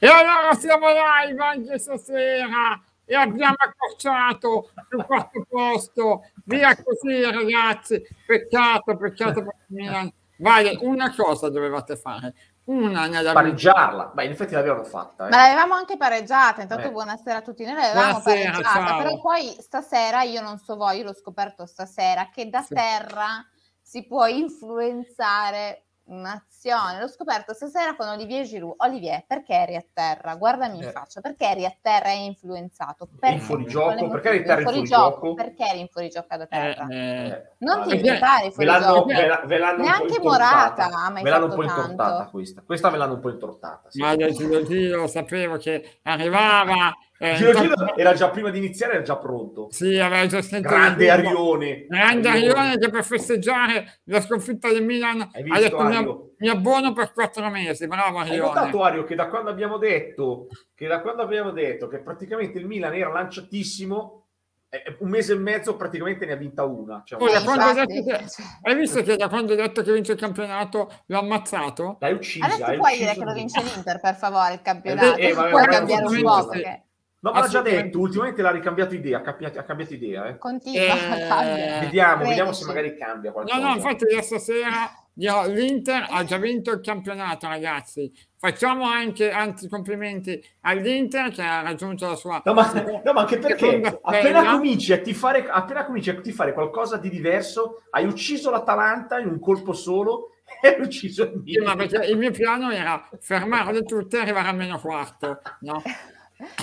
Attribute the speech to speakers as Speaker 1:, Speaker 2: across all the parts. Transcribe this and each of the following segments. Speaker 1: E allora siamo live anche stasera e abbiamo accorciato su quarto posto. Via così, ragazzi. Peccato, peccato per il Milan. Vale, una cosa dovevate fare. Una nella
Speaker 2: pareggiarla. Beh, in effetti l'abbiamo fatta. eh.
Speaker 3: Ma l'avevamo anche pareggiata, intanto
Speaker 2: Eh.
Speaker 3: buonasera a tutti, noi l'avevamo
Speaker 1: Buonasera,
Speaker 3: pareggiata,
Speaker 1: ciao.
Speaker 3: però poi stasera, io non so voi, io l'ho scoperto stasera, che da
Speaker 1: Sì.
Speaker 3: terra si può influenzare un'azione, l'ho scoperto stasera con Olivier Giroud, Olivier perché eri a terra? Guardami in
Speaker 2: Eh.
Speaker 3: faccia, perché eri a terra e influenzato? Perché?
Speaker 2: in fuorigioco?
Speaker 3: Quale
Speaker 2: Perché eri a
Speaker 3: motivo?
Speaker 2: terra in
Speaker 3: fuorigioco?
Speaker 2: fuorigioco?
Speaker 3: Perché eri in fuorigioco da terra?
Speaker 1: Eh, eh,
Speaker 2: Eh,
Speaker 3: Non
Speaker 2: vabbè,
Speaker 3: ti
Speaker 1: perché
Speaker 3: inventare
Speaker 2: ve
Speaker 3: fuori
Speaker 2: l'hanno,
Speaker 3: gioco.
Speaker 2: ve la- ve l'hanno un po'
Speaker 3: Neanche
Speaker 2: intortata.
Speaker 3: Morata ha mai
Speaker 2: ve l'hanno un
Speaker 3: fatto
Speaker 2: po' intortata
Speaker 3: tanto.
Speaker 2: questa. Questa ve l'hanno un po' intortata. Sì.
Speaker 1: ma da Giro Giro sapevo che arrivava. eh,
Speaker 2: Giro Giro
Speaker 1: intanto-
Speaker 2: era già prima di iniziare, era già pronto.
Speaker 1: Sì, aveva già sentito.
Speaker 2: Grande
Speaker 1: l'arrivo.
Speaker 2: Arione.
Speaker 1: Grande Arione che per festeggiare la sconfitta del Milan
Speaker 2: Hai
Speaker 1: ha
Speaker 2: visto,
Speaker 1: detto mi,
Speaker 2: Ario?
Speaker 1: mi abbono per quattro mesi. Bravo
Speaker 2: Hai
Speaker 1: Arione.
Speaker 2: notato Ario che da quando abbiamo detto che da quando abbiamo detto che praticamente il Milan era lanciatissimo eh, un mese e mezzo praticamente ne ha vinta una. Cioè,
Speaker 1: Scusa,
Speaker 3: Eh,
Speaker 1: quando hai
Speaker 3: infatti.
Speaker 1: detto che-
Speaker 2: esatto.
Speaker 1: Hai visto che da quando ho detto che vince il campionato l'ho ammazzato?
Speaker 2: l'hai uccisa.
Speaker 3: Adesso
Speaker 2: hai
Speaker 3: puoi
Speaker 2: ucciso
Speaker 3: dire che lo
Speaker 2: il
Speaker 3: vince
Speaker 2: Milan.
Speaker 3: l'Inter, per favore, il campionato.
Speaker 2: Eh, eh, vabbè,
Speaker 3: puoi
Speaker 2: vabbè,
Speaker 3: cambiare un
Speaker 2: assolutamente
Speaker 3: po'
Speaker 2: sì.
Speaker 3: perché
Speaker 2: No, ma l'ha già
Speaker 1: Assolutamente.
Speaker 2: detto, ultimamente l'ha ricambiato idea, ha cambiato- ha cambiato idea. eh.
Speaker 3: continua.
Speaker 1: Eh,
Speaker 3: cambia.
Speaker 2: Vediamo,
Speaker 3: Credici.
Speaker 2: vediamo se magari cambia
Speaker 1: No,
Speaker 2: qualcosa.
Speaker 1: no, infatti io stasera dirò, l'Inter ha già vinto il campionato, ragazzi. Facciamo anche, anzi, complimenti all'Inter che ha raggiunto la sua...
Speaker 2: No, ma, no, ma anche perché
Speaker 1: Seconda
Speaker 2: appena
Speaker 1: stella.
Speaker 2: cominci, a tifare, appena cominci a tifare qualcosa di diverso, hai ucciso l'Atalanta in un colpo solo e hai ucciso il
Speaker 1: Sì, ma
Speaker 2: Milan.
Speaker 1: perché il mio piano era fermarle tutte e arrivare almeno quarto, no?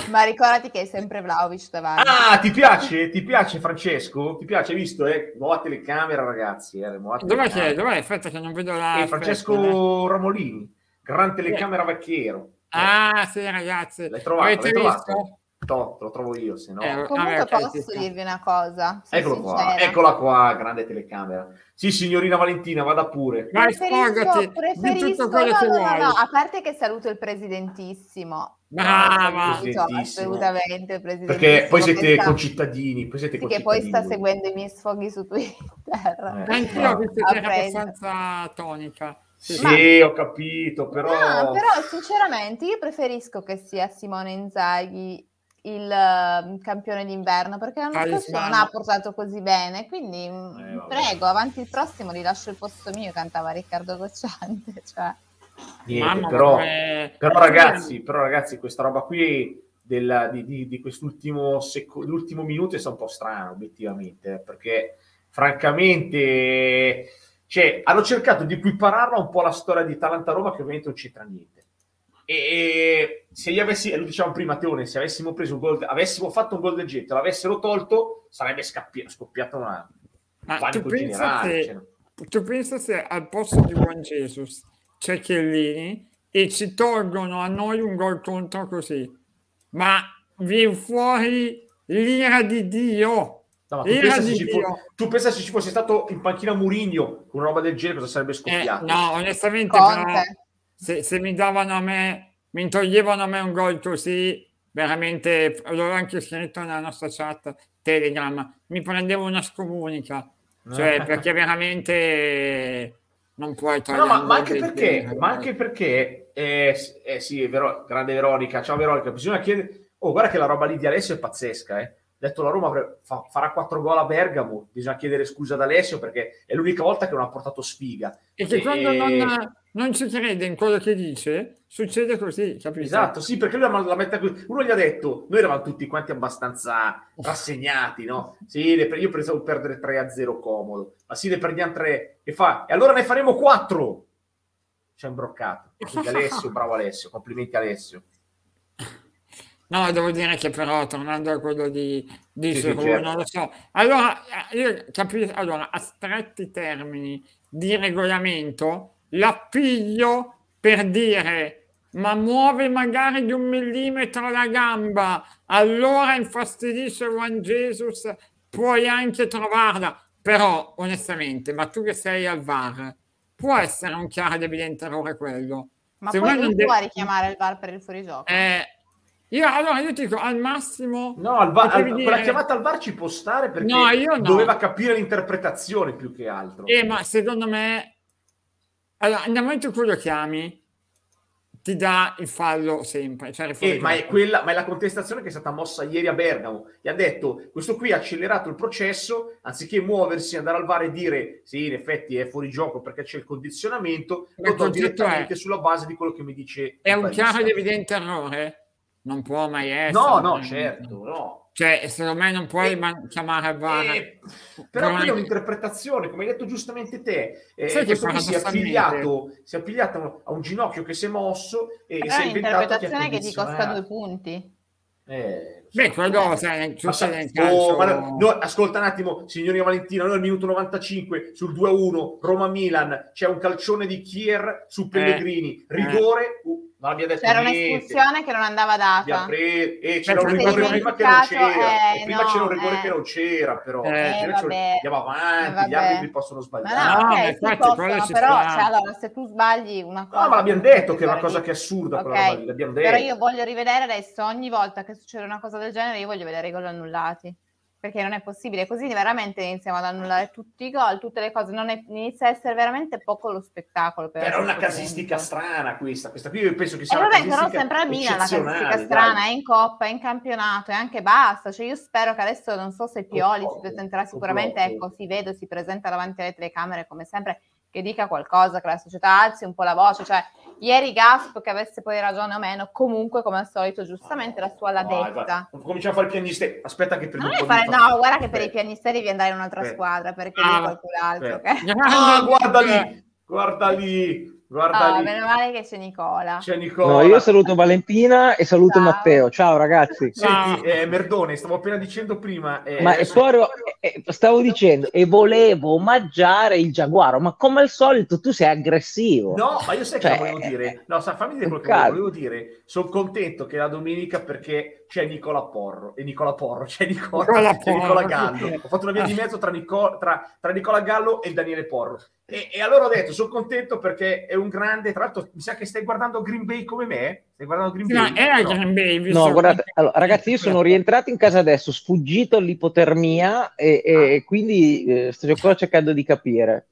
Speaker 3: Ma ricordati che è sempre Vlaovic davanti.
Speaker 2: Ah, ti piace? Ti piace Francesco? Ti piace? Hai visto? Eh? Nuova telecamera, ragazzi. Eh? nuova
Speaker 1: Dov'è
Speaker 2: telecamera.
Speaker 1: che Dov'è? Aspetta che non vedo la...
Speaker 2: Eh,
Speaker 1: aspetta, eh.
Speaker 2: Francesco Ramolini, gran telecamera vecchiero.
Speaker 1: Ah, sì, ragazzi.
Speaker 2: L'hai trovato?
Speaker 1: Avete
Speaker 2: L'hai trovato?
Speaker 1: visto?
Speaker 2: To- lo trovo io, se no.
Speaker 1: Eh,
Speaker 3: Comunque
Speaker 1: vabbè, ok,
Speaker 3: posso
Speaker 1: ci sta.
Speaker 3: dirvi una cosa, sono
Speaker 2: Eccolo qua,
Speaker 3: sincera.
Speaker 1: ecco,
Speaker 2: eccola qua, grande telecamera. Sì, signorina Valentina, vada pure.
Speaker 1: Vai, sfogati
Speaker 3: Preferisco,
Speaker 1: di tutto
Speaker 3: preferisco
Speaker 1: quello che
Speaker 3: no, no, no,
Speaker 1: vuoi.
Speaker 3: no, a parte che saluto il presidentissimo.
Speaker 2: Ah,
Speaker 1: Brava.
Speaker 3: Saluto
Speaker 2: Presidentissimo.
Speaker 3: assolutamente il presidentissimo.
Speaker 2: Perché poi siete
Speaker 3: che sta-
Speaker 2: concittadini, poi siete
Speaker 3: sì, che poi sta
Speaker 2: concittadini.
Speaker 3: seguendo i miei sfoghi su Twitter.
Speaker 2: Eh,
Speaker 1: Anch'io ho visto che era
Speaker 3: Apprezzo.
Speaker 1: abbastanza tonica.
Speaker 2: Sì, ho capito, però...
Speaker 3: No, però sinceramente io preferisco che sia Simone Inzaghi il eh, campione d'inverno perché l'anno scorso
Speaker 1: Talismano.
Speaker 3: non ha portato così bene quindi mh,
Speaker 2: Eh, vabbè.
Speaker 3: prego avanti il prossimo rilascio il posto mio cantava Riccardo Gocciante cioè.
Speaker 2: Niente,
Speaker 1: Mamma,
Speaker 2: però,
Speaker 1: come-
Speaker 2: però ragazzi, però ragazzi, questa roba qui della- di, di- di quest'ultimo seco- l'ultimo minuto è stato un po' strano, obiettivamente, eh, perché francamente cioè, hanno cercato di equipararla un po' alla storia di Atalanta-Roma che ovviamente non c'entra niente. E, e se gli avessi, e lo dicevamo prima Teone, se avessimo preso un gol, avessimo fatto un gol del getto, l'avessero tolto, sarebbe scappi- scoppiato una
Speaker 1: Ma tu
Speaker 2: panico
Speaker 1: pensa,
Speaker 2: generale. cioè,
Speaker 1: se, tu pensa se al posto di Juan Jesus c'è Chiellini e ci tolgono a noi un gol contro così. Ma viene fuori l'ira di Dio.
Speaker 2: No, ma tu,
Speaker 1: L'ira
Speaker 2: pensa
Speaker 1: di
Speaker 2: se ci
Speaker 1: Dio.
Speaker 2: fu- tu pensa se ci fosse stato in panchina Murigno con una roba del genere, cosa sarebbe
Speaker 1: Eh,
Speaker 2: scoppiato?
Speaker 1: no, onestamente, però,
Speaker 3: Conte
Speaker 1: se, se mi davano a me, mi toglievano a me un gol così, veramente, l'ho anche scritto nella nostra chat Telegram, mi prendevo una scomunica, cioè perché veramente non puoi
Speaker 2: Ma
Speaker 1: togliere.
Speaker 2: no, ma,
Speaker 1: un
Speaker 2: ma
Speaker 1: gol
Speaker 2: anche
Speaker 1: del
Speaker 2: perché,
Speaker 1: genere.
Speaker 2: ma anche perché, eh, s- eh, sì, è vero, grande Veronica, ciao Veronica, bisogna chiedere, oh guarda che la roba lì di Alessio è pazzesca, eh. Ha detto la Roma avre- fa- farà 4 gol a Bergamo, bisogna chiedere scusa ad Alessio perché è l'unica volta che non ha portato sfiga.
Speaker 1: E che quando
Speaker 2: Eh,
Speaker 1: non, non ci crede in quello che dice, succede così, capito?
Speaker 2: Esatto, sì, perché lui la, la mette così. Uno gli ha detto, noi eravamo tutti quanti abbastanza
Speaker 1: Oh.
Speaker 2: rassegnati, no? Sì, le pre- io pensavo di perdere 3 a 0 comodo, ma sì, ne prendiamo 3 e fa, e allora ne faremo 4. Ci ha imbroccato. Quindi Alessio, bravo Alessio, complimenti Alessio.
Speaker 1: No, devo dire che però, tornando a quello di, di
Speaker 2: Sì, sì,
Speaker 1: Giroud,
Speaker 2: certo.
Speaker 1: non lo so. Allora, eh, io capisco, allora, a stretti termini di regolamento, l'appiglio per dire, ma muove magari di un millimetro la gamba, allora infastidisce Juan Jesus, puoi anche trovarla. Però, onestamente, ma tu che sei al VAR, può essere un chiaro ed evidente errore quello.
Speaker 3: Ma
Speaker 1: Se
Speaker 3: poi
Speaker 1: voi non
Speaker 3: non
Speaker 1: de-
Speaker 3: può richiamare il VAR per il fuorigioco.
Speaker 1: Eh, io, allora io ti dico al massimo
Speaker 2: No, al VAR-
Speaker 1: potevi
Speaker 2: al-
Speaker 1: dire-
Speaker 2: quella chiamata al VAR ci può stare perché
Speaker 1: No, io no.
Speaker 2: doveva capire l'interpretazione più che altro.
Speaker 1: Eh, ma secondo me, allora, nel momento in cui lo chiami, ti dà il fallo sempre. Cioè il
Speaker 2: Eh,
Speaker 1: fuorigioco.
Speaker 2: ma, è quella, ma è la contestazione che è stata mossa ieri a Bergamo. Gli ha detto: questo qui ha accelerato il processo, anziché muoversi, andare al VAR e dire sì, in effetti è fuori gioco perché c'è il condizionamento,
Speaker 1: Ma
Speaker 2: lo
Speaker 1: il
Speaker 2: do
Speaker 1: concetto
Speaker 2: direttamente
Speaker 1: è-
Speaker 2: sulla base di quello che mi dice.
Speaker 1: È
Speaker 2: il
Speaker 1: un
Speaker 2: barista.
Speaker 1: chiaro ed evidente errore? Non può mai essere.
Speaker 2: No, no, certo, no.
Speaker 1: Cioè, secondo me non puoi
Speaker 2: Eh,
Speaker 1: man- chiamare il VAR.
Speaker 2: Eh, però
Speaker 1: Guarda-
Speaker 2: quella è un'interpretazione, come hai detto giustamente te, eh,
Speaker 1: Sai che
Speaker 2: questo qui si è
Speaker 1: paradossalmente-
Speaker 2: appigliato, si è appigliato a un- a un ginocchio che si è mosso e
Speaker 3: Però
Speaker 2: si
Speaker 3: è
Speaker 2: è inventato chi ha
Speaker 3: un'interpretazione che ti costa due
Speaker 2: condizionato.
Speaker 3: punti.
Speaker 2: Eh, lo so.
Speaker 1: Beh, quello sai,
Speaker 2: Ma
Speaker 1: tu
Speaker 2: sa-
Speaker 1: sei nel
Speaker 2: oh,
Speaker 1: calcio.
Speaker 2: ma no- no, ascolta un attimo, signorina Valentina, noi al minuto 95 sul 2-1 Roma-Milan c'è un calcione di Kier su Pellegrini, rigore, uh, non abbia detto
Speaker 3: C'era
Speaker 2: niente.
Speaker 3: un'espulsione che non andava data.
Speaker 2: Abbia pre- eh, c'era
Speaker 1: Beh,
Speaker 2: un
Speaker 1: se
Speaker 2: rigore
Speaker 1: l'hai
Speaker 2: prima che non c'era,
Speaker 3: dimenticato, eh,
Speaker 2: e prima
Speaker 3: no,
Speaker 2: c'era un rigore
Speaker 3: eh.
Speaker 2: che non c'era, però
Speaker 1: Eh.
Speaker 2: Cioè,
Speaker 3: Eh,
Speaker 2: adesso
Speaker 3: vabbè.
Speaker 2: andiamo avanti,
Speaker 3: Eh,
Speaker 2: gli
Speaker 3: vabbè.
Speaker 2: arbitri possono
Speaker 3: Ma
Speaker 2: sbagliare.
Speaker 3: no,
Speaker 1: No, ma
Speaker 3: ok, si
Speaker 1: infatti,
Speaker 3: possono,
Speaker 1: quello ci
Speaker 3: però
Speaker 1: sta.
Speaker 3: cioè, allora, se tu sbagli una cosa...
Speaker 2: No, Ah, ma l'abbiamo
Speaker 3: non puoi
Speaker 2: detto che è una
Speaker 3: giocare
Speaker 2: cosa
Speaker 3: lì.
Speaker 2: che è assurda quella
Speaker 3: Ok,
Speaker 2: roba lì, l'abbiamo
Speaker 3: Però
Speaker 2: detto.
Speaker 3: io voglio rivedere adesso ogni volta che succede una cosa del genere, io voglio vedere i gol annullati. Perché non è possibile, così veramente iniziamo ad annullare tutti i gol, tutte le cose. Non è- inizia a essere veramente poco lo spettacolo. Per
Speaker 2: Però è una
Speaker 3: questo
Speaker 2: casistica
Speaker 3: momento.
Speaker 2: strana questa, questa qui io penso che
Speaker 3: E
Speaker 2: sia una
Speaker 3: vabbè, però
Speaker 2: casistica
Speaker 3: sempre a Milan la
Speaker 2: eccezionale,
Speaker 3: casistica
Speaker 2: dai.
Speaker 3: strana è in coppa, è in campionato e anche basta. Cioè, io spero che adesso non so se Pioli si
Speaker 2: Complotto,
Speaker 3: presenterà sicuramente.
Speaker 2: complotto.
Speaker 3: Ecco, si vedo, si presenta davanti alle telecamere come sempre, che dica qualcosa, che la società alzi un po' la voce. Cioè, ieri Gasp, che avesse poi ragione o meno, comunque come al solito, giustamente la sua l'ha
Speaker 2: Vai, vai.
Speaker 3: detta.
Speaker 2: Cominciamo a fare il pianiste. Aspetta che prendo un
Speaker 3: Non è
Speaker 2: po'
Speaker 3: fare,
Speaker 2: di
Speaker 3: no, guarda che per i
Speaker 2: Aspetta,
Speaker 3: pianisteri devi andare in un'altra
Speaker 2: Beh.
Speaker 3: scuadra perché
Speaker 1: Ah,
Speaker 3: lì qualcun altro.
Speaker 2: aspetta.
Speaker 3: ok?
Speaker 2: Ah, guarda lì, guarda lì, guarda
Speaker 3: Ah,
Speaker 2: lì.
Speaker 3: meno male che c'è Nicola.
Speaker 2: C'è Nicola.
Speaker 4: No, io saluto Valentina e saluto
Speaker 3: Ciao.
Speaker 4: Matteo. Ciao ragazzi.
Speaker 2: Senti, eh, Merdone, stavo appena dicendo prima... eh,
Speaker 4: Ma e
Speaker 2: adesso-
Speaker 4: poi ero- eh, eh, stavo dicendo e volevo omaggiare il Giaguaro, ma come al solito tu sei aggressivo.
Speaker 2: No, ma io sai
Speaker 4: Cioè,
Speaker 2: che la volevo dire. No, sa, fammi dire quello che
Speaker 4: calma.
Speaker 2: volevo dire. Sono contento che la domenica perché c'è Nicola Porro e Nicola Porro, c'è Nicola,
Speaker 1: Nicola
Speaker 2: c'è Nicola
Speaker 1: Porro.
Speaker 2: Gallo. Ho fatto una via di mezzo tra, Nico- tra- tra Nicola Gallo e Daniele Porro. E, e allora ho detto, sono contento perché è un grande. Tra l'altro, mi sa che stai guardando Green Bay come me. Stai guardando Green
Speaker 1: Sì,
Speaker 2: Bay?
Speaker 1: ma era
Speaker 2: No.
Speaker 1: Green Bay,
Speaker 4: No,
Speaker 1: visto-
Speaker 4: guardate, allora, ragazzi, io sono rientrato in casa adesso, sfuggito all'ipotermia e, e-
Speaker 2: Ah.
Speaker 4: e quindi eh, sto ancora cercando di capire.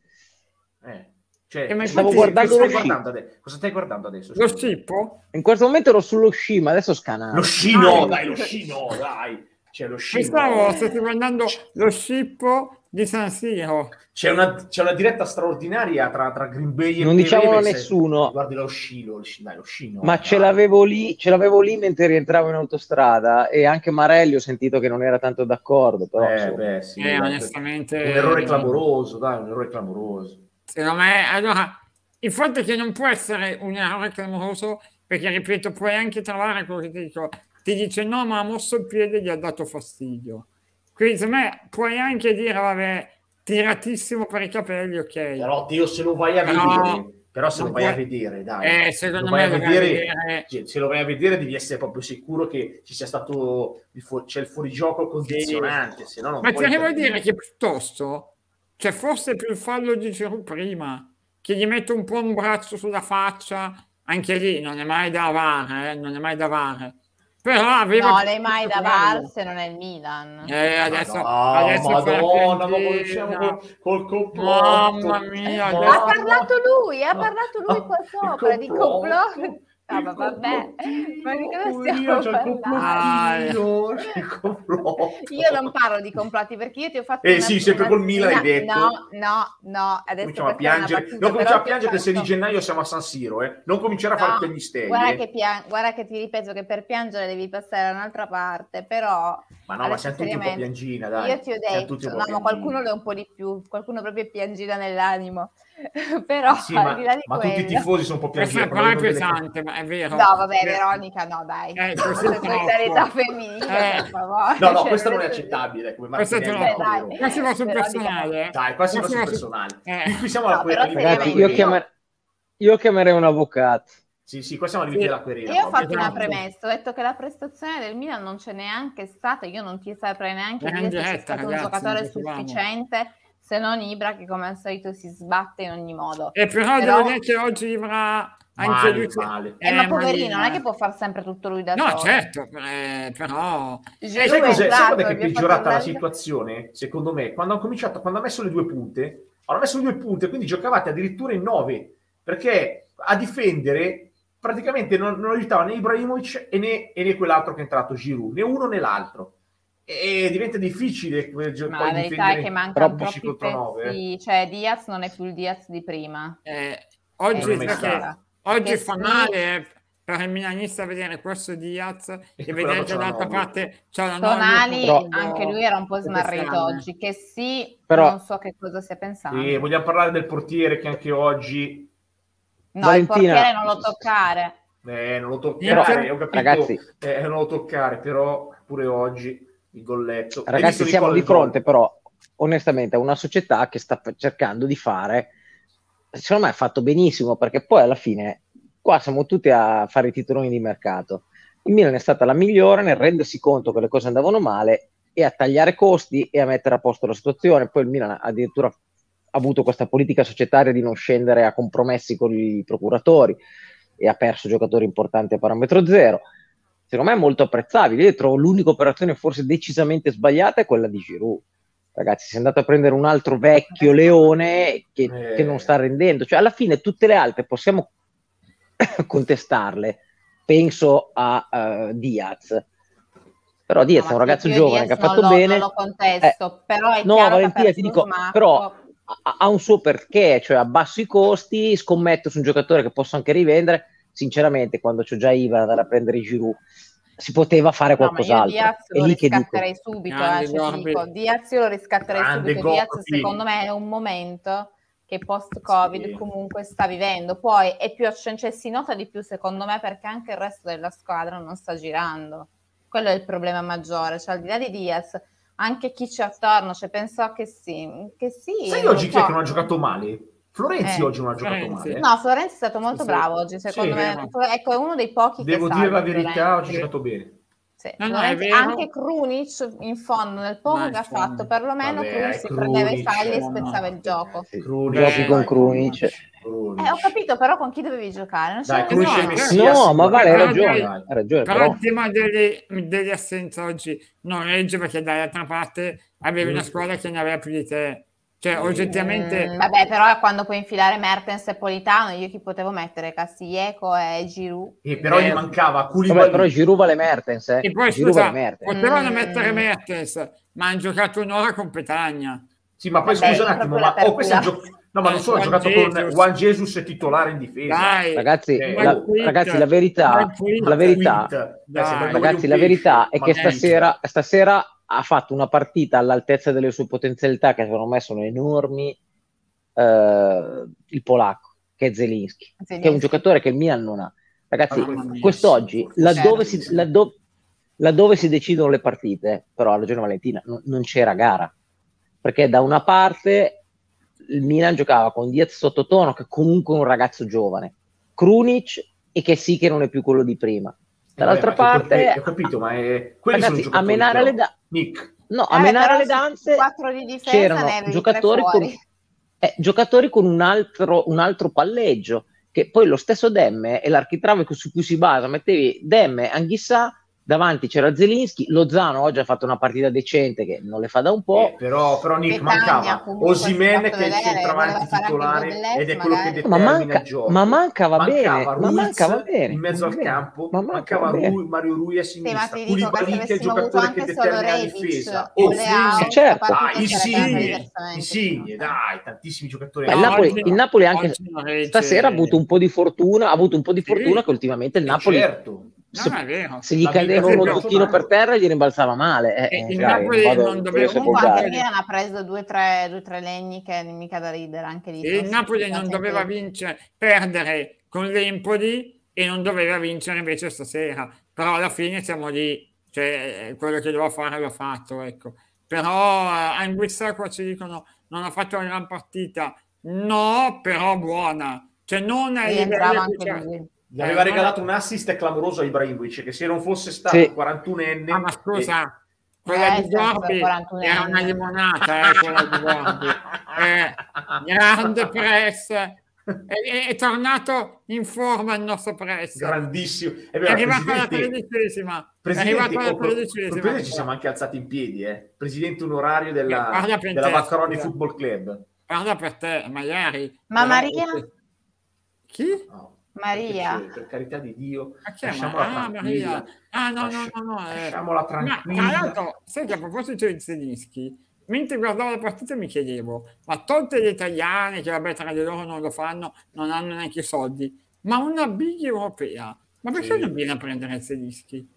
Speaker 2: Eh, cioè,
Speaker 1: Eh, ma
Speaker 2: cosa
Speaker 1: infatti-
Speaker 4: guardando
Speaker 2: stai
Speaker 4: lo sci.
Speaker 2: guardando adesso? Cosa stai guardando adesso?
Speaker 1: Lo scippo?
Speaker 4: In questo momento ero sullo sci, ma adesso scanalo.
Speaker 2: Lo sci no,
Speaker 1: Dai.
Speaker 2: dai, lo sci no, dai. C'è lo sci
Speaker 1: Pensavo
Speaker 2: no.
Speaker 1: stessi guardando lo scippo di San Siro.
Speaker 2: C'è una, c'è una diretta straordinaria tra, tra Green Bay e
Speaker 4: Non diciamolo a
Speaker 2: Ravens.
Speaker 4: nessuno.
Speaker 2: Guardi lo scino, lo sci- dai, lo scino.
Speaker 4: Ma ce l'avevo lì, ce l'avevo lì mentre rientravo in autostrada e anche Marelli ho sentito che non era tanto d'accordo, però
Speaker 2: Eh,
Speaker 4: insomma.
Speaker 2: beh, sì,
Speaker 1: Eh,
Speaker 2: dai,
Speaker 1: onestamente... eh,
Speaker 2: un errore clamoroso, dai, un errore clamoroso.
Speaker 1: Secondo me, allora, il fatto è che non può essere un errore clamoroso, perché ripeto, puoi anche trovare quello che ti dico. Ti dice no, ma ha mosso il piede e gli ha dato fastidio. Quindi, secondo me, puoi anche dire, vabbè, tiratissimo per i capelli, ok.
Speaker 2: Però Teo, se lo vai a vedere,
Speaker 1: Però-
Speaker 2: però se lo
Speaker 1: non
Speaker 2: vai a
Speaker 1: puoi-
Speaker 2: vedere, dai.
Speaker 1: Eh, secondo
Speaker 2: Lo
Speaker 1: me
Speaker 2: vai a
Speaker 1: dovrebbe
Speaker 2: vedere-
Speaker 1: dire-
Speaker 2: Cioè, se lo vai a vedere devi essere proprio sicuro che ci sia stato il fu- c'è il fuorigioco condizionante, se no non
Speaker 1: Ma ti
Speaker 2: puoi
Speaker 1: arrivo a
Speaker 2: intervenire.
Speaker 1: dire che piuttosto, cioè forse più il fallo di Giroud prima, che gli mette un po' un braccio sulla faccia, anche lì non è mai da avare, eh, non è mai da avare. Però aveva...
Speaker 3: No, lei mai da
Speaker 1: quello.
Speaker 3: VAR se non è il Milan.
Speaker 1: Eh, adesso,
Speaker 2: Madonna,
Speaker 1: adesso fa la
Speaker 2: Madonna, ma diciamo
Speaker 1: piantina.
Speaker 2: cominciamo col, col complotto.
Speaker 1: Mamma mia,
Speaker 2: Eh,
Speaker 1: adesso-
Speaker 3: Ha parlato lui, ha
Speaker 2: No.
Speaker 3: parlato lui qua
Speaker 2: Oh, Il
Speaker 3: sopra di
Speaker 2: complotto,
Speaker 3: complotto. No,
Speaker 2: il
Speaker 3: ma vabbè,
Speaker 2: complottino,
Speaker 3: ma di cosa
Speaker 2: poverino,
Speaker 3: stiamo
Speaker 2: c'è il complottino, c'è il complotto.
Speaker 3: Io non parlo di complotti perché io ti ho fatto.
Speaker 2: Eh
Speaker 3: una-
Speaker 2: sì, sempre
Speaker 3: una-
Speaker 2: col Milan hai
Speaker 3: una-
Speaker 2: detto.
Speaker 3: No, no, no. Adesso
Speaker 2: Cominciamo a
Speaker 3: questa è una
Speaker 2: piangere.
Speaker 3: battuta,
Speaker 2: Non cominciamo a
Speaker 3: però ti ho
Speaker 2: piangere che il 6 di
Speaker 3: fatto-
Speaker 2: gennaio siamo a San Siro, eh. Non cominciare a
Speaker 3: No,
Speaker 2: fare piagnisteri.
Speaker 3: Guarda
Speaker 2: eh.
Speaker 3: che, pian- guarda che ti ripeto che per piangere devi passare da un'altra parte, però
Speaker 2: Ma no, ma
Speaker 3: Adesso
Speaker 2: siamo tutti un po'
Speaker 3: seriamente.
Speaker 2: piangina, dai.
Speaker 3: io ti ho
Speaker 2: Siamo tutti un po'
Speaker 3: detto, no, ma
Speaker 2: piangina.
Speaker 3: qualcuno lo è un po' di più, qualcuno proprio è piangina nell'animo, però
Speaker 2: Eh Sì,
Speaker 3: al
Speaker 2: ma,
Speaker 3: di là di
Speaker 2: ma
Speaker 3: quello...
Speaker 2: tutti i tifosi sono un po'
Speaker 1: Questa
Speaker 2: piangina.
Speaker 1: è parola
Speaker 2: quando vedono delle-
Speaker 1: pesante, ma è vero.
Speaker 3: No, vabbè,
Speaker 1: Eh,
Speaker 3: Veronica, no, dai.
Speaker 1: Eh,
Speaker 3: La
Speaker 1: così
Speaker 3: solidarietà
Speaker 1: troppo.
Speaker 3: femminile,
Speaker 1: Eh.
Speaker 3: per favore.
Speaker 2: No, no,
Speaker 3: Cioè,
Speaker 2: questa
Speaker 3: non
Speaker 2: non è
Speaker 3: so-
Speaker 2: accettabile. Come
Speaker 1: Questo è
Speaker 2: Martinelli,
Speaker 1: troppo.
Speaker 2: no,
Speaker 3: Beh,
Speaker 2: vero.
Speaker 3: dai.
Speaker 1: Quasi va sul
Speaker 3: Però dico-
Speaker 1: personale. eh.
Speaker 2: Dai, quasi va
Speaker 1: Quasi
Speaker 2: sul
Speaker 1: va su-
Speaker 2: personale.
Speaker 1: Eh.
Speaker 2: Qui siamo alla
Speaker 3: No,
Speaker 2: quella
Speaker 3: però
Speaker 4: Ragazzi,
Speaker 3: seriamente,
Speaker 4: io,
Speaker 3: no.
Speaker 4: chiamer- io chiamerei un avvocato.
Speaker 2: Sì, sì, qua siamo
Speaker 1: Sì.
Speaker 2: arrivati alla querela.
Speaker 3: Io ho
Speaker 2: proprio.
Speaker 3: fatto una
Speaker 1: Esatto.
Speaker 3: premessa, ho detto che la prestazione del Milan non c'è neanche stata, io non ti saprei neanche
Speaker 1: Era
Speaker 3: dire
Speaker 1: in
Speaker 3: se c'è
Speaker 1: diretta,
Speaker 3: stato un
Speaker 1: ragazzi,
Speaker 3: giocatore
Speaker 1: non potevamo.
Speaker 3: sufficiente, se se non Ibra che come al solito si sbatte in ogni modo.
Speaker 1: E però,
Speaker 3: Però-
Speaker 1: devo dire che oggi Ibra anche
Speaker 2: Male,
Speaker 1: lui...
Speaker 2: male.
Speaker 3: Eh, ma poverino,
Speaker 1: malino,
Speaker 3: non è
Speaker 1: eh.
Speaker 3: che può fare sempre tutto lui da
Speaker 1: No,
Speaker 3: solo.
Speaker 1: certo, eh, però...
Speaker 3: Giroud
Speaker 2: Eh, sai
Speaker 3: è
Speaker 2: cos'è? Sai quando è che
Speaker 3: entrato,
Speaker 2: è
Speaker 3: gli ha fatto
Speaker 2: peggiorata la
Speaker 3: belle-
Speaker 2: situazione? Secondo me, quando ha cominciato, quando ha messo le due punte, hanno messo le due punte, quindi giocavate addirittura in nove, perché a difendere praticamente non, non aiutava né Ibrahimovic e né, e né quell'altro che è entrato, Giroud, né uno né l'altro. E diventa difficile eh, gio-
Speaker 3: Ma
Speaker 2: poi
Speaker 3: la verità è che
Speaker 2: difendere
Speaker 3: mancano
Speaker 2: troppi
Speaker 3: troppi
Speaker 2: contro nove, eh.
Speaker 3: pezzi, cioè Diaz non è più il Diaz di prima.
Speaker 1: eh, oggi,
Speaker 2: Eh, non
Speaker 1: sai
Speaker 2: è
Speaker 1: che-
Speaker 3: stato.
Speaker 1: oggi
Speaker 3: Che
Speaker 1: fa
Speaker 3: sì.
Speaker 1: male eh, per il milanista vedere questo Diaz e
Speaker 2: quello
Speaker 1: vedere
Speaker 2: c'è
Speaker 1: che
Speaker 2: la
Speaker 1: dall'altra
Speaker 2: Nobile.
Speaker 1: parte c'è la
Speaker 3: Tonali,
Speaker 1: Nobile.
Speaker 3: anche lui era un po' smarrito
Speaker 1: quest'anno.
Speaker 3: oggi, che sì,
Speaker 5: Però-
Speaker 3: non so che cosa stia pensando.
Speaker 2: Sì, vogliamo parlare del portiere che anche oggi
Speaker 3: no, il
Speaker 5: Valentina-
Speaker 3: portiere non lo toccare.
Speaker 2: eh, non lo
Speaker 1: Però,
Speaker 2: toccare, ho capito,
Speaker 5: ragazzi,
Speaker 2: eh, non lo toccare, però pure oggi il golletto. Hai visto
Speaker 5: Ragazzi, siamo
Speaker 2: Nicola
Speaker 5: di
Speaker 2: il gol?
Speaker 5: fronte però, onestamente, a una società che sta f- cercando di fare, secondo me ha fatto benissimo, perché poi alla fine qua siamo tutti a fare i titoloni di mercato. Il Milan è stata la migliore nel rendersi conto che le cose andavano male e a tagliare costi e a mettere a posto la situazione. Poi il Milan addirittura ha avuto questa politica societaria di non scendere a compromessi con i procuratori e ha perso giocatori importanti a parametro zero. Secondo me è molto apprezzabile. Io trovo l'unica operazione forse decisamente sbagliata è quella di Giroud. Ragazzi, si è andato a prendere un altro vecchio leone che,
Speaker 2: Eh.
Speaker 5: che non sta rendendo. Cioè, alla fine tutte le altre possiamo contestarle. Penso a eh, Diaz. Però Diaz
Speaker 3: No,
Speaker 5: è un
Speaker 3: ma
Speaker 5: ragazzo
Speaker 3: io
Speaker 5: giovane
Speaker 3: Diaz
Speaker 5: che ha
Speaker 3: non
Speaker 5: fatto
Speaker 3: lo-
Speaker 5: bene. Eh,
Speaker 3: Non lo contesto, però è
Speaker 5: No,
Speaker 3: chiaro
Speaker 5: Valentina,
Speaker 3: che ha perso
Speaker 5: ti dico,
Speaker 3: un smarco.
Speaker 5: però ha, ha un suo perché, cioè abbasso i costi, scommetto su un giocatore che posso anche rivendere. Sinceramente, quando c'ho già Ibra da andare a prendere Giroud, si poteva fare
Speaker 3: No, ma io
Speaker 5: qualcos'altro.
Speaker 3: Diaz
Speaker 5: È
Speaker 3: lo
Speaker 5: lì che dico,
Speaker 3: riscatterei subito,
Speaker 1: Grande
Speaker 3: eh, cioè, ti
Speaker 1: Gorbi.
Speaker 3: dico, Diaz io lo riscatterei
Speaker 2: Grande
Speaker 3: subito. Diaz
Speaker 2: Gorbi.
Speaker 3: secondo me è un momento che post-Covid
Speaker 2: Sì.
Speaker 3: comunque sta vivendo, poi è più accen- cioè, si nota di più secondo me perché anche il resto della squadra non sta girando. Quello è il problema maggiore, cioè al di là di Diaz, anche chi c'è attorno, cioè penso che sì, che sì.
Speaker 2: Sai
Speaker 3: non
Speaker 2: oggi
Speaker 3: lo
Speaker 2: chi è
Speaker 3: so.
Speaker 2: che non ha giocato male? Florenzi
Speaker 3: Eh.
Speaker 2: oggi non ha giocato
Speaker 1: Florenzi.
Speaker 2: male.
Speaker 3: No, Florenzi è stato molto
Speaker 1: Sì, sì.
Speaker 3: bravo oggi, secondo
Speaker 2: Sì,
Speaker 3: me. Ecco, è uno dei pochi
Speaker 2: Devo
Speaker 3: che
Speaker 2: dire la
Speaker 3: salva,
Speaker 2: verità,
Speaker 3: Florenzi.
Speaker 2: oggi ha giocato bene.
Speaker 3: Sì,
Speaker 1: No, no,
Speaker 3: Florenzi-
Speaker 1: è vero.
Speaker 3: anche Krunic in fondo nel poco
Speaker 1: Ma
Speaker 3: che ha
Speaker 1: insomma.
Speaker 3: fatto perlomeno
Speaker 2: Vabbè,
Speaker 3: Krunic si
Speaker 2: Krunic,
Speaker 3: prendeva i falli e
Speaker 2: no,
Speaker 3: spezzava il gioco
Speaker 5: sì,
Speaker 2: Krunic,
Speaker 5: giochi
Speaker 1: eh,
Speaker 5: con
Speaker 2: dai,
Speaker 5: Krunic.
Speaker 2: Krunic.
Speaker 3: eh, ho capito però con chi dovevi giocare non
Speaker 2: Dai,
Speaker 3: c'era
Speaker 2: Krunic
Speaker 1: no,
Speaker 2: e
Speaker 1: no.
Speaker 3: nessuno
Speaker 2: Messias.
Speaker 5: No, ma vale, hai
Speaker 2: Eh,
Speaker 1: Dai,
Speaker 5: ragione.
Speaker 2: dai.
Speaker 5: Hai ragione
Speaker 1: Però
Speaker 5: però,
Speaker 1: il tema delle, delle assenze oggi non regge perché dall'altra parte avevi
Speaker 2: Mm.
Speaker 1: una squadra che ne aveva più di te. Cioè, oggettivamente...
Speaker 3: Mm, vabbè però quando puoi infilare Mertens e Politano io chi potevo mettere Castilleco e Giroud
Speaker 2: Eh, però gli
Speaker 1: Eh.
Speaker 2: mancava
Speaker 5: Vabbè,
Speaker 2: Koulibalì.
Speaker 5: però Giroud vale Mertens. Eh.
Speaker 1: E poi
Speaker 5: Giroud
Speaker 1: scusa,
Speaker 5: vale Mertens.
Speaker 1: potevano
Speaker 3: Mm.
Speaker 1: mettere Mertens, ma hanno giocato un'ora con Petagna.
Speaker 2: Sì, ma poi
Speaker 3: Vabbè,
Speaker 2: scusa un
Speaker 3: proprio
Speaker 2: attimo,
Speaker 3: la
Speaker 2: ma oh, questo è un
Speaker 3: apertura.
Speaker 2: gio- No, ma non solo, ha giocato con
Speaker 1: Jesus.
Speaker 2: Juan Jesus è titolare in difesa.
Speaker 1: Dai,
Speaker 5: Ragazzi,
Speaker 2: Eh,
Speaker 5: la-
Speaker 2: oh,
Speaker 5: ragazzi, la
Speaker 1: dai,
Speaker 5: verità,
Speaker 1: quinta,
Speaker 5: la verità,
Speaker 2: Quint.
Speaker 1: Dai,
Speaker 2: sembra il
Speaker 5: Ragazzi,
Speaker 2: Mario
Speaker 5: la verità è
Speaker 2: Pesce,
Speaker 5: che
Speaker 2: ma-
Speaker 5: stasera, stasera ha fatto una partita all'altezza delle sue potenzialità, che secondo me sono enormi. eh, il polacco, che è Zelinski, che è un giocatore che il Milan non ha. Ragazzi,
Speaker 1: Mamma mia,
Speaker 5: quest'oggi,
Speaker 2: Ah, sì,
Speaker 5: laddove
Speaker 2: certo.
Speaker 5: si, laddove- laddove si decidono le partite, però, ha ragione Valentina, non, non c'era gara. Perché da una parte il Milan giocava con Diaz sottotono, che comunque è un ragazzo giovane, Krunic, e che sì che non è più quello di prima. Dall'altra
Speaker 2: Eh, vabbè, ma
Speaker 5: parte,
Speaker 2: Ho capito, ho capito, ma è... quelli sono
Speaker 5: ragazzi, a
Speaker 2: giocatori,
Speaker 5: menare
Speaker 2: però.
Speaker 5: le da-
Speaker 2: Nick,
Speaker 5: no, a
Speaker 3: Eh,
Speaker 5: menare
Speaker 3: però
Speaker 5: le
Speaker 3: su
Speaker 5: danze
Speaker 3: quattro di difesa ne avevi
Speaker 5: c'erano
Speaker 3: tre
Speaker 5: giocatori con,
Speaker 3: fuori.
Speaker 5: eh, giocatori con un altro, un altro palleggio che poi lo stesso Demme è l'architrave su cui si basa mettevi Demme, Anghissà davanti c'era Zelinski, Lozano oggi ha fatto una partita decente che non le fa da un po'
Speaker 2: Eh, però, però Nick
Speaker 3: Petagna,
Speaker 2: mancava
Speaker 3: comunque,
Speaker 2: Osimen
Speaker 3: si è
Speaker 2: che
Speaker 3: fatto
Speaker 2: è il
Speaker 3: vedere,
Speaker 2: centravanti
Speaker 3: voleva fare anche
Speaker 2: titolare
Speaker 3: Bellezza,
Speaker 2: ed è quello che
Speaker 3: magari.
Speaker 5: ma,
Speaker 2: determina
Speaker 5: manca-
Speaker 2: il gioco
Speaker 5: ma mancava bene, ma
Speaker 2: Ruiz
Speaker 5: mancava bene
Speaker 2: in mezzo al
Speaker 5: bene,
Speaker 2: campo
Speaker 5: ma
Speaker 2: mancava
Speaker 5: bene.
Speaker 2: Ru- Mario Rui a sinistra
Speaker 3: ma ti dico che
Speaker 2: Koulibaly
Speaker 3: se
Speaker 2: che è il
Speaker 3: avessimo avuto
Speaker 2: giocatore che
Speaker 3: anche solo
Speaker 2: determina la
Speaker 3: Rebic
Speaker 2: difesa
Speaker 3: o
Speaker 2: Oh,
Speaker 3: Leao
Speaker 2: sì.
Speaker 5: Eh, certo.
Speaker 3: la partita
Speaker 2: dai
Speaker 3: sarebbe andata
Speaker 2: Insigne
Speaker 3: diversamente.
Speaker 2: Insigne dai tantissimi giocatori Ah,
Speaker 5: Beh,
Speaker 1: No,
Speaker 5: il, Napoli,
Speaker 1: oggi
Speaker 5: il Napoli anche
Speaker 1: Oggi non regge.
Speaker 5: stasera ha avuto un po' di fortuna ha avuto un po' di
Speaker 2: Sì.
Speaker 5: fortuna che ultimamente il
Speaker 2: Eh,
Speaker 5: Napoli
Speaker 2: certo
Speaker 1: No, ma è vero.
Speaker 5: se gli
Speaker 2: La
Speaker 5: cadeva
Speaker 1: vita
Speaker 5: un
Speaker 1: è
Speaker 5: rotottino
Speaker 2: personale.
Speaker 5: per terra gli rimbalzava male eh,
Speaker 1: E
Speaker 5: eh,
Speaker 1: il
Speaker 5: cioè,
Speaker 1: Napoli
Speaker 5: vado-
Speaker 1: non doveva-
Speaker 5: se
Speaker 3: Comunque anche
Speaker 5: contare.
Speaker 3: il Milan ha preso due o tre, due, tre legni che mica da ridere anche lì.
Speaker 1: Il Napoli non doveva vincere, perdere con l'Empoli e non doveva vincere invece stasera. Però alla fine siamo lì, cioè eh, quello che doveva fare l'ha fatto, ecco. Però eh, a Inghilterra qua ci dicono non ha fatto una gran partita. No, però buona. Cioè non
Speaker 2: eh,
Speaker 1: ai livelli
Speaker 3: Rientrava
Speaker 1: che
Speaker 3: anche
Speaker 1: c'era-
Speaker 3: lui.
Speaker 2: gli aveva
Speaker 1: Eh,
Speaker 2: regalato un assist clamoroso a Ibrahimovic che se non fosse stato
Speaker 5: Sì.
Speaker 2: il 41enne
Speaker 1: Ah, ma scusa, Quella
Speaker 3: Eh,
Speaker 1: di
Speaker 3: sì, sono
Speaker 1: Gorbi
Speaker 3: 41
Speaker 1: era
Speaker 3: anni.
Speaker 1: una limonata, eh, quella di Gorbi. Eh, grande press. È, è- è tornato in forma il nostro press.
Speaker 2: grandissimo. È
Speaker 1: È
Speaker 2: vero,
Speaker 1: arrivato alla
Speaker 2: presidente,
Speaker 1: tredicesima. È
Speaker 2: presidente,
Speaker 1: arrivato alla
Speaker 2: oh, pro-
Speaker 1: tredicesima.
Speaker 2: presidente, ci siamo anche alzati in piedi, eh. presidente onorario
Speaker 1: Eh, parla
Speaker 2: della,
Speaker 1: per
Speaker 2: della
Speaker 1: te,
Speaker 2: Vaccaroni
Speaker 1: scusa.
Speaker 2: Football Club.
Speaker 1: Parla per te, magari.
Speaker 3: Ma
Speaker 1: Però-
Speaker 3: Maria?
Speaker 1: Chi?
Speaker 2: No,
Speaker 3: Maria.
Speaker 2: perché- per carità di Dio,
Speaker 1: Ma chi è
Speaker 2: lasciamola
Speaker 1: Maria? Ah, Maria.
Speaker 2: tranquilla.
Speaker 1: Ah, no, no,
Speaker 2: Lascia-
Speaker 1: no, no. eh.
Speaker 2: Lasciamola
Speaker 1: Ma tra
Speaker 2: tranquilla.
Speaker 1: l'altro, senti, a proposito di Zelinski, mentre guardavo la partita mi chiedevo, ma tolte le italiane, che vabbè tra di loro non lo fanno, non hanno neanche i soldi, ma una big europea, ma perché
Speaker 2: Sì.
Speaker 1: non viene a prendere Zelinski?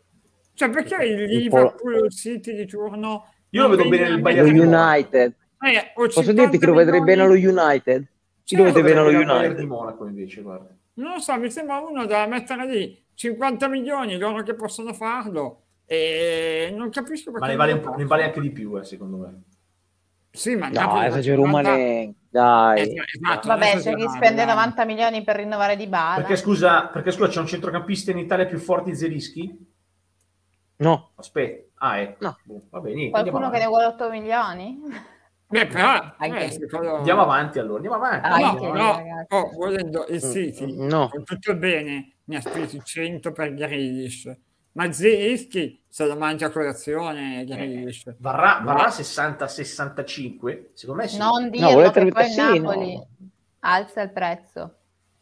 Speaker 1: Cioè perché il
Speaker 4: po'
Speaker 1: Liverpool o il City di turno...
Speaker 2: Io lo
Speaker 1: non
Speaker 2: vedo bene
Speaker 1: viene a
Speaker 2: nel
Speaker 4: Lo
Speaker 2: Bayern.
Speaker 1: mettere-
Speaker 4: United.
Speaker 1: Eh, o
Speaker 4: Posso
Speaker 1: 50
Speaker 4: dirti che lo vedrei
Speaker 1: milioni-
Speaker 4: bene allo United? Ci
Speaker 1: Sì,
Speaker 4: dovete
Speaker 1: lo
Speaker 4: bene allo
Speaker 2: Potrebbe andare di
Speaker 4: United.
Speaker 2: Monaco invece, guarda.
Speaker 1: Non lo so, mi sembra uno da mettere lì 50 milioni, loro che possono farlo, e non capisco perché...
Speaker 2: Ma ne vale,
Speaker 1: non
Speaker 2: un
Speaker 1: lo
Speaker 2: po'- ne vale anche di più, eh, secondo me.
Speaker 1: Sì, ma
Speaker 4: No,
Speaker 1: Napoli-
Speaker 4: esagero Rumane, dai.
Speaker 1: Eh, esatto,
Speaker 3: Vabbè,
Speaker 1: adesso
Speaker 3: c'è
Speaker 1: si
Speaker 3: chi
Speaker 1: parla.
Speaker 3: spende 90 milioni per rinnovare di Bala.
Speaker 2: Perché scusa, perché scusa, c'è un centrocampista in Italia più forte di Zelischi?
Speaker 4: No,
Speaker 2: Aspetta, ah, ecco.
Speaker 4: No.
Speaker 2: Boh, Va bene, niente,
Speaker 3: Qualcuno
Speaker 2: andiamo
Speaker 3: che ne
Speaker 2: avanti.
Speaker 3: vuole 8 milioni?
Speaker 1: Beh, però,
Speaker 3: Anche
Speaker 1: eh,
Speaker 3: lì.
Speaker 1: secondo-
Speaker 2: Andiamo avanti allora, andiamo avanti.
Speaker 3: Ah,
Speaker 1: No,
Speaker 3: Anche,
Speaker 2: Andiamo
Speaker 1: no,
Speaker 2: avanti.
Speaker 3: ragazzi.
Speaker 1: oh, volendo il City,
Speaker 4: Mm, no.
Speaker 1: con tutto il bene, ne ha spesi 100 per Grealish, ma Zelischi se lo mangia a colazione Grealish.
Speaker 2: Varrà,
Speaker 1: No.
Speaker 2: varrà 60-65? Secondo me sì.
Speaker 3: Non
Speaker 4: No,
Speaker 3: dirlo,
Speaker 4: volete
Speaker 3: che poi
Speaker 4: mettere sì,
Speaker 3: Napoli alza il prezzo.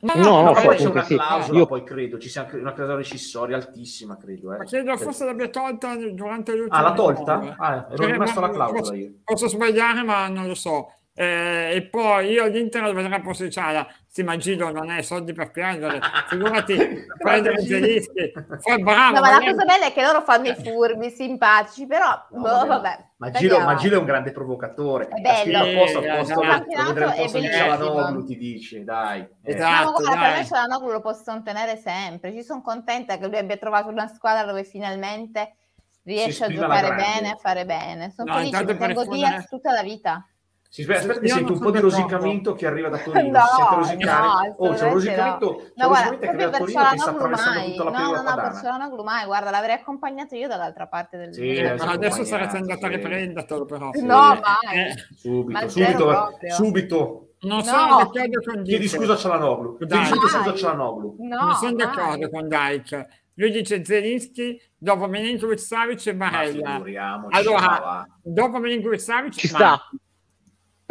Speaker 1: Ma
Speaker 4: No,
Speaker 2: Ma
Speaker 4: no, so,
Speaker 1: ma
Speaker 2: poi c'è
Speaker 1: chiedo-
Speaker 4: comunque
Speaker 2: una
Speaker 4: sì.
Speaker 2: clausola,
Speaker 4: Io-
Speaker 2: poi credo, ci sia anche una clausola rescissoria altissima, credo. Eh.
Speaker 1: ma chiedo, forse l'abbia tolta durante l'ultima...
Speaker 2: Ah, l'ha tolta?
Speaker 1: riforma.
Speaker 2: Ah, ero
Speaker 1: Cioè,
Speaker 2: rimasto
Speaker 1: ma-
Speaker 2: alla clausola
Speaker 1: posso,
Speaker 2: io.
Speaker 1: posso sbagliare, ma non lo so. Eh, e poi io all'Inter lo vedrò posticciata. Sì, ma Gillo non hai soldi per piangere, figurati prendere
Speaker 2: Gillo.
Speaker 1: Zelischi. Poi bravo,
Speaker 2: Ah,
Speaker 3: No, ma la
Speaker 1: magari-
Speaker 3: cosa bella è che loro fanno i furbi, simpatici, però
Speaker 2: No,
Speaker 3: boh,
Speaker 2: vabbè.
Speaker 3: vabbè.
Speaker 2: Ma
Speaker 3: andiamo
Speaker 2: Giro, ma
Speaker 3: avanti.
Speaker 2: Giro è un grande provocatore.
Speaker 3: È
Speaker 2: Ha
Speaker 1: bello.
Speaker 2: scritto apposta
Speaker 1: Sì,
Speaker 2: al
Speaker 1: esatto.
Speaker 2: posto, per vedere il posto di
Speaker 3: Campionato è
Speaker 2: Cialanoglu,
Speaker 3: bellissimo.
Speaker 2: ti dice, dai. Eh.
Speaker 1: Esatto.
Speaker 3: No, ma guarda, per
Speaker 1: dai.
Speaker 3: me Cialanoglu lo possono tenere sempre. Ci sono contenta che lui abbia trovato una squadra dove finalmente
Speaker 2: Si
Speaker 3: riesce a
Speaker 2: esprime alla
Speaker 3: giocare
Speaker 2: grande.
Speaker 3: bene, a fare bene. Sono
Speaker 1: No,
Speaker 3: felice,
Speaker 1: intanto
Speaker 3: mi
Speaker 1: per
Speaker 3: tengo
Speaker 1: rispondere-
Speaker 3: Diaz tutta la vita.
Speaker 2: Si spe- aspetta che
Speaker 1: Io
Speaker 2: sento
Speaker 1: non
Speaker 2: un po' di
Speaker 1: sono d'accordo.
Speaker 2: rosicamento che arriva da Torino.
Speaker 3: No,
Speaker 2: si sente rosicare. oh,
Speaker 3: no,
Speaker 2: c'è un
Speaker 3: assolutamente
Speaker 2: rosicamento, c'è
Speaker 3: no.
Speaker 2: un
Speaker 3: No, guarda,
Speaker 2: rosicamento Cioè, che
Speaker 3: proprio
Speaker 2: arriva da
Speaker 3: per
Speaker 2: Torino che sta
Speaker 3: Cialanoglu
Speaker 2: attraversando
Speaker 3: mai.
Speaker 2: tutta
Speaker 3: No,
Speaker 2: la
Speaker 3: no,
Speaker 2: prima
Speaker 3: no, per
Speaker 2: padana.
Speaker 3: Cialanoglu mai. Guarda, l'avrei accompagnato io dall'altra parte del...
Speaker 2: Sì,
Speaker 1: Eh,
Speaker 2: eh,
Speaker 3: del-
Speaker 1: ma adesso sarete
Speaker 2: accompagnato,
Speaker 1: andati a
Speaker 2: sì.
Speaker 1: riprendertelo però.
Speaker 2: Sì.
Speaker 3: No, mai.
Speaker 1: Eh,
Speaker 2: Subito,
Speaker 3: Ma
Speaker 2: subito,
Speaker 3: zero
Speaker 2: eh,
Speaker 3: proprio.
Speaker 2: subito.
Speaker 1: non
Speaker 3: No.
Speaker 1: sono d'accordo con Dick.
Speaker 2: Chiedi scusa a Cialanoglu.
Speaker 1: Dai.
Speaker 2: Chiedi subito scusa a
Speaker 3: Dai.
Speaker 2: Cialanoglu.
Speaker 3: No,
Speaker 1: non sono
Speaker 3: mai.
Speaker 1: d'accordo con Dijk. Lui dice Zelinski, dopo Milinkovic Savic e
Speaker 2: Ma
Speaker 1: Barella.
Speaker 2: figuriamoci. ma
Speaker 1: Allora,
Speaker 2: va.
Speaker 1: dopo Milinkovic Savic
Speaker 4: Ci
Speaker 1: ma-
Speaker 4: sta.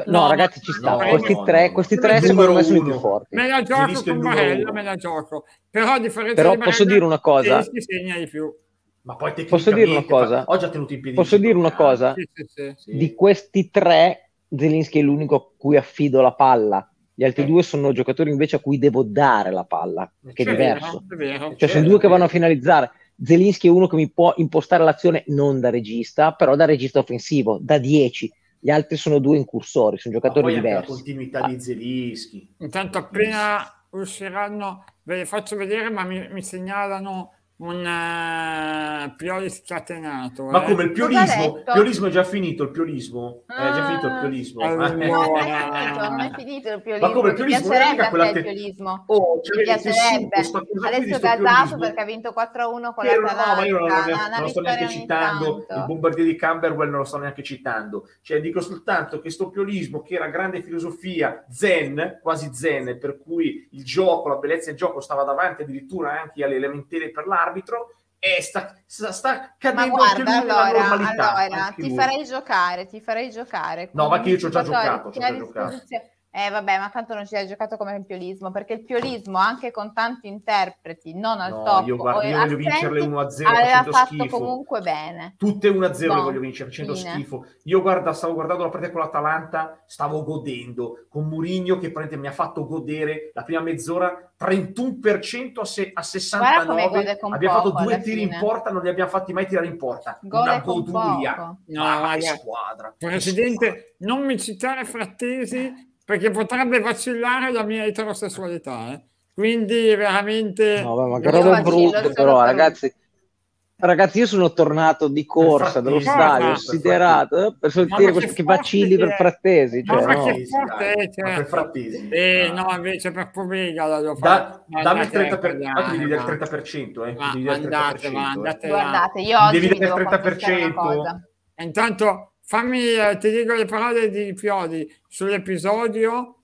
Speaker 4: No,
Speaker 1: No,
Speaker 4: ragazzi, ci
Speaker 1: no,
Speaker 4: sta.
Speaker 1: no,
Speaker 4: questi
Speaker 2: no,
Speaker 4: tre,
Speaker 2: no.
Speaker 4: questi
Speaker 1: Come
Speaker 4: tre secondo
Speaker 2: numero
Speaker 4: me sono i
Speaker 2: uno.
Speaker 4: più forti.
Speaker 1: Me la gioco
Speaker 2: Zelinski è il
Speaker 1: con
Speaker 2: numero
Speaker 1: Barella,
Speaker 2: uno.
Speaker 1: me la gioco. Però a differenza
Speaker 4: Però
Speaker 1: di Barella,
Speaker 4: posso dire una cosa?
Speaker 1: Zelinski segna di più.
Speaker 2: Ma poi
Speaker 4: Posso dire una
Speaker 2: tecnicamente,
Speaker 4: cosa?
Speaker 2: fa- oggi ha tenuto in piedi.
Speaker 4: Posso dire una cosa?
Speaker 1: Sì, sì, sì.
Speaker 2: Sì.
Speaker 4: Di questi tre, Zelinski è l'unico a cui affido la palla. Gli altri
Speaker 2: Eh.
Speaker 4: due sono giocatori invece a cui devo dare la palla, che è
Speaker 2: Cioè,
Speaker 4: diverso.
Speaker 1: È vero.
Speaker 4: Cioè, sono
Speaker 2: Certo.
Speaker 4: due che vanno a finalizzare. Zelinski è uno che mi può impostare l'azione non da regista, però da regista offensivo, da 10. Gli altri sono due incursori, sono
Speaker 2: Ma
Speaker 4: giocatori
Speaker 2: poi anche la
Speaker 4: diversi.
Speaker 2: continuità di Zelischi.
Speaker 1: Intanto appena usciranno ve le faccio vedere, ma mi, mi segnalano un eh, Pioli scatenato.
Speaker 2: Ma
Speaker 1: eh.
Speaker 2: come il piolismo? Il
Speaker 3: detto?
Speaker 2: piolismo è già finito, il piolismo. Eh, È già finito il
Speaker 3: Ah.
Speaker 2: piolismo.
Speaker 1: Allora.
Speaker 3: No, non è finito, non è finito il piolismo.
Speaker 2: Ma come il
Speaker 3: mi
Speaker 2: piolismo?
Speaker 3: piacerebbe
Speaker 2: Guarda
Speaker 3: a
Speaker 2: quella
Speaker 3: te il
Speaker 2: te-
Speaker 3: piolismo.
Speaker 2: Oh, c'è
Speaker 3: Mi
Speaker 2: il tessuto, sta
Speaker 3: piacerebbe.
Speaker 2: cosa qui di
Speaker 3: Adesso
Speaker 2: sto
Speaker 3: gasato
Speaker 2: piolismo.
Speaker 3: perché ha vinto 4-1 con
Speaker 2: Io non- no, ma io non,
Speaker 3: l'Atalanta,
Speaker 2: non-
Speaker 3: una
Speaker 2: non lo sto
Speaker 3: vittoria
Speaker 2: neanche
Speaker 3: ogni
Speaker 2: citando,
Speaker 3: tanto.
Speaker 2: il bombardier di Camberwell non lo sto neanche citando, cioè dico soltanto che sto piolismo che era grande filosofia zen, quasi zen, per cui il gioco, la bellezza del gioco stava davanti addirittura anche alle elementari per l'arbitro, e sta, sta, sta
Speaker 3: Ma
Speaker 2: cadendo anche
Speaker 3: guarda,
Speaker 2: lui nella
Speaker 3: allora,
Speaker 2: normalità.
Speaker 3: allora,
Speaker 2: anche
Speaker 3: ti
Speaker 2: lui.
Speaker 3: farei giocare, ti farei giocare.
Speaker 2: No, ma che io ci ho già
Speaker 3: Giocatori
Speaker 2: giocato, ci ho
Speaker 3: che
Speaker 2: già
Speaker 3: hai a
Speaker 2: giocato.
Speaker 3: disposizione- Eh vabbè, ma tanto non ci hai giocato come il piolismo, perché il piolismo anche con tanti interpreti, non al
Speaker 2: No,
Speaker 3: top,
Speaker 2: io, guarda,
Speaker 3: o
Speaker 2: io voglio
Speaker 3: assenti,
Speaker 2: vincerle 1 a 0
Speaker 3: Eh, aveva
Speaker 2: facendo
Speaker 3: fatto
Speaker 2: schifo.
Speaker 3: comunque bene.
Speaker 2: Tutte 1-0 le
Speaker 3: Boh,
Speaker 2: voglio vincere, facendo
Speaker 3: fine.
Speaker 2: schifo. Io guarda, stavo guardando la partita con l'Atalanta, stavo godendo, con Murigno che praticamente mi ha fatto godere la prima mezz'ora, 31% a, se- a
Speaker 3: Guarda come
Speaker 2: 69.
Speaker 3: gode con
Speaker 2: Abbiamo
Speaker 3: poco
Speaker 2: fatto due
Speaker 3: alla
Speaker 2: tiri
Speaker 3: fine.
Speaker 2: in porta, non li abbiamo fatti mai tirare in porta. Una
Speaker 3: Gode con
Speaker 2: goduria.
Speaker 3: poco.
Speaker 1: No,
Speaker 2: Ma
Speaker 1: guarda,
Speaker 2: che squadra. che squadra.
Speaker 1: Presidente, non mi citare frattesi perché potrebbe vacillare la mia eterosessualità. eh. Quindi veramente...
Speaker 4: No, vabbè, ma che
Speaker 3: Io
Speaker 4: roba
Speaker 3: faccio il
Speaker 4: brutta,
Speaker 3: solo
Speaker 4: però,
Speaker 3: per-
Speaker 4: ragazzi. Ragazzi, io sono tornato di corsa
Speaker 2: Per
Speaker 4: dallo
Speaker 2: frattesi,
Speaker 4: stadio,
Speaker 1: per
Speaker 4: ossidenato, eh, per
Speaker 1: eh, Ma
Speaker 4: sentire
Speaker 1: che
Speaker 4: questi che
Speaker 1: forte
Speaker 4: bacilli
Speaker 1: che
Speaker 4: per
Speaker 1: è.
Speaker 4: frattesi.
Speaker 1: Ma
Speaker 4: Cioè,
Speaker 1: ma
Speaker 4: no.
Speaker 1: che forte
Speaker 2: dai,
Speaker 1: è, certo.
Speaker 2: ma per frattesi.
Speaker 1: Eh,
Speaker 2: Ah.
Speaker 1: no, invece per Povega la devo
Speaker 2: Da,
Speaker 1: fare.
Speaker 2: dammi il 30%,
Speaker 1: Andate,
Speaker 2: ah, devi dare il
Speaker 1: ma-
Speaker 2: 30%, eh,
Speaker 1: ma
Speaker 2: devi dare il
Speaker 1: andate, ma
Speaker 2: 30%, eh.
Speaker 1: andate là.
Speaker 3: Guardate, io oggi
Speaker 2: Devi
Speaker 3: vi
Speaker 2: dare
Speaker 3: devo
Speaker 2: il
Speaker 3: confessare una
Speaker 2: 30%.
Speaker 3: cosa.
Speaker 1: Intanto fammi, eh, ti dico le parole di Pioli sull'episodio.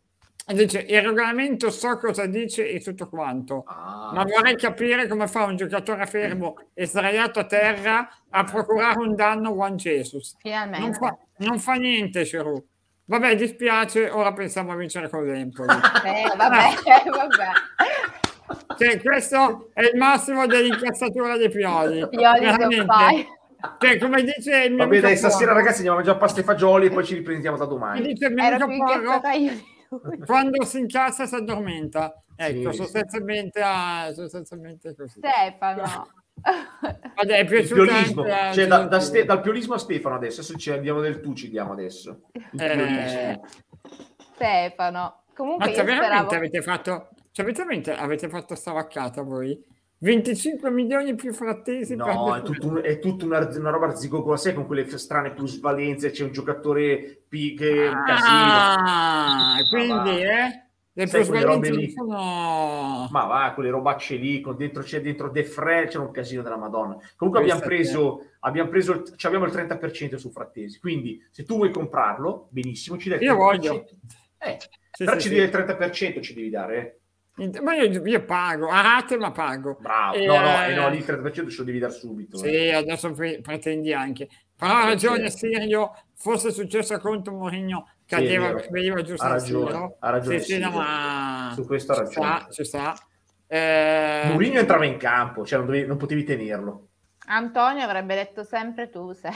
Speaker 1: Dice, il regolamento so cosa dice e tutto quanto,
Speaker 2: Ah,
Speaker 1: ma vorrei capire come fa un giocatore fermo e sdraiato a terra a procurare un danno a Juan Jesus. Non
Speaker 3: Finalmente.
Speaker 1: fa, non fa niente, Cerù. Vabbè, dispiace, ora pensiamo a vincere con l'Empoli.
Speaker 3: Eh, vabbè, vabbè.
Speaker 1: Cioè, questo è il massimo dell'incazzatura dei Pioli.
Speaker 3: Pioli
Speaker 1: Veramente.
Speaker 3: che fai.
Speaker 1: Cioè, come dice il mio
Speaker 2: Va bene, dai,
Speaker 1: amico
Speaker 2: stasera
Speaker 1: Porro,
Speaker 2: ragazzi andiamo a mangiare pasta e fagioli e poi ci riprendiamo da
Speaker 1: come
Speaker 2: domani.
Speaker 1: dice il mio
Speaker 3: Ero più
Speaker 1: amico Porro,
Speaker 3: incazzata io di lui.
Speaker 1: quando si incassa si addormenta. Ecco,
Speaker 2: Sì.
Speaker 1: sostanzialmente, ah, sostanzialmente così.
Speaker 3: Stefano.
Speaker 1: Vabbè, è
Speaker 2: Il
Speaker 1: piaciuto
Speaker 2: piolismo,
Speaker 1: anche eh, a
Speaker 2: cioè da- da
Speaker 1: Giorgio.
Speaker 2: Ste- dal piolismo a Stefano adesso, adesso ci andiamo del tu, ci diamo adesso. Il
Speaker 1: Eh,
Speaker 2: piolismo.
Speaker 3: Stefano. Comunque
Speaker 1: Ma
Speaker 3: io
Speaker 1: cioè, veramente
Speaker 3: speravo...
Speaker 1: avete fatto, cioè, veramente avete fatto stavaccata voi? 25 milioni più frattesi
Speaker 2: No, è
Speaker 1: per...
Speaker 2: tutta una, una roba zigogola, sai, con quelle f- strane plusvalenze, c'è un giocatore pi- che è un casino.
Speaker 1: Ah, e quindi, eh? Le
Speaker 2: Sai, quelle robe
Speaker 1: plusvalenze non
Speaker 2: lì.
Speaker 1: sono...
Speaker 2: Ma va, quelle robacce lì, con dentro, c'è dentro The Fre, c'è un casino della Madonna. Comunque
Speaker 1: Questa
Speaker 2: abbiamo preso, abbiamo preso, il- ci abbiamo il 30% su Frattesi, quindi se tu vuoi comprarlo, benissimo, ci dai il
Speaker 1: Io
Speaker 2: 30%.
Speaker 1: voglio.
Speaker 2: Eh,
Speaker 1: Sì,
Speaker 2: però
Speaker 1: sì,
Speaker 2: ci
Speaker 1: sì.
Speaker 2: devi il 30%, ci devi dare, eh.
Speaker 1: Int- Ma io, io pago, a rate ma pago.
Speaker 2: Bravo,
Speaker 1: Eh,
Speaker 2: no, no, eh, no, lì il 30% ce lo devi dare subito. eh.
Speaker 1: Sì, adesso pre- pretendi anche. Però ha ragione Sirio, fosse successo contro Mourinho, cadeva,
Speaker 2: è vero.
Speaker 1: veniva giusto
Speaker 2: Ha
Speaker 1: al
Speaker 2: ragione,
Speaker 1: Siro.
Speaker 2: ha ragione
Speaker 1: Sì, sì, no,
Speaker 2: Sirio.
Speaker 1: ma...
Speaker 2: Su questo ha
Speaker 1: ci
Speaker 2: ragione.
Speaker 1: sta, ci sta. Eh,
Speaker 2: Mourinho entrava in campo, cioè non, dovevi- non potevi tenerlo.
Speaker 3: Antonio avrebbe detto sempre tu sei.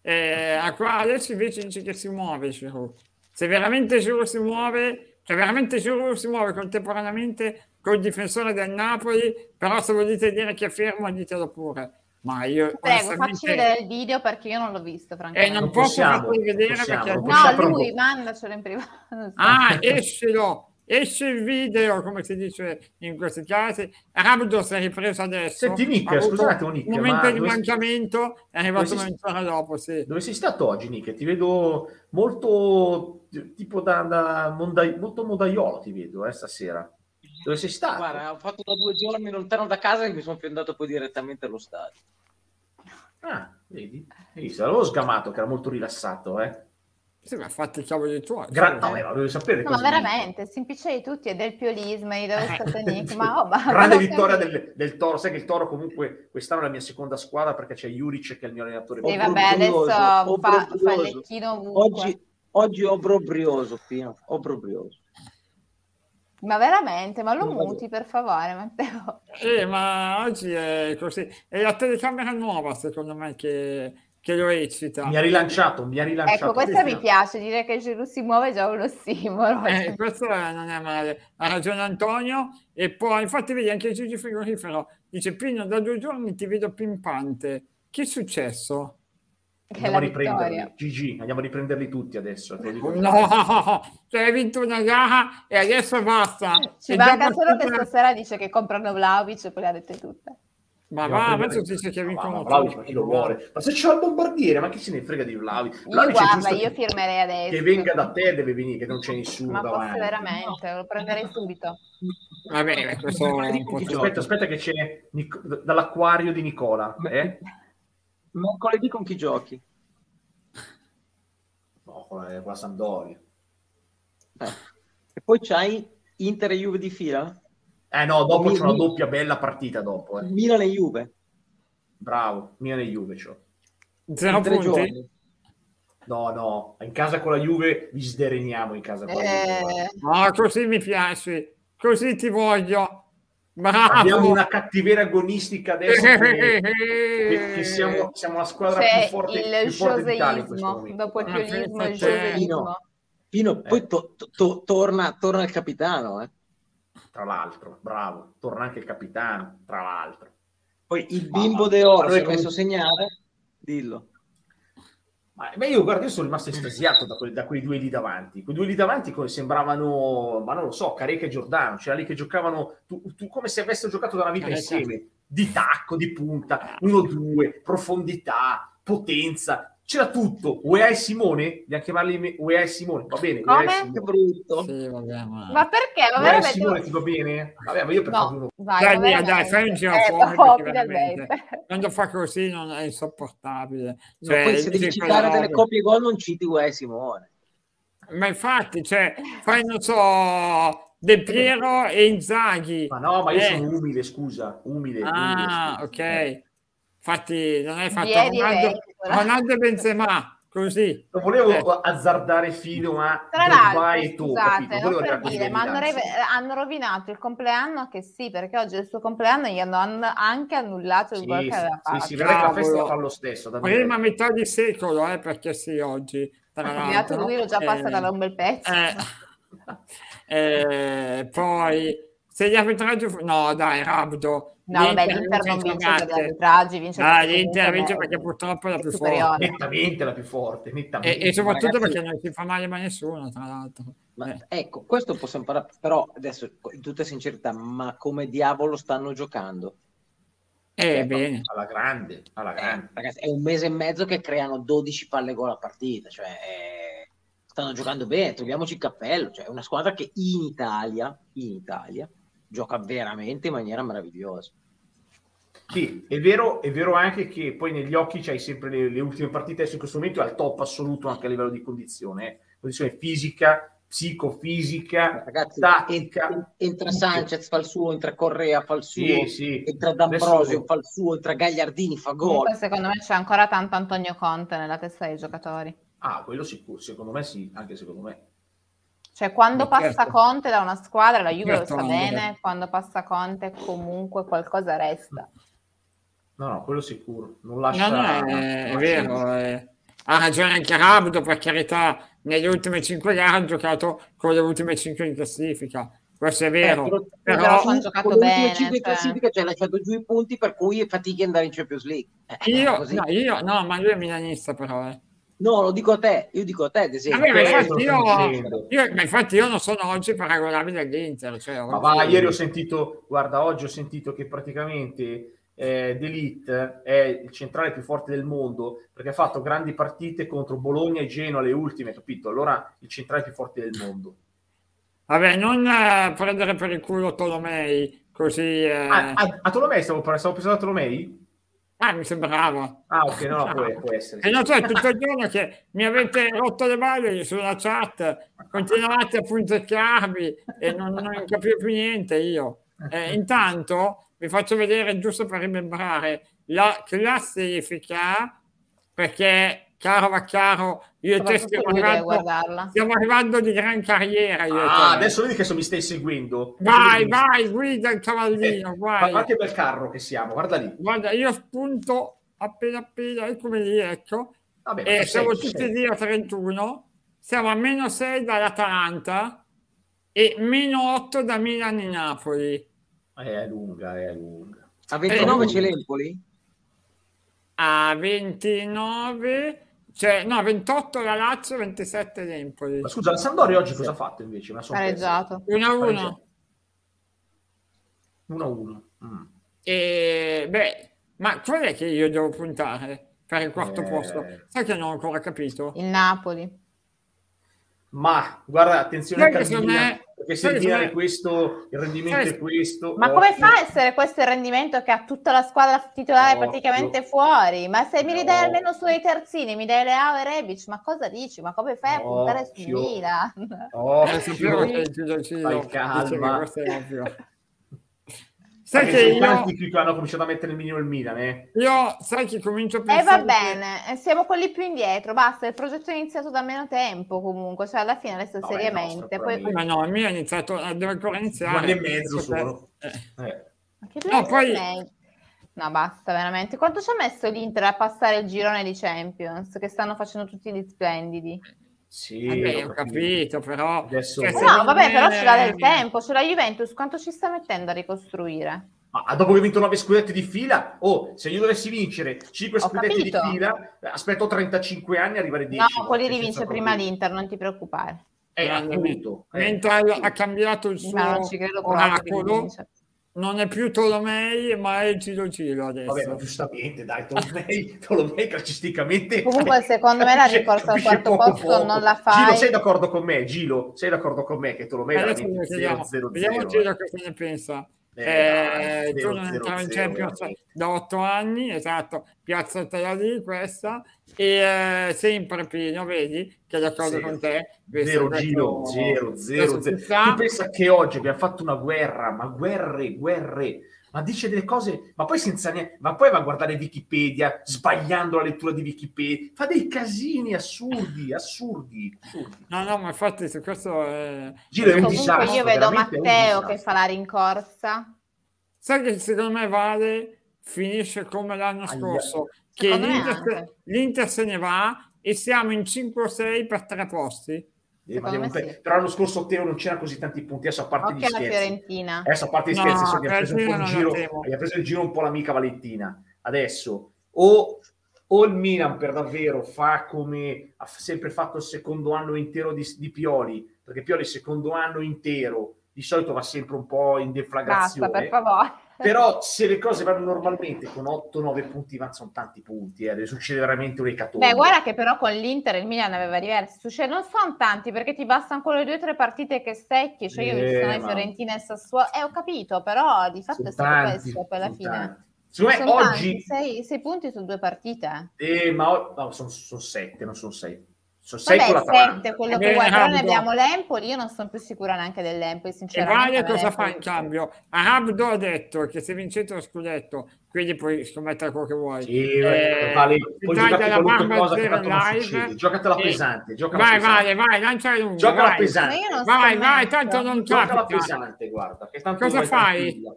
Speaker 1: eh, a qua adesso invece dice che si muove Giroud. Se veramente Giroud si muove, cioè veramente Giroud si muove contemporaneamente col difensore del Napoli, però se volete dire che è fermo ditelo pure. Ma io
Speaker 3: Prego,
Speaker 1: onestamente-
Speaker 3: facci vedere il video perché io non l'ho visto,
Speaker 1: Eh,
Speaker 3: francamente.
Speaker 1: non,
Speaker 2: Non
Speaker 1: posso
Speaker 2: possiamo,
Speaker 1: farlo vedere
Speaker 2: non possiamo,
Speaker 1: perché...
Speaker 2: non possiamo.
Speaker 3: No,
Speaker 2: però
Speaker 3: lui,
Speaker 2: boh.
Speaker 3: mandacelo in privato. Non so.
Speaker 1: Ah, escilo! Esce il video, come si dice in questi casi. Rabdo si è ripreso adesso.
Speaker 2: Senti, Nick,
Speaker 1: Ha avuto
Speaker 2: scusate, un Nick,
Speaker 1: Un momento
Speaker 2: ma
Speaker 1: di
Speaker 2: dove-
Speaker 1: mancamento è arrivato
Speaker 2: dove si-
Speaker 1: mezz'ora dopo, sì.
Speaker 2: Dove sei stato oggi, Nick? Ti vedo molto eh, tipo da, da monda- molto modaiolo, ti vedo eh, stasera. Dove sei stato?
Speaker 5: Guarda, ho fatto da due giorni lontano da casa e mi sono più andato poi direttamente allo stadio.
Speaker 2: Ah, vedi? Hai visto? L'avevo sgamato che era molto rilassato, eh.
Speaker 1: Sì, ma fatti i cavoli tuoi.
Speaker 2: Gra-
Speaker 1: cioè,
Speaker 2: no, eh, ma volevo sapere
Speaker 3: No, ma
Speaker 2: cose
Speaker 3: veramente, si impiccia di tutti e del piolismo, e di
Speaker 1: Eh,
Speaker 3: dove è stato Nick, ma oh, ma
Speaker 2: Grande
Speaker 3: ma-
Speaker 2: vittoria del, del Toro, sai che il Toro comunque quest'anno è la mia seconda squadra perché c'è Juric che è il mio allenatore.
Speaker 3: Sì,
Speaker 2: Proprio-
Speaker 3: Eh, vabbè, adesso
Speaker 5: Obbrobrioso,
Speaker 3: fa, fa
Speaker 5: obbrobrioso.
Speaker 3: il lecchino ovunque.
Speaker 5: Oggi, oggi ho brobrioso, Pino, ho brobrioso.
Speaker 3: Ma veramente, ma lo
Speaker 5: Non lo
Speaker 3: muti per favore, Matteo.
Speaker 1: Eh, ma oggi è così. È la telecamera nuova, secondo me, che, che lo eccita.
Speaker 2: Mi ha rilanciato, mi ha
Speaker 1: Eh,
Speaker 2: rilanciato.
Speaker 3: Ecco, questa mi piace, dire che Giroud si muove è già uno simbolo. cioè,
Speaker 1: Eh, questo eh, non è male, ha ragione Antonio. E poi, infatti, vedi anche Gigi Frigorifero dice: Pino, da due giorni ti vedo pimpante. Che è successo?
Speaker 3: che è
Speaker 2: Andiamo
Speaker 3: la
Speaker 2: a riprenderli.
Speaker 3: vittoria.
Speaker 2: GG, andiamo a riprenderli tutti adesso. te lo dico.
Speaker 1: No, cioè, hai vinto una gara e adesso basta.
Speaker 3: Ci
Speaker 1: E
Speaker 3: manca
Speaker 1: dopo
Speaker 3: solo che
Speaker 1: sopra-
Speaker 3: stasera dice che comprano Vlaovic e poi le ha dette tutte.
Speaker 1: Ma
Speaker 2: Andiamo a
Speaker 1: va,
Speaker 2: prendere-
Speaker 1: adesso dice che
Speaker 2: Ma va,
Speaker 1: vincono
Speaker 2: ma Vlahovic, ma chi lo vuole? Ma se c'è il bombardiere, ma chi se ne frega di Vlaovic?
Speaker 3: Io
Speaker 2: Vlahovic è
Speaker 3: guarda,
Speaker 2: giusto
Speaker 3: io
Speaker 2: che-
Speaker 3: firmerei adesso.
Speaker 2: Che venga da eh. te deve venire, che non c'è nessuno
Speaker 3: Ma
Speaker 2: davanti.
Speaker 3: forse veramente, lo prenderei subito.
Speaker 1: Va bene, questo è un po'
Speaker 2: Aspetta,
Speaker 1: troppo.
Speaker 2: aspetta che c'è Nic- dall'acquario di Nicola. Eh?
Speaker 5: Mercoledì con chi giochi?
Speaker 2: No, con la, con la Sampdoria.
Speaker 5: Eh. E poi c'hai Inter e Juve di fila?
Speaker 2: Eh no, dopo
Speaker 5: Mi-
Speaker 2: c'è una
Speaker 5: mi-
Speaker 2: doppia bella partita dopo. eh.
Speaker 5: Milan e Juve.
Speaker 2: Bravo, Milan e Juve c'ho.
Speaker 1: Zero
Speaker 5: in tre
Speaker 1: punti.
Speaker 5: giorni.
Speaker 2: No, no, in casa con la Juve vi sdereniamo in casa con la Juve. guarda.
Speaker 3: Eh,
Speaker 1: Ah, così mi piaci, così ti voglio. Bravo.
Speaker 2: Abbiamo una cattiveria agonistica adesso che, che- che siamo, siamo la squadra
Speaker 3: c'è
Speaker 2: più forte,
Speaker 3: Cioè, il
Speaker 2: più forte d'Italia in questo
Speaker 3: scioseismo,
Speaker 2: momento.
Speaker 3: dopo il
Speaker 1: Ah,
Speaker 3: piolismo, il
Speaker 1: pensa te.
Speaker 3: scioseismo.
Speaker 5: Pino,
Speaker 2: Eh.
Speaker 5: poi to- to- to- torna, torna il capitano. eh.
Speaker 2: Tra l'altro, bravo, torna anche il capitano, tra l'altro.
Speaker 5: Poi il
Speaker 2: Ma-
Speaker 5: bimbo De Oro
Speaker 2: Allora,
Speaker 5: si è
Speaker 2: comunque-
Speaker 5: messo a segnare. Dillo.
Speaker 2: Ma ma io, guarda, io sono rimasto estasiato da, quel- da quei due lì davanti. Quei due lì davanti come sembravano, ma non lo so, Careca e Giordano, cioè lì che giocavano tu, tu- come se avessero giocato da una vita
Speaker 1: Careca.
Speaker 2: insieme, di tacco, di punta, 1-2, profondità, potenza, c'era tutto. UEA e Simone, vogliamo chiamarli UEA e Simone, va bene. UEA e
Speaker 3: Come?
Speaker 2: Simone.
Speaker 5: Che brutto.
Speaker 1: Sì, vabbè, ma...
Speaker 3: Ma perché?
Speaker 2: UEA
Speaker 3: Ma
Speaker 2: e
Speaker 3: veramente...
Speaker 2: Simone ti va bene? Vabbè, ma io per favore.
Speaker 3: No, vai,
Speaker 1: Dai,
Speaker 3: ma
Speaker 1: via, dai,
Speaker 3: veramente.
Speaker 1: fai un giro
Speaker 3: Eh,
Speaker 1: fuori,
Speaker 3: proprio
Speaker 1: perché
Speaker 3: del
Speaker 1: veramente-
Speaker 3: baseball.
Speaker 1: Quando fa così non è insopportabile.
Speaker 5: No,
Speaker 1: Cioè,
Speaker 5: poi se devi
Speaker 1: dice
Speaker 5: citare
Speaker 1: quella
Speaker 5: delle
Speaker 1: roba.
Speaker 5: coppie gol non citi Uè Simone.
Speaker 1: Ma infatti, cioè, fai, non so, De Piero e Inzaghi.
Speaker 2: Ma no, ma io
Speaker 1: Eh.
Speaker 2: sono umile, scusa. Umile.
Speaker 1: Ah,
Speaker 2: umile, scusa.
Speaker 1: ok. Infatti, non hai fatto
Speaker 3: Vieri e
Speaker 1: Ronaldo,
Speaker 3: Ventola.
Speaker 1: Ronaldo e Benzema, così.
Speaker 2: Non volevo
Speaker 1: Eh.
Speaker 2: azzardare filo, ma
Speaker 3: Tra
Speaker 2: vai
Speaker 3: l'altro,
Speaker 2: e tu,
Speaker 3: scusate,
Speaker 2: capito?
Speaker 3: non
Speaker 2: volevo
Speaker 3: per
Speaker 2: dare così
Speaker 3: dire,
Speaker 2: le
Speaker 3: ma hanno,
Speaker 2: evidenze.
Speaker 3: re- hanno rovinato il compleanno che sì, perché oggi è il suo compleanno e gli hanno an- anche annullato il
Speaker 2: Sì,
Speaker 3: gol che aveva
Speaker 2: sì,
Speaker 3: fatto.
Speaker 2: sì, vedrai che la festa
Speaker 1: Cavolo.
Speaker 2: fa lo stesso. da vedere.
Speaker 1: Prima metà di secolo, eh, perché sì, oggi. Tra
Speaker 3: Beato
Speaker 1: l'altro,
Speaker 3: Esatto, lui l'ho già
Speaker 1: Eh,
Speaker 3: passata da un bel pezzo.
Speaker 1: eh, eh, poi, se gli arbitraggi... fu- No, dai, Rabdo.
Speaker 3: No, vabbè, l'Inter
Speaker 1: vince
Speaker 3: non
Speaker 1: in
Speaker 3: vince per gli
Speaker 1: giocate.
Speaker 3: arbitraggi, vince
Speaker 1: Dai,
Speaker 3: perché
Speaker 1: l'Inter
Speaker 3: comunque
Speaker 1: vince
Speaker 3: è-
Speaker 1: perché purtroppo è la
Speaker 3: è
Speaker 1: più
Speaker 3: superiore.
Speaker 1: forte.
Speaker 2: Nettamente la più forte, nettamente.
Speaker 1: E, e soprattutto
Speaker 5: Ragazzi-
Speaker 1: perché non si fa male mai nessuno, tra l'altro.
Speaker 5: Ma,
Speaker 1: Eh.
Speaker 5: Ecco, questo possiamo parlare, però adesso in tutta sincerità, ma come diavolo stanno giocando?
Speaker 1: Eh,
Speaker 5: Eh,
Speaker 1: bene.
Speaker 2: alla grande,
Speaker 1: Eh,
Speaker 2: alla grande.
Speaker 1: ecco.
Speaker 5: Ragazzi, è un mese e mezzo che creano 12 palle gol a partita, cioè eh, stanno giocando bene, togliamoci il cappello, cioè è una squadra che in Italia, in Italia gioca veramente in maniera meravigliosa.
Speaker 2: Sì, è vero, è vero anche che poi negli occhi c'hai sempre le, le ultime partite, adesso in questo momento è al top assoluto anche a livello di condizione, eh. condizione fisica, psicofisica,
Speaker 5: Ragazzi,
Speaker 2: tattica.
Speaker 5: entra, entra
Speaker 2: tutto.
Speaker 5: Sanchez, fa il suo, entra Correa, fa il suo,
Speaker 2: Sì, sì.
Speaker 5: entra D'Ambrosio,
Speaker 2: Adesso-
Speaker 5: fa il suo, entra Gagliardini, fa gol.
Speaker 3: Comunque, secondo me c'è ancora tanto Antonio Conte nella testa dei giocatori.
Speaker 2: Ah, quello sicuro, secondo me sì, anche secondo me.
Speaker 3: Cioè, quando
Speaker 1: Ma
Speaker 3: passa
Speaker 1: certo.
Speaker 3: Conte da una squadra, la Juve lo
Speaker 1: Certo,
Speaker 3: sa
Speaker 1: Andrea.
Speaker 3: bene, quando passa Conte comunque qualcosa resta.
Speaker 2: No, no, quello sicuro. Non lascia...
Speaker 1: No, no, è, è
Speaker 2: lascia-
Speaker 1: vero. eh. Ha ragione anche Rabdo, per carità, nelle ultime 5 gare ha giocato con le ultime 5 in classifica. Questo è vero.
Speaker 5: Eh, però-
Speaker 1: però
Speaker 3: hanno giocato
Speaker 5: con le ultime
Speaker 3: bene,
Speaker 5: cinque in
Speaker 3: cioè.
Speaker 5: classifica ci hai lasciato giù i punti per cui fatichi ad andare in Champions League. Eh,
Speaker 1: io,
Speaker 5: così.
Speaker 1: no, io, no, ma lui è milanista però. Eh.
Speaker 5: No, lo dico a te, io dico a te, ad esempio. Eh,
Speaker 1: Vabbè, ma
Speaker 2: quello
Speaker 1: infatti
Speaker 2: sto
Speaker 1: io,
Speaker 2: dicendo.
Speaker 1: io- ma infatti io non sono oggi paragonabile all'Inter. Cioè,
Speaker 2: Ma
Speaker 1: oggi-
Speaker 2: va, ieri ho sentito, guarda, oggi ho sentito che praticamente eh, D'Elite è il centrale più forte del mondo perché ha fatto grandi partite contro Bologna e Genoa, le ultime, capito? Allora il centrale più forte del mondo.
Speaker 1: Vabbè, non eh, prendere per il culo Tolomei, così... eh.
Speaker 2: Ah,
Speaker 1: Ah,
Speaker 2: a, a Tolomei stavo, par- stavo pensando a Tolomei?
Speaker 1: mi sembrava.
Speaker 2: Ah, ok, no, no, può, può essere.
Speaker 1: E non so, è tutto il giorno che mi avete rotto le balle sulla chat, continuate a punzecchiarmi e non, non capivo più niente io. Eh, intanto vi faccio vedere, giusto per rimembrare, la classifica, perché, caro Vaccaro, io e te stiamo
Speaker 3: Soprattutto lui eh, deve
Speaker 1: arrivando,
Speaker 3: guardarla.
Speaker 1: stiamo arrivando di gran carriera. Io e
Speaker 2: Ah,
Speaker 1: te.
Speaker 2: adesso vedi che se mi stai seguendo.
Speaker 1: Vai,
Speaker 2: Vedi?
Speaker 1: vai, guida il
Speaker 2: Eh,
Speaker 1: cavallino,
Speaker 2: guarda
Speaker 1: guai.
Speaker 2: che bel carro che siamo, guarda lì.
Speaker 1: Guarda, io spunto appena appena, eccomi lì, ecco.
Speaker 2: Vabbè,
Speaker 1: E
Speaker 2: ci sei,
Speaker 1: siamo
Speaker 2: ci
Speaker 1: tutti
Speaker 2: sei.
Speaker 1: lì a 31, siamo a meno 6 dall'Atalanta e meno 8 da Milan e Napoli.
Speaker 2: Eh, È lunga, è lunga.
Speaker 5: A 29
Speaker 1: Eh,
Speaker 5: c'è l'Empoli?
Speaker 1: A 29, cioè no, 28 la Lazio, 27 l'Empoli.
Speaker 2: Ma scusa, la Sampdoria oggi cosa ha fatto invece? Una sorpresa.
Speaker 3: Pareggiato.
Speaker 1: 1 a 1.
Speaker 2: 1-1. Mm.
Speaker 1: E beh, ma qual è che io devo puntare per il quarto
Speaker 2: Eh.
Speaker 1: posto? Sai che non ho ancora capito.
Speaker 3: Il Napoli.
Speaker 2: Ma guarda, attenzione
Speaker 1: Sai
Speaker 2: al
Speaker 1: che secondo
Speaker 2: Milan,
Speaker 1: me-
Speaker 2: perché se
Speaker 1: sai che
Speaker 2: il Milan
Speaker 1: secondo
Speaker 2: è questo, il rendimento
Speaker 1: sai-
Speaker 2: è questo. eh.
Speaker 3: Ma
Speaker 2: occhio.
Speaker 3: come fa a essere questo il rendimento che ha tutta la squadra titolare
Speaker 2: Occhio.
Speaker 3: praticamente fuori? Ma se mi ridai
Speaker 2: No.
Speaker 3: almeno solo i terzini, mi dai Leao e Rebic, ma cosa dici? Ma come fai a puntare su
Speaker 2: Occhio.
Speaker 3: Milan?
Speaker 1: Eh, sapevo che
Speaker 2: Occhio,
Speaker 1: il Giro Giro
Speaker 2: Fai
Speaker 1: diceva
Speaker 2: calma.
Speaker 1: questo è ovvio. Sai
Speaker 2: perché
Speaker 1: che
Speaker 2: sono
Speaker 1: io,
Speaker 2: tanti qui che hanno cominciato a mettere il minimo il Milan, eh.
Speaker 1: io sai che comincio a
Speaker 3: E
Speaker 1: pensare
Speaker 3: Eh, va
Speaker 1: che-
Speaker 3: bene, eh, siamo quelli più indietro, basta, il progetto è iniziato da meno tempo comunque, cioè alla fine adesso
Speaker 2: Vabbè,
Speaker 3: seriamente.
Speaker 2: nostro,
Speaker 3: poi-
Speaker 2: però,
Speaker 1: Ma no, il mio ha iniziato, eh, deve ancora iniziare.
Speaker 2: Due anni e mezzo
Speaker 1: Perché-
Speaker 2: solo.
Speaker 1: eh,
Speaker 2: Eh.
Speaker 3: Ma che due anni
Speaker 1: poi-
Speaker 3: e mezzo? No, basta veramente. Quanto ci ha messo l'Inter a passare il girone di Champions? Che stanno facendo tutti gli splendidi.
Speaker 2: Sì,
Speaker 1: vabbè, ho capito, però...
Speaker 2: Adesso-
Speaker 1: cioè,
Speaker 2: Eh,
Speaker 3: Eh
Speaker 1: secondo
Speaker 3: no, vabbè, però
Speaker 1: me- eh,
Speaker 3: ce l'ha del tempo, ce l'ha Juventus, quanto ci sta mettendo a ricostruire?
Speaker 2: Ma ah, dopo che ho vinto 9 scudetti di fila, oh, se io dovessi vincere 5
Speaker 3: Ho
Speaker 2: scudetti di
Speaker 3: capito.
Speaker 2: fila, eh, aspetto 35 anni a arrivare a 10.
Speaker 3: No, quelli li vince prima
Speaker 2: lì.
Speaker 3: l'Inter, non ti preoccupare.
Speaker 2: Eh,
Speaker 1: Grande.
Speaker 2: appunto. eh.
Speaker 1: Mentre ha cambiato il suo
Speaker 3: Ma non ci credo proprio che li
Speaker 1: oracolo,
Speaker 3: vince.
Speaker 1: non è più Tolomei, ma è Giro Giro adesso.
Speaker 2: Vabbè, ma giustamente, dai, Tolomei, Tolomei calcisticamente...
Speaker 3: Comunque, secondo me, la ricorsa al
Speaker 2: capisce
Speaker 3: quarto
Speaker 2: poco,
Speaker 3: posto
Speaker 2: poco.
Speaker 3: non la fai.
Speaker 2: Gilo, sei d'accordo con me? Gilo, sei d'accordo con me che Tolomei è
Speaker 1: adesso
Speaker 2: veramente
Speaker 1: vediamo,
Speaker 2: 0-0?
Speaker 1: vediamo Giro cosa ne pensa. Eh,
Speaker 2: Eh, dai,
Speaker 1: Giorgio non entrava in
Speaker 2: 0-0,
Speaker 1: Champions
Speaker 2: veramente.
Speaker 1: da otto anni, esatto, piazzatela lì questa, e eh, sempre Pino, vedi, che è d'accordo
Speaker 2: Sì.
Speaker 1: con te. questo-
Speaker 2: Zero
Speaker 1: questo-
Speaker 2: giro, zero, zero,
Speaker 1: questo
Speaker 2: zero.
Speaker 1: si sa.
Speaker 2: Tu pensa che oggi abbiamo fatto una guerra, ma guerre, guerre, ma dice delle cose, ma poi senza neanche, ma poi va a guardare Wikipedia, sbagliando la lettura di Wikipedia, fa dei casini assurdi, assurdi. assurdi.
Speaker 1: No, no, ma infatti su questo... eh,
Speaker 2: Giro è un
Speaker 3: Comunque,
Speaker 2: disastro.
Speaker 3: io vedo
Speaker 2: veramente è un
Speaker 3: Matteo
Speaker 2: disastro.
Speaker 3: che fa la rincorsa.
Speaker 1: Sai che secondo me Vale finisce come l'anno
Speaker 2: Aia.
Speaker 1: scorso, che
Speaker 3: Secondo me
Speaker 1: l'Inter, se,
Speaker 3: anche.
Speaker 1: l'Inter se ne va e siamo in 5 o 6 per tre posti.
Speaker 2: Eh, ma
Speaker 3: secondo
Speaker 2: devo-
Speaker 3: me sì.
Speaker 2: Però l'anno scorso Ottero non c'era così tanti punti, adesso a parte gli
Speaker 3: Occhio alla
Speaker 2: scherzi. Eh,
Speaker 3: Fiorentina.
Speaker 2: Adesso a parte gli
Speaker 1: No,
Speaker 2: scherzi, adesso gli ha preso un
Speaker 1: Fiorentina
Speaker 2: po' in
Speaker 1: non la
Speaker 2: giro,
Speaker 1: temo.
Speaker 2: gli ha preso in giro un po' l'amica Valentina. Adesso o, o il Milan per davvero fa come ha f- sempre fatto il secondo anno intero di, di Pioli, perché Pioli il secondo anno intero di solito va sempre un po' in
Speaker 3: Basta,
Speaker 2: deflagrazione.
Speaker 3: per favore.
Speaker 2: Però se le cose vanno normalmente con 8-9 punti, ma sono tanti punti, eh, succede veramente un ecatombe.
Speaker 3: Beh, guarda che però con l'Inter il Milan aveva diversi successi, non sono tanti perché ti bastano quelle due o tre partite che secchi, cioè io ho visto
Speaker 2: Eh,
Speaker 3: noi
Speaker 2: ma-
Speaker 3: Fiorentina e Sassuolo, eh ho capito, però di fatto
Speaker 2: Sono
Speaker 3: è stato
Speaker 2: tanti,
Speaker 3: questo poi alla
Speaker 2: sono
Speaker 3: fine.
Speaker 2: tanti. Secondo me
Speaker 3: Sono
Speaker 2: oggi...
Speaker 3: tanti, sei, sei punti su due partite.
Speaker 2: Eh, ma ho- no, sono, sette, non sono sei. Sono sei con
Speaker 3: Vabbè,
Speaker 2: la Taranta.
Speaker 3: sette, quello che
Speaker 1: Bene,
Speaker 3: vuoi, però ne
Speaker 1: Abdo.
Speaker 3: abbiamo l'Empoli, io non sono più sicura neanche dell'Empoli,
Speaker 1: E
Speaker 3: sinceramente.
Speaker 1: Vale
Speaker 3: me ne
Speaker 1: cosa
Speaker 3: frega.
Speaker 1: fa in cambio? Arabdo ha detto che se vincete lo scudetto, quindi puoi scommettere quello che vuoi.
Speaker 2: Sì,
Speaker 1: Eh,
Speaker 2: vale,
Speaker 1: ti
Speaker 2: puoi
Speaker 1: taglia
Speaker 2: giocare
Speaker 1: la
Speaker 2: qualunque
Speaker 1: barba
Speaker 2: cosa che
Speaker 1: zero
Speaker 2: tanto non
Speaker 1: live.
Speaker 2: succede. Giocatela
Speaker 1: Sì.
Speaker 2: pesante, giocala
Speaker 1: Vai,
Speaker 2: pesante.
Speaker 1: vai, vai, lancia lungo.
Speaker 2: Giocala
Speaker 1: vai.
Speaker 2: pesante.
Speaker 3: Ma io non
Speaker 1: Vai, vai,
Speaker 3: scommetto.
Speaker 1: tanto non
Speaker 2: Giocala
Speaker 1: capita.
Speaker 2: pesante, guarda. Che tanto
Speaker 1: Cosa
Speaker 2: vai
Speaker 1: fai?
Speaker 2: tranquilla.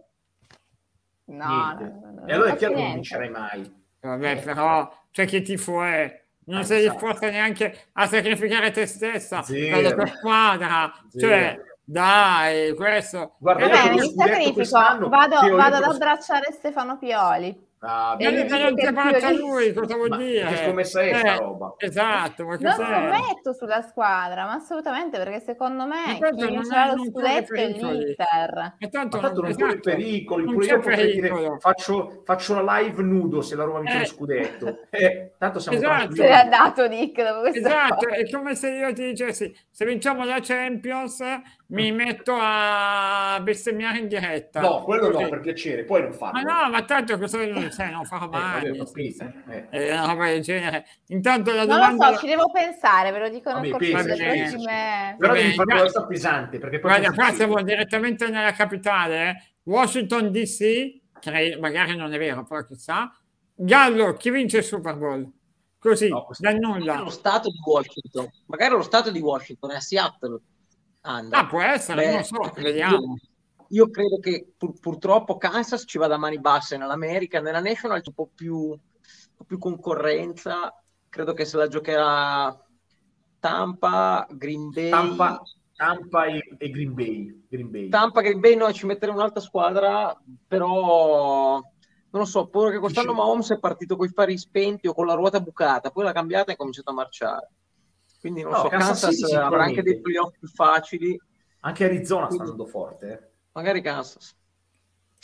Speaker 3: No,
Speaker 2: Niente.
Speaker 3: no, no,
Speaker 2: E allora è chiaro
Speaker 3: non faccio
Speaker 2: che non
Speaker 3: niente.
Speaker 2: vincerai mai.
Speaker 1: Eh, Vabbè, però, cioè che tifo è? Non
Speaker 2: Eh,
Speaker 1: sei
Speaker 2: esatto.
Speaker 1: disposta neanche a sacrificare te stessa
Speaker 2: Zero.
Speaker 1: per la tua squadra.
Speaker 2: Zero.
Speaker 1: Cioè, dai, questo... Eh,
Speaker 2: Guarda,
Speaker 3: Vabbè,
Speaker 2: io
Speaker 3: mi
Speaker 2: lo scudetto
Speaker 3: sacrifico,
Speaker 2: quest'anno,
Speaker 3: vado,
Speaker 2: Teo, io
Speaker 3: vado ad
Speaker 2: te lo-
Speaker 3: abbracciare Stefano Pioli.
Speaker 2: Ah,
Speaker 1: Io
Speaker 2: bene.
Speaker 1: non non ti
Speaker 3: che
Speaker 1: faccio
Speaker 3: più-
Speaker 1: lui, Eh, cosa vuol
Speaker 2: Ma
Speaker 1: dire?
Speaker 2: che scommessa è
Speaker 1: Eh,
Speaker 2: sta roba?
Speaker 1: Esatto, ma
Speaker 3: Non
Speaker 1: cos'è?
Speaker 3: scommetto sulla squadra, ma assolutamente perché secondo me
Speaker 1: Ma
Speaker 3: chi
Speaker 1: tanto non
Speaker 3: vincerà
Speaker 1: è-
Speaker 3: lo
Speaker 1: non
Speaker 3: scudetto
Speaker 1: corre
Speaker 3: è
Speaker 1: pericoli.
Speaker 3: l'Inter.
Speaker 1: Ma tanto
Speaker 2: Ma tanto non corri
Speaker 1: esatto,
Speaker 2: pericoli,
Speaker 1: non
Speaker 2: pure
Speaker 1: c'è
Speaker 2: io potrei dire,
Speaker 1: pericolo.
Speaker 2: faccio, faccio la live nudo se la Roma vince
Speaker 1: Eh.
Speaker 2: lo scudetto. Eh, tanto siamo
Speaker 1: Esatto.
Speaker 3: Se l'ha
Speaker 2: tranquilli.
Speaker 3: dato Nick dopo questa
Speaker 1: Esatto,
Speaker 3: cosa.
Speaker 1: è come se io ti dicessi, se vinciamo la Champions mi metto a bestemmiare in diretta.
Speaker 2: Mm. No, quello no,
Speaker 1: Così.
Speaker 2: per piacere, poi non
Speaker 1: Ma
Speaker 2: farlo.
Speaker 1: no, ma tanto cosa non, cioè, non farò
Speaker 2: Eh, vabbè,
Speaker 1: mai.
Speaker 2: ho capito, eh.
Speaker 1: Eh, una roba del genere. Intanto la
Speaker 3: Non lo
Speaker 1: domanda...
Speaker 3: so, ci devo pensare, ve lo dico
Speaker 2: Vabbè,
Speaker 3: nel corso
Speaker 1: pensa,
Speaker 3: delle
Speaker 2: cioè,
Speaker 1: pensa.
Speaker 3: prossime...
Speaker 2: Però devi
Speaker 1: Vabbè,
Speaker 2: fare
Speaker 1: dai.
Speaker 2: qualcosa pesante perché poi
Speaker 1: Guarda,
Speaker 2: non
Speaker 1: qua
Speaker 2: succede.
Speaker 1: siamo direttamente nella capitale, eh. Washington DC, cre- magari non è vero, però chissà. Gallo, chi vince il Super Bowl? Così,
Speaker 2: No, questo-
Speaker 1: da
Speaker 5: Magari
Speaker 1: nulla.
Speaker 5: lo stato di Washington, magari lo stato di Washington è a Seattle. Andrea.
Speaker 1: Ah, può essere,
Speaker 5: Beh,
Speaker 1: non so, vediamo.
Speaker 5: Io, io credo che pur- purtroppo Kansas ci vada a mani basse nell'America, nella National c'è un po' più, un po' più concorrenza, credo che se la giocherà Tampa, Green Bay.
Speaker 2: Tampa, Tampa e, e Green Bay. Green Bay.
Speaker 5: Tampa, Green Bay, no, ci metterei un'altra squadra, però non lo so, ho paura che quest'anno
Speaker 2: Dice-
Speaker 5: Mahomes è partito con i fari spenti o con la ruota bucata, poi l'ha cambiata e ha cominciato a marciare. Quindi non
Speaker 2: No,
Speaker 5: so,
Speaker 2: Kansas
Speaker 5: Kansas,
Speaker 2: City
Speaker 5: avrà
Speaker 2: sicuramente.
Speaker 5: anche dei playoff più facili,
Speaker 2: Anche Arizona sta andando forte. eh.
Speaker 5: magari Kansas.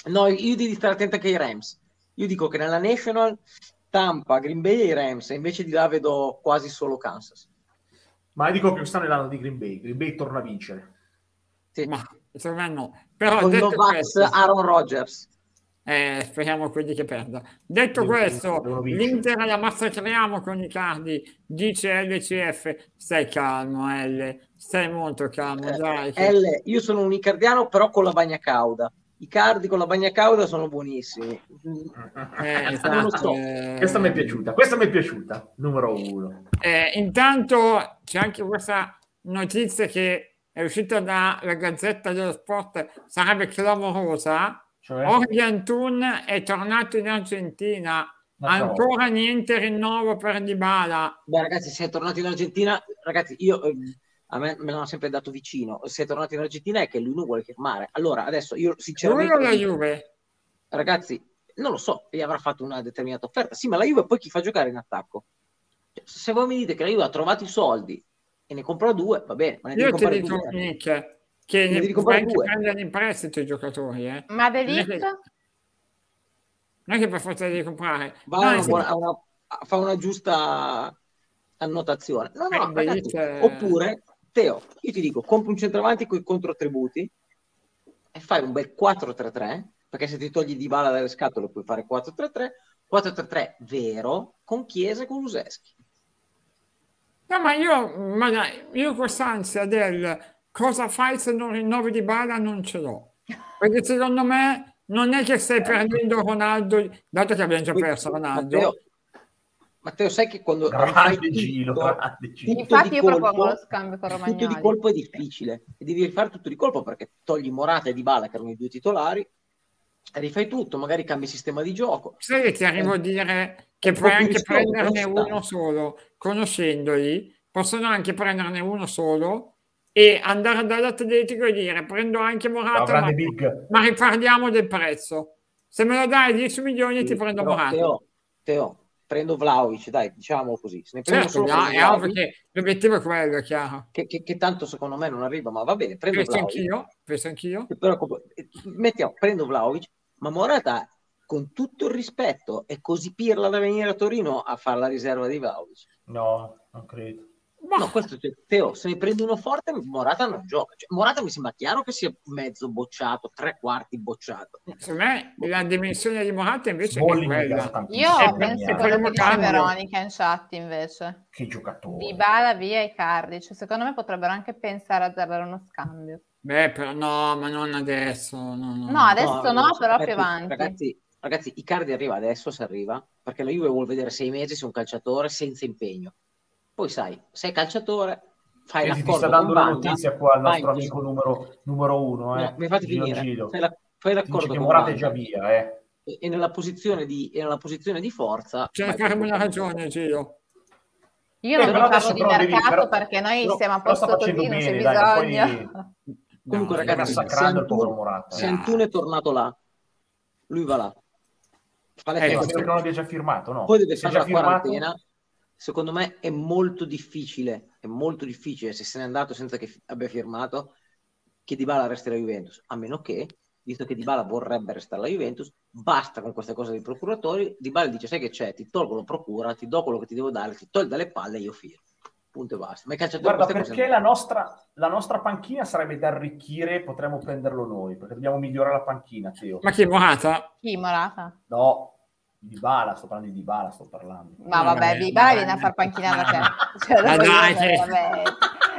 Speaker 5: No, io devi stare attento anche ai Rams. Io dico che nella National Tampa, Green Bay e i Rams, e invece di là vedo quasi solo Kansas.
Speaker 2: Ma io dico che quest'anno è l'anno di Green Bay. Green Bay torna a vincere.
Speaker 5: Sì.
Speaker 1: Ma secondo me no. Però
Speaker 5: Con
Speaker 1: detto
Speaker 5: Novax,
Speaker 1: questo,
Speaker 5: Aaron Rodgers.
Speaker 1: eh, speriamo quelli che perda. Detto
Speaker 2: Devono-
Speaker 1: questo,
Speaker 2: devono vincere.
Speaker 1: l'Inter la massacriamo con i cardi, dice LCF. Stai calmo, L, stai molto calmo, dai. che-
Speaker 5: Eh, L, io sono un icardiano però con la bagna cauda. I cardi con la bagna cauda sono buonissimi. Mm,
Speaker 1: Eh,
Speaker 5: Non lo so.
Speaker 1: eh,
Speaker 2: Questa mi è piaciuta. Questa mi è piaciuta. Numero uno.
Speaker 1: Eh, intanto c'è anche questa notizia che è uscita dalla Gazzetta dello Sport, sarebbe clamorosa.
Speaker 2: Cioè,
Speaker 1: Organ Thun è tornato in Argentina,
Speaker 2: Ma no.
Speaker 1: ancora niente rinnovo per Dybala.
Speaker 5: Beh, ragazzi, se è tornato in Argentina, ragazzi, io eh, a me me l'hanno sempre dato vicino. Se è tornato in Argentina è che lui non vuole firmare. Allora, adesso io
Speaker 1: Lui o
Speaker 5: sinceramente,
Speaker 1: la Juve?
Speaker 5: ragazzi, non lo so, gli avrà fatto una determinata offerta. Sì, ma la Juve poi chi fa giocare in attacco? Cioè, se voi mi dite che la Juve ha trovato i soldi e ne comprò Eh, due, va bene, ma ne deve
Speaker 1: Io ti
Speaker 5: comprare
Speaker 1: dico,
Speaker 5: due.
Speaker 1: Nick, che
Speaker 5: Ne
Speaker 1: ne
Speaker 5: dico
Speaker 1: puoi
Speaker 5: poi
Speaker 1: anche
Speaker 5: due.
Speaker 1: prendere in prestito i giocatori, eh.
Speaker 3: Ma De
Speaker 1: Non è che-
Speaker 3: Ligt?
Speaker 1: non è che per forza devi comprare.
Speaker 5: Va
Speaker 1: No,
Speaker 5: a
Speaker 1: nel
Speaker 5: una buona- a una- fa una giusta annotazione. No, no,
Speaker 1: Eh,
Speaker 5: ragazzi,
Speaker 1: beh, c'è-
Speaker 5: Oppure, Teo, io ti dico, compri un centravanti con i controattributi e fai un bel 4-3-3, perché se ti togli di bala dalle scatole puoi fare 4-3-3, 4-3-3 vero, con Chiesa e con Luseschi.
Speaker 1: No, ma io, ma dai, io quest'ansia del cosa fai se non rinnovi di bala non ce l'ho. Perché secondo me non è che stai perdendo Ronaldo, dato che abbiamo già perso
Speaker 5: Matteo,
Speaker 1: Ronaldo.
Speaker 5: Matteo, sai che quando...
Speaker 2: Grande Gino, grande Gino.
Speaker 5: Tutto
Speaker 3: Infatti
Speaker 5: di
Speaker 3: io
Speaker 5: colpo,
Speaker 3: propongo lo scambio con
Speaker 5: Tutto di
Speaker 3: Romagnoli.
Speaker 5: colpo è difficile e devi rifare tutto di colpo perché togli Morata e Di Bala che erano i due titolari, e rifai tutto, magari cambi sistema di gioco.
Speaker 1: Sai che ti arrivo a
Speaker 5: Eh.
Speaker 1: dire che puoi
Speaker 5: po' più
Speaker 1: anche
Speaker 5: rischioso,
Speaker 1: prenderne
Speaker 5: però ci sta.
Speaker 1: uno solo, conoscendoli, possono anche prenderne uno solo e andare dall'Atletico e dire prendo anche
Speaker 2: Ciao,
Speaker 1: Morata, ma,
Speaker 2: grande Big.
Speaker 1: ma riparliamo del prezzo. Se me lo dai 10 milioni ti prendo
Speaker 5: Però,
Speaker 1: Morata.
Speaker 5: Teo, Teo, prendo Vlaovic, dai, diciamo così. Se ne prendo
Speaker 1: Certo,
Speaker 5: solo
Speaker 1: no, è
Speaker 5: uno
Speaker 1: ovvio
Speaker 5: Vlahovic,
Speaker 1: che l'obiettivo è quello, è chiaro.
Speaker 5: che, che- che tanto secondo me non arriva, ma va bene, prendo
Speaker 1: Penso
Speaker 5: Vlaovic.
Speaker 1: anch'io, penso anch'io.
Speaker 5: Però, comunque, eh, mettiamo, prendo Vlaovic, ma Morata, con tutto il rispetto, è così pirla da venire a Torino a fare la riserva di Vlaovic.
Speaker 2: No, non credo.
Speaker 1: Ma
Speaker 5: No, questo cioè, Teo, se ne prendi uno forte, Morata non gioca. Cioè, Morata mi sembra chiaro che sia mezzo bocciato, tre quarti bocciato.
Speaker 1: secondo me la dimensione di Morata invece
Speaker 2: Sbolli
Speaker 1: è
Speaker 2: mi piace
Speaker 1: quella.
Speaker 2: tantissimo.
Speaker 1: Eh,
Speaker 3: Io
Speaker 1: per-
Speaker 3: penso
Speaker 1: per
Speaker 3: a quello
Speaker 1: primo
Speaker 3: che dice
Speaker 1: cambio.
Speaker 3: Veronica in chat invece.
Speaker 2: Che giocatore.
Speaker 3: Di Bala via e Cardi. Cioè, secondo me potrebbero anche pensare a zerrare uno scambio.
Speaker 1: Beh, però no, ma non adesso. No, no,
Speaker 3: No, adesso no,
Speaker 5: ragazzi,
Speaker 3: però
Speaker 5: ragazzi,
Speaker 3: più avanti.
Speaker 5: Ragazzi, ragazzi, Icardi arriva adesso, se arriva, perché la Juve vuol vedere sei mesi su un calciatore senza impegno. Poi sai, sei calciatore, fai
Speaker 2: Senti, ti
Speaker 5: l'accordo
Speaker 2: sta dando
Speaker 5: con
Speaker 2: una
Speaker 5: Banda,
Speaker 2: notizia qua al
Speaker 5: vai
Speaker 2: nostro
Speaker 5: in giro.
Speaker 2: amico numero, numero uno. Eh.
Speaker 5: No, mi fate
Speaker 2: Gino
Speaker 5: finire.
Speaker 2: Gino.
Speaker 5: Fai, la- fai l'accordo
Speaker 2: Dice che
Speaker 5: con
Speaker 2: Morata è
Speaker 5: Banda
Speaker 2: già via, eh.
Speaker 5: e, e nella posizione di, e nella posizione di forza...
Speaker 1: Ce ne
Speaker 5: vai
Speaker 1: faremo una
Speaker 5: con-
Speaker 1: ragione, Gio.
Speaker 3: Io
Speaker 5: Eh,
Speaker 3: non vi
Speaker 5: però
Speaker 3: parlo
Speaker 2: adesso
Speaker 3: di
Speaker 2: però devi-
Speaker 3: mercato
Speaker 2: però-
Speaker 3: perché noi
Speaker 2: però-
Speaker 3: siamo a
Speaker 2: però sta
Speaker 3: posto così,
Speaker 2: facendo
Speaker 3: non c'è
Speaker 2: bene, dai,
Speaker 3: bisogno.
Speaker 2: poi-
Speaker 5: Comunque,
Speaker 1: No, no,
Speaker 5: ragazzi,
Speaker 1: no.
Speaker 5: se
Speaker 2: massacrando il povero eh.
Speaker 5: Antun-
Speaker 2: Morata.
Speaker 5: se Antun è tornato là, lui va là. Fa le
Speaker 1: Eh,
Speaker 5: feste.
Speaker 2: Ma che non abbia già firmato, no?
Speaker 5: Poi deve
Speaker 2: Se è
Speaker 5: fare la quarantena. Secondo me è molto difficile, è molto difficile se se n'è andato senza che fi- abbia firmato che Dybala resti alla Juventus, a meno che, visto che Dybala vorrebbe restare alla Juventus, basta con questa cosa dei procuratori, Dybala dice sai che c'è, ti tolgo la procura, ti do quello che ti devo dare, ti tolgo dalle palle e io firmo. Punto e basta. Ma i calciatori
Speaker 2: Guarda,
Speaker 5: queste cose
Speaker 2: perché
Speaker 5: non-
Speaker 2: la nostra, la nostra panchina sarebbe da arricchire, potremmo prenderlo noi, perché dobbiamo migliorare la panchina, Teo.
Speaker 1: Ma che Morata?
Speaker 3: Chi Morata?
Speaker 2: No, di Bala, sto parlando di Di Bala, sto parlando.
Speaker 3: Ma
Speaker 1: No,
Speaker 3: vabbè,
Speaker 2: eh,
Speaker 1: vabbè,
Speaker 3: di Bala
Speaker 1: vabbè.
Speaker 3: viene a far panchina da te.
Speaker 1: Ma
Speaker 3: Cioè, lo voglio
Speaker 1: Ah, dai,
Speaker 3: dire,
Speaker 1: che-
Speaker 3: vabbè.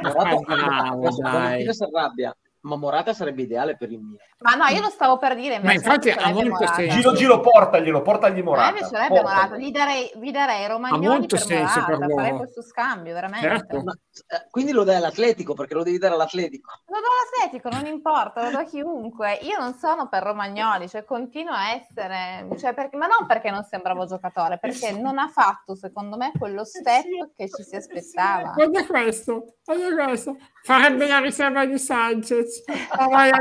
Speaker 5: Morata,
Speaker 1: Bravo,
Speaker 5: adesso, Valentino
Speaker 1: dai.
Speaker 5: si arrabbia, ma Morata sarebbe ideale per il Milan.
Speaker 3: Ma no, io lo stavo per dire. invece,
Speaker 1: infatti
Speaker 3: mi piacerebbe
Speaker 1: ha molto
Speaker 3: Morata.
Speaker 1: senso.
Speaker 2: Giro, giro, portaglielo, portagli
Speaker 3: A me
Speaker 2: Morata.
Speaker 3: piacerebbe
Speaker 2: portaglielo.
Speaker 3: Morata, gli darei, vi darei Romagnoli
Speaker 1: Ha molto
Speaker 3: per
Speaker 1: senso per
Speaker 3: Morata,
Speaker 1: loro.
Speaker 3: farei questo scambio, veramente.
Speaker 1: Certo.
Speaker 5: Ma, eh, quindi lo dai all'Atletico perché lo devi dare all'Atletico.
Speaker 3: Lo do all'Atletico, non importa, lo do a chiunque. Io non sono per Romagnoli, cioè continuo a essere, cioè, perché- ma non perché non sembravo giocatore, perché non ha fatto, secondo me, quello step che ci si aspettava.
Speaker 1: Guarda questo, guarda questo. Farebbe la riserva di Sanchez. Ma vai a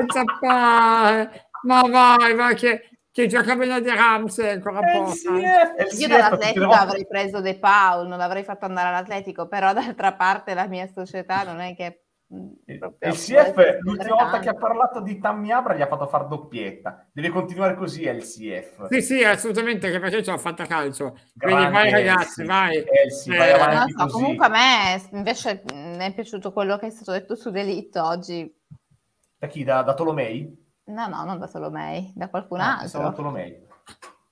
Speaker 1: zappare. Ma vai, vai che, che gioca bene di Ramsey ancora
Speaker 2: Eh,
Speaker 1: poco.
Speaker 2: sì, eh, eh, sì,
Speaker 3: Io
Speaker 2: eh, tutte le
Speaker 3: dall'Atletico
Speaker 2: volte-
Speaker 3: avrei preso De Paul, non l'avrei fatto andare all'Atletico, però d'altra parte la mia società non è che... mm,
Speaker 2: Il
Speaker 3: proprio
Speaker 2: CF
Speaker 3: volesse
Speaker 2: l'ultima volta
Speaker 3: tanto.
Speaker 2: che ha parlato di Tammy Abra gli ha fatto far doppietta. Deve continuare così il CF.
Speaker 1: Sì, sì, assolutamente, che perché ci ho fatta calcio. Quindi
Speaker 2: Grande
Speaker 1: vai ragazzi,
Speaker 2: Elsie.
Speaker 1: vai.
Speaker 2: Elsie, vai
Speaker 1: Eh,
Speaker 2: avanti
Speaker 3: Non so,
Speaker 2: così.
Speaker 3: comunque a me invece mh, è piaciuto quello che è stato detto su Delitto oggi.
Speaker 2: Da chi? Da, da Tolomei?
Speaker 3: No, no, non da Solomei, da qualcun
Speaker 2: Ah, pensavo da
Speaker 3: altro.
Speaker 2: Tolomei.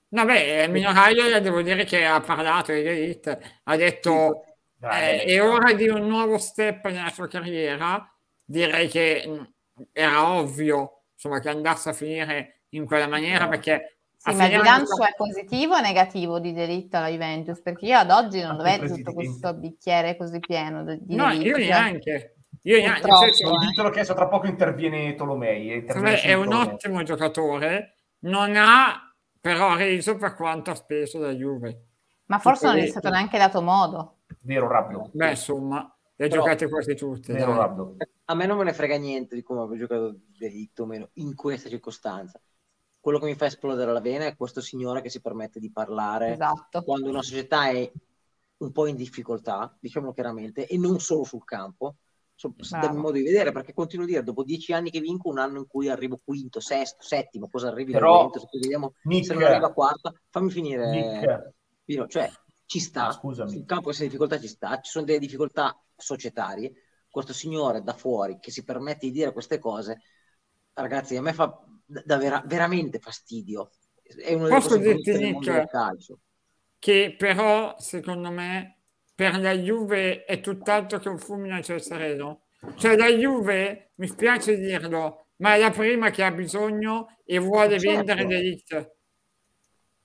Speaker 1: No, beh, Minoraio devo dire che ha parlato di Elite, ha detto
Speaker 2: Grande
Speaker 1: eh,
Speaker 2: Elsie.
Speaker 1: è ora di un nuovo step nella sua carriera, direi che mh, era ovvio insomma, che andasse a finire in quella maniera perché a
Speaker 3: Sì, ma il
Speaker 1: fine
Speaker 3: bilancio
Speaker 1: anno-
Speaker 3: è positivo o negativo di delitto alla Juventus? Perché io ad oggi non
Speaker 2: Anche
Speaker 3: lo
Speaker 2: il
Speaker 3: vedo
Speaker 2: presidente.
Speaker 3: tutto questo bicchiere così pieno de- di cioè,
Speaker 1: No,
Speaker 3: delitto.
Speaker 1: io neanche. Io neanche, nel
Speaker 3: Purtroppo,
Speaker 1: senso,
Speaker 2: Il titolo che adesso tra poco interviene Tolomei. eh, interviene
Speaker 1: eh. Secondo me è
Speaker 2: sempre
Speaker 1: un
Speaker 2: Tolomei.
Speaker 1: ottimo giocatore, non ha però reso per quanto ha speso la Juve.
Speaker 3: Ma forse non gli è
Speaker 1: Delitto.
Speaker 3: stato neanche dato modo.
Speaker 2: Vero Rabdo.
Speaker 1: Beh, insomma, le
Speaker 5: Però-
Speaker 1: giocate quasi tutte.
Speaker 2: Vero
Speaker 1: dai.
Speaker 2: Rabdo.
Speaker 5: A me non me ne frega niente di come abbia giocato delitto o meno in questa circostanza. Quello che mi fa esplodere la vena è questo signore che si permette di parlare
Speaker 3: Esatto.
Speaker 5: quando una società è un po' in difficoltà, diciamo chiaramente, e non solo sul campo, so- s-
Speaker 3: Bravo.
Speaker 5: dal mio modo di vedere, perché continuo a dire, dopo dieci anni che vinco, un anno in cui arrivo quinto, sesto, settimo, cosa arrivi
Speaker 2: Però-
Speaker 5: veramente, se vediamo se non arriva
Speaker 2: Nick,
Speaker 5: quarta, fammi finire,
Speaker 2: Nick,
Speaker 5: Pino, cioè ci sta,
Speaker 2: Ah, scusami.
Speaker 5: sul campo queste difficoltà ci sta, ci sono delle difficoltà societarie, questo signore da fuori che si permette di dire queste cose, ragazzi, a me fa da, da vera- veramente fastidio. È una delle
Speaker 1: Posso
Speaker 5: cose
Speaker 1: dirti,
Speaker 5: brutte del mondo
Speaker 1: Nick?
Speaker 5: del calcio.
Speaker 1: che però secondo me per la Juve è tutt'altro che un fulmine a ciel sereno. Cioè la Juve, mi spiace dirlo, ma è la prima che ha bisogno e vuole
Speaker 5: Certo.
Speaker 1: vendere dei hit.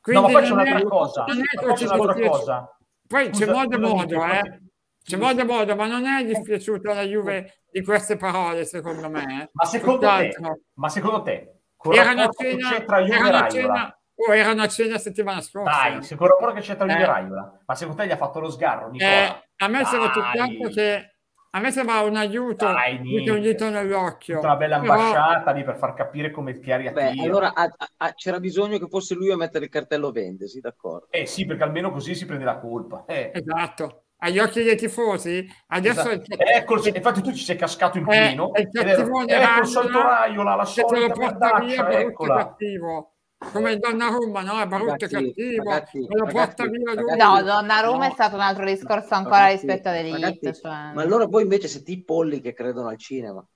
Speaker 2: No, ma poi c'è
Speaker 1: non è-
Speaker 2: un'altra cosa.
Speaker 1: non è
Speaker 2: Poi c'è
Speaker 1: che ci
Speaker 2: un'altra
Speaker 1: dispiace.
Speaker 2: cosa.
Speaker 1: Poi c'è
Speaker 2: Scusa,
Speaker 1: modo e
Speaker 2: scusami,
Speaker 1: modo,
Speaker 2: Nick,
Speaker 1: eh. C'è modo e modo, ma non è dispiaciuta la Juve di queste parole, secondo me. eh.
Speaker 2: Ma secondo te,
Speaker 1: Tutt'altro.
Speaker 2: ma secondo te, col
Speaker 1: Era una
Speaker 2: rapporto che
Speaker 1: cena,
Speaker 2: c'è tra Juve
Speaker 1: era
Speaker 2: e
Speaker 1: una
Speaker 2: Raiola,
Speaker 1: cena, oh, era una cena settimana scorsa.
Speaker 2: dai, se col rapporto che c'è tra Juve
Speaker 1: Eh.
Speaker 2: e Raiola, ma secondo te gli ha fatto lo sgarro, Nicola?
Speaker 1: Eh, a me sembra
Speaker 2: Dai.
Speaker 1: tutt'altro che a me sembra un aiuto
Speaker 2: Dai,
Speaker 1: più che un
Speaker 2: niente.
Speaker 1: dito nell'occhio.
Speaker 2: Tutta una bella
Speaker 1: Però-
Speaker 2: ambasciata lì per far capire come piari a
Speaker 5: Beh,
Speaker 2: tiro.
Speaker 5: allora a- a- a- c'era bisogno che fosse lui a mettere il cartello vende, sì, d'accordo.
Speaker 2: Eh sì, perché almeno così si prende la colpa. Eh.
Speaker 1: esatto. Agli occhi dei tifosi, adesso
Speaker 2: Esatto.
Speaker 1: è il
Speaker 2: Ecco il- infatti tu ci sei cascato in
Speaker 1: Eh,
Speaker 2: pieno.
Speaker 1: è il
Speaker 2: ed
Speaker 1: cattivone
Speaker 2: ero- ecco
Speaker 1: Raiola
Speaker 2: il solito Raiola, la
Speaker 1: che te lo
Speaker 2: solita
Speaker 1: porta via
Speaker 2: merdaccia,
Speaker 1: brutto e
Speaker 2: eccola.
Speaker 1: cattivo. Come Donnarumma, no? È brutto e
Speaker 5: Ragazzi,
Speaker 1: cattivo,
Speaker 5: ragazzi,
Speaker 1: me lo porta
Speaker 5: ragazzi,
Speaker 1: via lui.
Speaker 5: ragazzi.
Speaker 3: No, Donnarumma
Speaker 1: Eh, No.
Speaker 3: è stato un altro discorso ancora
Speaker 5: Ragazzi,
Speaker 3: rispetto a degli
Speaker 5: ragazzi,
Speaker 3: hit, cioè.
Speaker 5: Ma allora voi invece siete i polli che credono al cinema.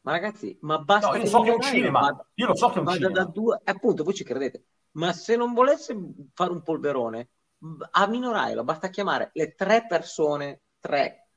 Speaker 5: Ma ragazzi, ma basta...
Speaker 2: No, io so che è un
Speaker 5: Raiola
Speaker 2: cinema.
Speaker 5: vada-
Speaker 2: Io lo so che è un
Speaker 5: vada da
Speaker 2: cinema.
Speaker 5: due, appunto, voi ci credete. Ma se non volesse fare un polverone, a Mino Raiola basta chiamare le tre persone, tre,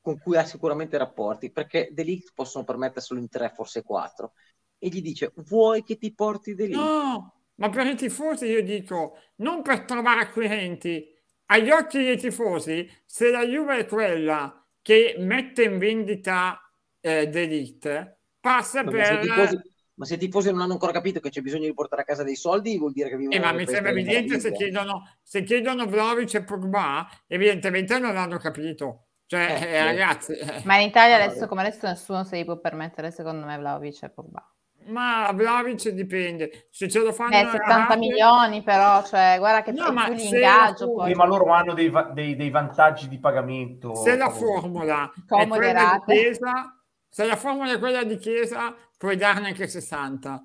Speaker 5: con cui ha sicuramente rapporti, perché Delict possono permetterselo in tre, forse quattro, e gli dice, vuoi che ti porti Delict?
Speaker 1: No, ma per i tifosi io dico, non per trovare acquirenti, agli occhi dei tifosi, se la Juve è quella che mette in vendita eh, D'Elite, passa
Speaker 5: Ma, se
Speaker 1: per...
Speaker 5: i tifosi, ma se i tifosi non hanno ancora capito che c'è bisogno di portare a casa dei soldi, vuol dire che vivono
Speaker 1: Eh, ma
Speaker 5: nel
Speaker 1: mi
Speaker 5: paese
Speaker 1: sembra
Speaker 5: delle
Speaker 1: evidente se
Speaker 5: meraviglie.
Speaker 1: chiedono, se chiedono Vlahovic e Pogba, evidentemente non hanno capito. Cioè,
Speaker 5: Eh,
Speaker 1: eh,
Speaker 5: sì.
Speaker 1: ragazzi, eh,
Speaker 3: Ma in Italia
Speaker 5: Allora,
Speaker 3: adesso come adesso nessuno se li può permettere, secondo me, Vlaovic e Pogba.
Speaker 1: ma Vlahovic dipende. Se ce lo fanno...
Speaker 3: Eh,
Speaker 1: a
Speaker 3: 70
Speaker 1: rate-
Speaker 3: milioni però, cioè, guarda che
Speaker 1: No,
Speaker 3: più
Speaker 1: ma
Speaker 3: più
Speaker 1: se
Speaker 3: l'ingaggio
Speaker 1: la-
Speaker 2: Eh,
Speaker 3: poi.
Speaker 2: ma loro hanno dei, va- dei- dei vantaggi di pagamento.
Speaker 1: se la
Speaker 2: favore.
Speaker 1: formula è
Speaker 3: Comode
Speaker 1: quella di
Speaker 3: rate.
Speaker 1: Chiesa, se la formula è quella di Chiesa, puoi darne anche 60,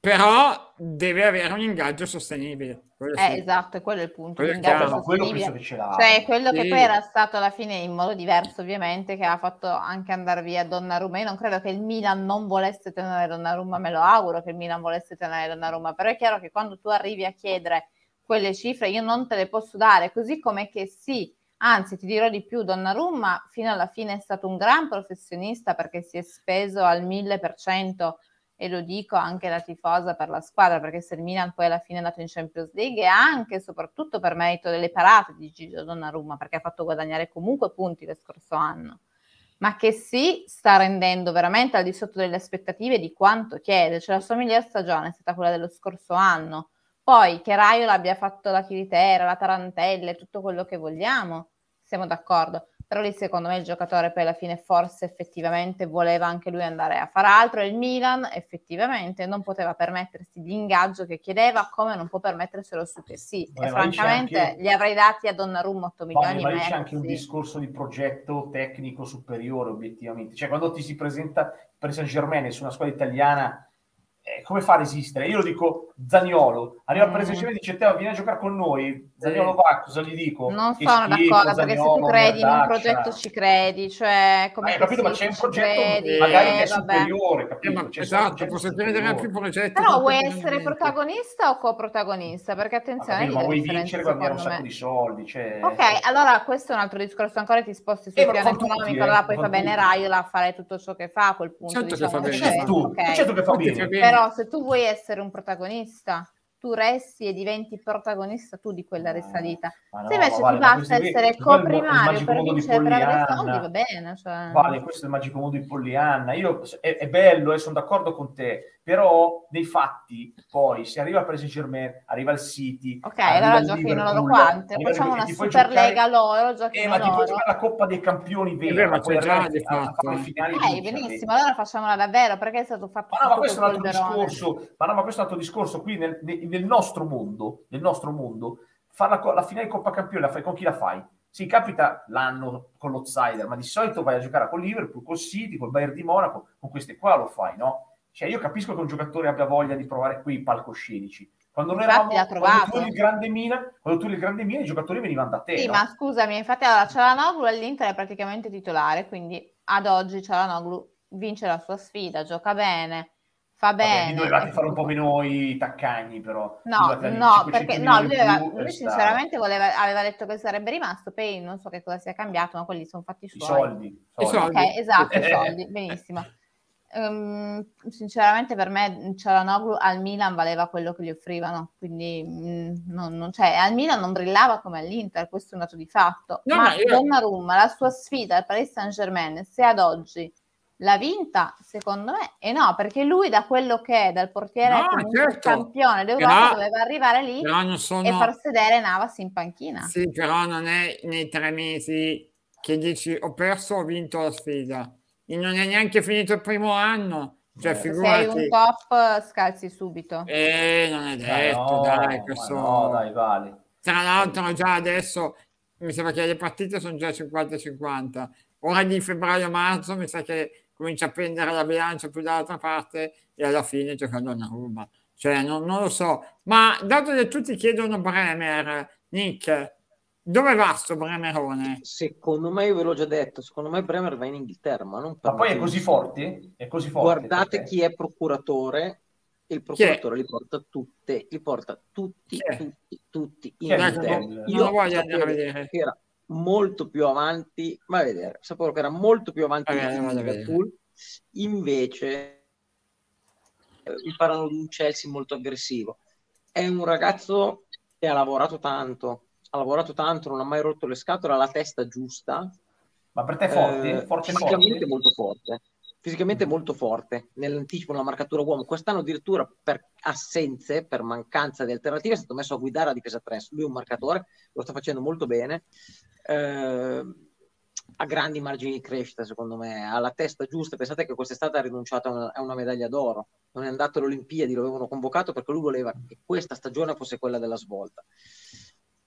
Speaker 1: però deve avere un ingaggio sostenibile. quello
Speaker 3: Eh,
Speaker 1: sì.
Speaker 3: esatto, è quello il punto.
Speaker 1: Quello è
Speaker 3: l'ingaggio
Speaker 1: chiaro,
Speaker 2: Eh, Ma quello
Speaker 3: sostenibile.
Speaker 2: penso che ce l'ha.
Speaker 3: Cioè, quello che
Speaker 1: Sì.
Speaker 3: poi era stato alla fine in modo diverso, ovviamente, che ha fatto anche andare via Donnarumma. Io non credo che il Milan non volesse tenere Donnarumma, me lo auguro che il Milan volesse tenere Donnarumma, però è chiaro che quando tu arrivi a chiedere quelle cifre io non te le posso dare, così come che sì, anzi ti dirò di più, Donnarumma fino alla fine è stato un gran professionista perché si è speso al 1000% e lo dico anche da tifosa per la squadra, perché se il Milan poi alla fine è andato in Champions League è anche e soprattutto per merito delle parate di Gigio Donnarumma, perché ha fatto guadagnare comunque punti lo scorso anno, ma che si sta rendendo veramente al di sotto delle aspettative di quanto chiede, cioè la sua miglior stagione è stata quella dello scorso anno, poi che Raiola abbia fatto la Chilitera, la Tarantella e tutto quello che vogliamo, siamo d'accordo, però lì secondo me il giocatore poi alla fine forse effettivamente voleva anche lui andare a fare altro e il Milan effettivamente non poteva permettersi l'ingaggio che chiedeva come non può permetterselo su che sì e
Speaker 2: Voleva dice
Speaker 3: francamente
Speaker 2: anche-
Speaker 3: gli avrei dati a Donnarumma
Speaker 2: Ma
Speaker 3: 8 milioni
Speaker 2: ma
Speaker 3: e
Speaker 2: lì
Speaker 3: mezzo
Speaker 2: c'è anche un discorso di progetto tecnico superiore, obiettivamente. Cioè, quando ti si presenta per Saint Germain su una squadra italiana, eh, come fa a resistere? Io lo dico Zaniolo, arriva il
Speaker 3: Mm.
Speaker 2: Paris Saint-Germain e dice: Teo, vieni a giocare con noi. Zaniolo va, cosa gli dico?
Speaker 3: non
Speaker 2: Che
Speaker 3: sono
Speaker 2: schifo,
Speaker 3: d'accordo perché se tu
Speaker 2: Zaniolo,
Speaker 3: credi in un
Speaker 2: merdaccia.
Speaker 3: progetto ci credi cioè
Speaker 2: Ma
Speaker 3: come
Speaker 2: hai
Speaker 3: che
Speaker 2: capito, ma
Speaker 3: sì,
Speaker 2: c'è un
Speaker 3: ci
Speaker 2: progetto
Speaker 3: credi,
Speaker 2: magari
Speaker 3: eh,
Speaker 2: che è
Speaker 3: vabbè.
Speaker 2: superiore,
Speaker 1: Eh, ma-
Speaker 2: capito? C'è stato un
Speaker 1: esatto,
Speaker 2: progetto
Speaker 1: posso credere a
Speaker 2: superiore.
Speaker 1: più progetti.
Speaker 3: però
Speaker 1: più
Speaker 3: vuoi
Speaker 1: progetti.
Speaker 3: essere protagonista o coprotagonista perché
Speaker 2: Ma
Speaker 3: attenzione
Speaker 2: capito,
Speaker 3: lì
Speaker 2: ma
Speaker 3: la
Speaker 2: vuoi
Speaker 3: differenza,
Speaker 2: vincere e guadagnare un
Speaker 3: secondo
Speaker 2: sacco
Speaker 3: me.
Speaker 2: di soldi? Cioè...
Speaker 3: Ok, allora questo è un altro discorso, ancora ti sposti sul
Speaker 2: Eh, ma lo
Speaker 3: piano
Speaker 2: fanno tutti,
Speaker 3: economico,
Speaker 2: eh,
Speaker 3: allora
Speaker 2: lo
Speaker 3: poi fa
Speaker 2: fanno
Speaker 3: bene
Speaker 2: tutti.
Speaker 3: Raiola a fare tutto ciò che fa a quel punto.
Speaker 1: Certo che
Speaker 3: diciamo,
Speaker 1: fa bene.
Speaker 3: ok,
Speaker 2: Certo,
Speaker 3: ok.
Speaker 2: certo che fa
Speaker 1: Tutti
Speaker 2: bene.
Speaker 1: fa bene.
Speaker 3: Però se tu vuoi essere un protagonista, tu resti e diventi protagonista tu di quella risalita.
Speaker 2: Ma no,
Speaker 3: se invece
Speaker 2: ma vale,
Speaker 3: ti
Speaker 2: ma
Speaker 3: basta
Speaker 2: questo qui-
Speaker 3: essere
Speaker 2: questo qua è il mo- il
Speaker 3: coprimario
Speaker 2: magico
Speaker 3: per
Speaker 2: mondo di
Speaker 3: vincere per avere
Speaker 2: Pollyanna.
Speaker 3: soldi, va bene. Cioè...
Speaker 2: Vale, questo è il magico mondo di Pollyanna. Io, è, è bello, e sono d'accordo con te, però nei fatti poi se arriva il Paris Saint-Germain, arriva il City,
Speaker 3: Ok,
Speaker 2: arriva
Speaker 3: allora
Speaker 2: il
Speaker 3: giochino
Speaker 2: Liverpool,
Speaker 3: loro quante,
Speaker 2: arriva il
Speaker 3: facciamo una
Speaker 2: Liverpool, ti puoi
Speaker 3: Superlega
Speaker 2: giocare-
Speaker 3: loro,
Speaker 2: Eh,
Speaker 3: giochino
Speaker 2: ma ti puoi
Speaker 3: loro.
Speaker 2: giocare la Coppa dei Campioni
Speaker 1: Eh,
Speaker 2: vera,
Speaker 1: beh, ma
Speaker 2: poi
Speaker 1: c'è già
Speaker 2: arrivare
Speaker 1: di
Speaker 2: a- a
Speaker 1: fatto,
Speaker 2: fare le
Speaker 1: eh.
Speaker 2: finali
Speaker 3: Eh,
Speaker 2: vincerle.
Speaker 3: benissimo, allora facciamola davvero, perché è stato fatto
Speaker 2: Ma Ah, no, ma
Speaker 3: tutto
Speaker 2: questo è un
Speaker 3: quel
Speaker 2: altro
Speaker 3: polverone?
Speaker 2: discorso. Ma no, ma questo è un altro discorso. Qui nel, nel- nel nostro mondo, nel nostro mondo, fare la, co- la finale Coppa Campione la fai con chi la fai? Sì, capita l'anno con l'outsider, ma di solito vai a giocare con Liverpool, col City, col Bayern di Monaco, con queste qua lo fai, no? Cioè, io capisco che un giocatore abbia voglia di provare qui i palcoscenici. Quando noi
Speaker 3: Infatti
Speaker 2: eravamo
Speaker 3: l'ha
Speaker 2: quando tu
Speaker 3: trovato.
Speaker 2: eri il grande Milan, quando tu eri il grande Milan, i giocatori venivano da te,
Speaker 3: Sì,
Speaker 2: no?
Speaker 3: ma scusami, infatti allora Cialanoglu all'Inter è praticamente titolare, quindi ad oggi Cialanoglu vince la sua sfida, gioca bene, fa
Speaker 2: Vabbè,
Speaker 3: bene.
Speaker 2: lì dovevate fare un po' meno i taccagni, però.
Speaker 3: No,
Speaker 2: Dovevate avere
Speaker 3: no,
Speaker 2: 500
Speaker 3: perché
Speaker 2: milioni
Speaker 3: no,
Speaker 2: in
Speaker 3: lui,
Speaker 2: più
Speaker 3: aveva-
Speaker 2: per
Speaker 3: lui
Speaker 2: stare.
Speaker 3: sinceramente voleva- aveva detto che sarebbe rimasto, poi non so che cosa sia cambiato, ma quelli sono fatti
Speaker 2: I
Speaker 3: suoi.
Speaker 2: soldi.
Speaker 1: I soldi.
Speaker 3: Ok, esatto, i
Speaker 2: Eh.
Speaker 3: soldi, benissimo. Ehm, sinceramente per me Cialanoglu al Milan valeva quello che gli offrivano, quindi mm, non, non- cioè, al Milan non brillava come all'Inter, questo è un dato di fatto.
Speaker 1: No,
Speaker 3: ma
Speaker 1: ma io-
Speaker 3: Donnarumma, la sua sfida al Paris Saint-Germain, se ad oggi l'ha vinta, secondo me, e no, perché lui da quello che è, dal portiere
Speaker 1: No,
Speaker 3: comunque
Speaker 1: certo.
Speaker 3: campione
Speaker 1: Gra-
Speaker 3: d'Europa, doveva arrivare lì
Speaker 1: Però non
Speaker 3: e
Speaker 1: sono...
Speaker 3: far sedere Navas in panchina.
Speaker 1: Sì, però non è nei tre mesi che dici ho perso ho vinto la sfida. E non è neanche finito il primo anno. Cioè,
Speaker 2: Eh. Se
Speaker 3: Se sei un
Speaker 1: figurati.
Speaker 3: top, scalzi subito.
Speaker 1: Eh, non è
Speaker 2: Ma
Speaker 1: detto,
Speaker 2: no,
Speaker 1: dai,
Speaker 2: ma
Speaker 1: questo...
Speaker 2: no, dai, vale.
Speaker 1: Tra l'altro già adesso mi sembra che le partite sono già 50-50. Ora di febbraio-marzo mi sa che comincia a prendere la bilancia più dall'altra parte e alla fine giocando una ruba. Cioè, non, non lo so. Ma dato che tutti chiedono Bremer, Nick, dove va sto Bremerone?
Speaker 5: Secondo me, io ve l'ho già detto, secondo me Bremer va in Inghilterra, ma non per
Speaker 2: Ma poi è
Speaker 5: motivi-
Speaker 2: così forte? È così forte.
Speaker 5: Guardate
Speaker 2: perché-
Speaker 5: chi è procuratore, il procuratore li porta tutte, li porta tutti,
Speaker 1: Chi è?
Speaker 5: tutti, tutti in
Speaker 2: Chi è?
Speaker 5: Inghilterra.
Speaker 2: Non
Speaker 1: lo voglio andare a
Speaker 5: sapevo
Speaker 1: vedere.
Speaker 5: Che era molto più avanti, ma a vedere, sapevo che era molto più avanti
Speaker 1: Vabbè,
Speaker 5: di
Speaker 1: vado a vedere.
Speaker 5: Liverpool, invece eh, mi parlano di un Chelsea molto aggressivo. È un ragazzo che ha lavorato tanto, ha lavorato tanto, non ha mai rotto le scatole, ha la testa giusta,
Speaker 2: Ma per te è forte?
Speaker 5: eh,
Speaker 2: forte,
Speaker 5: fisicamente
Speaker 2: forte?
Speaker 5: molto forte. Fisicamente molto forte nell'anticipo nella marcatura uomo. Quest'anno addirittura per assenze, per mancanza di alternative, è stato messo a guidare la difesa 3. Lui è un marcatore, lo sta facendo molto bene. Eh, ha grandi margini di crescita, secondo me. Ha la testa giusta. Pensate che quest'estate ha rinunciato a una, a una medaglia d'oro. Non è andato alle Olimpiadi, lo avevano convocato perché lui voleva che questa stagione fosse quella della svolta.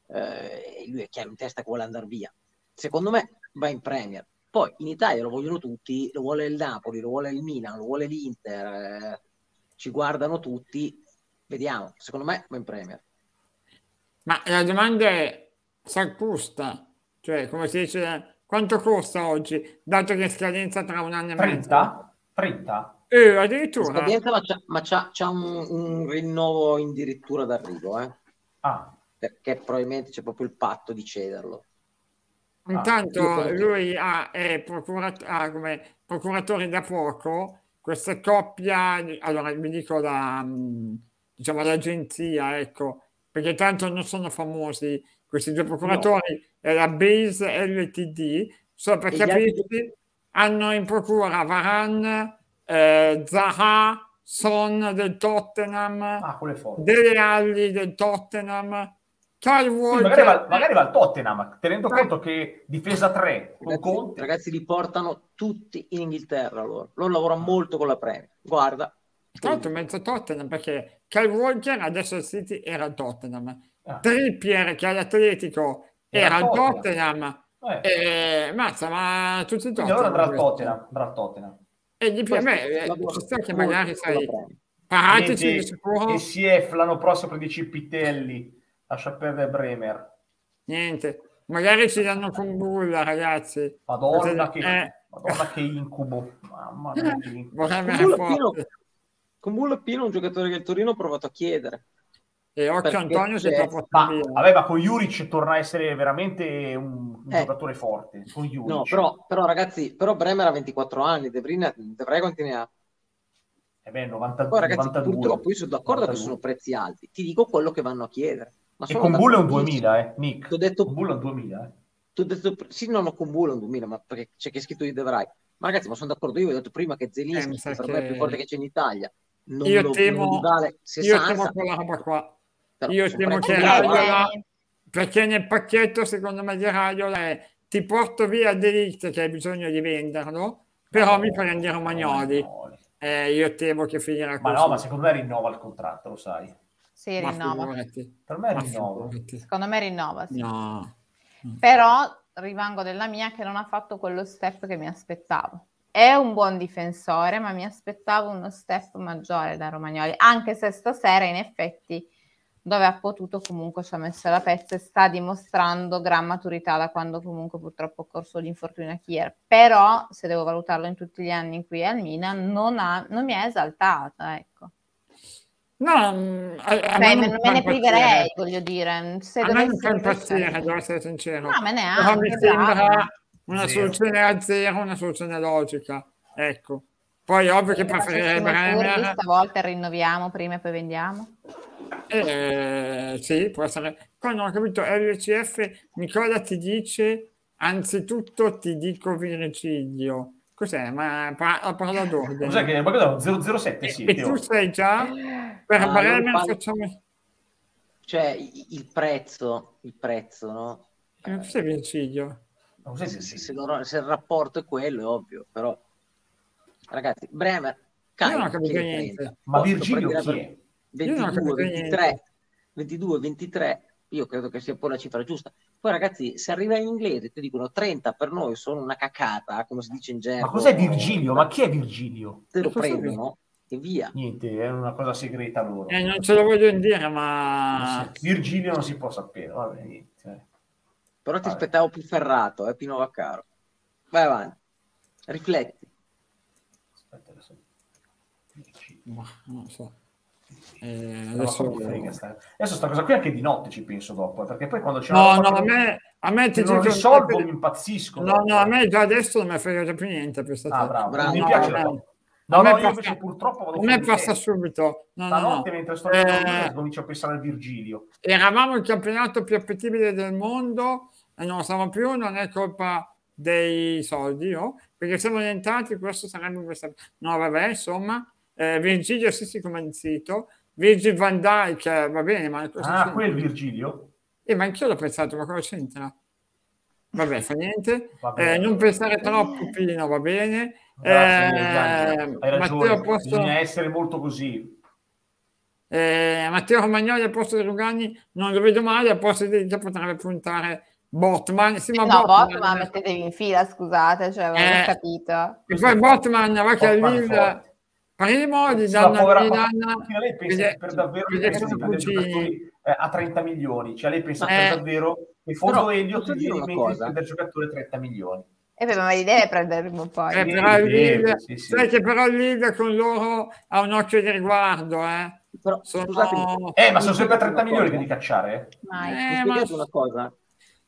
Speaker 5: Eh, e lui è chiaro in testa che vuole andare via secondo me va in Premier. Poi in Italia lo vogliono tutti, lo vuole il Napoli, lo vuole il Milan, lo vuole l'Inter, eh, ci guardano tutti, vediamo, secondo me va in Premier.
Speaker 1: Ma la domanda è, sa costa? Cioè, come si dice, quanto costa oggi, dato che è scadenza tra un anno e mezzo?
Speaker 2: 30? 30?
Speaker 1: Eh,
Speaker 5: In
Speaker 1: addirittura.
Speaker 5: scadenza, ma c'ha, ma c'ha- c'ha un, un rinnovo addirittura d'arrivo, eh,
Speaker 2: Ah,
Speaker 5: perché probabilmente c'è proprio il patto di cederlo.
Speaker 1: Intanto
Speaker 5: io-
Speaker 1: lui ha- è procurat- ha come procuratore da poco, questa coppia, allora vi dico la, mm, diciamo, l'agenzia, ecco, perché tanto non sono famosi questi due procuratori, è la Base LTD, solo per
Speaker 5: E gli altri-
Speaker 1: capirci, hanno in procura Varan, eh, Zaha, Son del Tottenham,
Speaker 2: ah, quello è forte.
Speaker 1: Dele Alli del Tottenham, Kyle
Speaker 2: Sì,
Speaker 1: Walker...
Speaker 2: magari, va, magari va al Tottenham, tenendo
Speaker 1: Sì.
Speaker 2: conto che difesa 3 con
Speaker 5: Ragazzi,
Speaker 2: Conte.
Speaker 5: ragazzi li portano tutti in Inghilterra loro, loro lavorano molto con la Premier, guarda.
Speaker 1: Tra l'altro mezzo Tottenham perché Kyle Walker adesso il City era il Tottenham
Speaker 2: Ah,
Speaker 1: Trippier che all'Atletico era
Speaker 2: Era
Speaker 1: il
Speaker 2: Tottenham.
Speaker 1: Tottenham
Speaker 2: eh,
Speaker 1: e mazza ma tutti i
Speaker 2: quindi
Speaker 1: Tottenham
Speaker 2: allora andrà al
Speaker 1: questo.
Speaker 2: Tottenham, andrà al Tottenham.
Speaker 1: e gli piace beh, eh,
Speaker 5: Lavorano
Speaker 1: ci sta che
Speaker 5: molto
Speaker 1: magari
Speaker 5: con la
Speaker 1: sai
Speaker 5: Premier.
Speaker 2: Ah,
Speaker 1: paratici di
Speaker 2: Niente,
Speaker 1: sicuro
Speaker 2: e si è l'anno prossimo di Cipitelli, lascia perdere Bremer.
Speaker 1: niente magari ci danno con bulla ragazzi
Speaker 2: Madonna che,
Speaker 1: Eh,
Speaker 2: Madonna che incubo. Mamma mia, che incubo.
Speaker 1: vorremmo
Speaker 5: Con
Speaker 1: forte.
Speaker 5: Bullapino, con Bullapino, un giocatore che il Torino ha provato a chiedere.
Speaker 1: e occhio
Speaker 5: perché
Speaker 1: Antonio si
Speaker 5: c'è-
Speaker 1: sta portando
Speaker 2: Ma,
Speaker 1: via.
Speaker 2: vabbè, ma con Juric torna a essere veramente un, un
Speaker 5: Eh.
Speaker 2: giocatore forte. Con Juric.
Speaker 5: No, però, però, ragazzi, però Bremer ha 24 anni, De Bruyne De Vrij continua.
Speaker 2: Eh beh, 92,
Speaker 5: Poi ragazzi,
Speaker 2: 92.
Speaker 5: purtroppo io sono d'accordo che
Speaker 2: 92.
Speaker 5: sono prezzi alti, ti dico quello che vanno a chiedere. Ma
Speaker 2: E
Speaker 5: sono
Speaker 2: con Bull è un
Speaker 5: d'accordissimo.
Speaker 2: 2000, eh, Nick.
Speaker 5: T'ho detto-
Speaker 2: Con Bull è un 2000, eh.
Speaker 5: T'ho detto, sì, no, no, con Bull è un 2000, ma perché c'è che è scritto di De Vrij. Ma ragazzi, ma sono d'accordo, io vi ho detto prima che
Speaker 1: Eh, mi
Speaker 5: Zelinski
Speaker 1: sa
Speaker 5: per me è più
Speaker 1: che-
Speaker 5: forte che c'è in Italia. Non
Speaker 1: Io
Speaker 5: lo
Speaker 1: temo-
Speaker 5: non gli vale
Speaker 1: io
Speaker 5: 60,
Speaker 1: temo quella roba qua
Speaker 5: però
Speaker 1: io
Speaker 5: sono
Speaker 1: temo
Speaker 5: prezzi
Speaker 1: che
Speaker 3: Perché,
Speaker 5: alti.
Speaker 1: Raiola-
Speaker 3: eh,
Speaker 1: perché nel pacchetto secondo me di Raiola è ti porto via Delict che hai bisogno di venderlo però mi prendi Romagnoli Eh, io temo che finirà
Speaker 2: Ma
Speaker 1: così
Speaker 2: no, ma secondo me rinnova il contratto, lo sai.
Speaker 3: sì,
Speaker 1: Ma
Speaker 3: rinnova.
Speaker 1: figurati,
Speaker 2: Per me
Speaker 1: ma
Speaker 2: rinnova.
Speaker 1: figurati.
Speaker 3: Secondo me rinnova, sì.
Speaker 1: no
Speaker 3: Però rimango della mia che non ha fatto quello step che mi aspettavo. È un buon difensore, ma mi aspettavo uno step maggiore da Romagnoli, anche se stasera in effetti dove ha potuto comunque ci ha messo la pezza e sta dimostrando gran maturità da quando comunque purtroppo ha corso l'infortunio a Kier. Però se devo valutarlo in tutti gli anni in cui è al Milan, non, ha- non mi ha esaltata, ecco.
Speaker 1: No, mm, a, a me
Speaker 3: Beh, me,
Speaker 1: non
Speaker 3: me
Speaker 1: fa
Speaker 3: ne
Speaker 1: impazzire.
Speaker 3: priverei, voglio dire. Se
Speaker 1: A me non
Speaker 3: dovessi
Speaker 1: fa impazzire,
Speaker 3: scegliere-
Speaker 1: devo essere sincero.
Speaker 3: No,
Speaker 1: Però mi
Speaker 3: me neanche, bravo.
Speaker 1: sembra una
Speaker 2: Zero.
Speaker 1: soluzione a zero, una soluzione logica. Ecco. Poi ovvio che preferirei
Speaker 3: Facessimo furbi,
Speaker 1: Bremer.
Speaker 3: stavolta rinnoviamo prima e poi vendiamo.
Speaker 1: Eh, sì, può essere. Poi non ho capito, LCF, Nicola ti dice, anzitutto ti dico Virgilio. Cos'è? Ma pa- la parola d'ordine.
Speaker 2: Cos'è che ma cos'è? 007
Speaker 1: E
Speaker 2: siete?
Speaker 1: tu
Speaker 2: oh.
Speaker 1: sei già? Per
Speaker 5: Ah,
Speaker 1: Bremer
Speaker 5: non parlo-
Speaker 1: facciamo...
Speaker 5: Cioè, i- il prezzo, il prezzo, no?
Speaker 1: Eh, Cos'è Virgilio?
Speaker 2: Ma cos'è che
Speaker 5: se,
Speaker 2: siete?
Speaker 5: se loro- se il rapporto è quello, è ovvio, però ragazzi, Bremer,
Speaker 1: Io non ho capito
Speaker 5: chiede
Speaker 1: niente.
Speaker 5: 30.
Speaker 2: Ma
Speaker 5: Posto
Speaker 2: Virgilio
Speaker 5: partirà
Speaker 2: chi
Speaker 5: per
Speaker 2: è?
Speaker 1: Io non ho
Speaker 5: 22,
Speaker 1: capito niente.
Speaker 5: 23, 22, 23, io credo che sia poi la cifra giusta. Poi ragazzi, se arriva in inglese e ti dicono 30 per noi sono una cacata, come si dice in gergo.
Speaker 2: Ma cos'è Virgilio? Ma chi è Virgilio?
Speaker 5: Te lo
Speaker 1: Cosa
Speaker 5: prendono e via.
Speaker 2: Niente, è una cosa segreta loro.
Speaker 1: Eh, non ce lo voglio dire, ma...
Speaker 2: Non si- Virgilio non si può sapere, vabbè, niente. eh.
Speaker 5: Però ti
Speaker 2: Vabbè.
Speaker 5: aspettavo più ferrato, eh, Pino Vaccaro. Vai avanti. Rifletti.
Speaker 2: Aspetta adesso. Virgilio.
Speaker 1: Ma non so. Eh,
Speaker 2: Ma
Speaker 1: adesso...
Speaker 2: cosa mi frega sta- Adesso sta cosa qui anche di notte ci penso dopo, eh, perché poi quando c'è
Speaker 1: No,
Speaker 2: una
Speaker 1: no,
Speaker 2: roba
Speaker 1: a
Speaker 2: che
Speaker 1: me, a me ti
Speaker 2: che non
Speaker 1: giuro-
Speaker 2: risolvo mi impazzisco.
Speaker 1: No,
Speaker 2: dopo.
Speaker 1: no, a me già adesso non mi frega già più niente. Questa
Speaker 2: Ah, bravo,
Speaker 5: Bravo,
Speaker 2: mi
Speaker 5: no,
Speaker 2: piace.
Speaker 5: a me-
Speaker 2: dopo.
Speaker 1: a
Speaker 2: No,
Speaker 1: me
Speaker 2: no, io
Speaker 1: passa-
Speaker 2: invece purtroppo vado
Speaker 1: A
Speaker 2: fuori
Speaker 1: me passa
Speaker 2: testa.
Speaker 1: subito. No, no, no.
Speaker 2: Stanotte mentre sto
Speaker 1: Eh,
Speaker 2: leggendo comincio a pensare al Virgilio.
Speaker 1: eravamo il campionato più appetibile del mondo e non lo siamo più, non è colpa dei soldi, no? Perché siamo orientati, questo sarebbe questa... No, vabbè, insomma, eh, Virgilio sì, sì, come zitto. Virgil van Dijk, eh, va bene, ma... cosa
Speaker 2: Ah,
Speaker 1: c'entra?
Speaker 2: quel Virgilio?
Speaker 1: Eh, ma anch'io l'ho pensato, ma cosa c'entra? Vabbè, fa niente.
Speaker 2: Va bene.
Speaker 1: Eh, non pensare troppo, Pino, va bene.
Speaker 2: Grazie,
Speaker 1: Eh,
Speaker 2: Gianni. Hai ragione,
Speaker 1: Matteo, posto-
Speaker 2: bisogna essere molto così.
Speaker 1: eh, Matteo Romagnoli al posto di Rugani non lo vedo male, al posto di Inter potrebbe puntare Botman. Sì, ma
Speaker 3: Eh, no,
Speaker 1: Botman-
Speaker 3: Botman mettetevi in fila, scusate, cioè, non
Speaker 1: Eh.
Speaker 3: ho capito.
Speaker 1: E poi Botman va che
Speaker 2: Botman è
Speaker 1: all'Ill
Speaker 2: forte.
Speaker 1: primo, gli
Speaker 2: Sì, la
Speaker 1: danno a
Speaker 2: povera
Speaker 1: Milan, eh,
Speaker 2: Fiorentina, lei pensa
Speaker 1: perché-
Speaker 2: che per davvero
Speaker 1: perché
Speaker 2: perché
Speaker 1: sono
Speaker 2: dei
Speaker 1: cugini.
Speaker 2: giocatori eh, a 30 milioni, cioè lei pensa
Speaker 1: Ma- eh,
Speaker 2: per davvero che fondo
Speaker 5: però,
Speaker 2: Elio ti
Speaker 5: posso dire
Speaker 2: viene in
Speaker 5: una
Speaker 2: mente di
Speaker 5: cosa?
Speaker 2: prendere giocatore 30 milioni.
Speaker 3: E beh, ma li deve prendere prima o poi.
Speaker 1: Eh,
Speaker 2: Sì,
Speaker 1: però il
Speaker 2: deve,
Speaker 1: Lille-
Speaker 2: sì, sì.
Speaker 1: sai che però il Lille con loro ha un occhio di riguardo, eh.
Speaker 5: Però,
Speaker 1: Sono-
Speaker 5: scusatemi,
Speaker 2: Eh, ma sono sempre a
Speaker 5: mi
Speaker 2: 30
Speaker 5: spiegate
Speaker 2: milioni
Speaker 5: una
Speaker 2: che
Speaker 5: cosa?
Speaker 2: devi cacciare. eh?
Speaker 3: Mai.
Speaker 1: Eh,
Speaker 5: Mi
Speaker 1: ma-
Speaker 5: spiegate una cosa?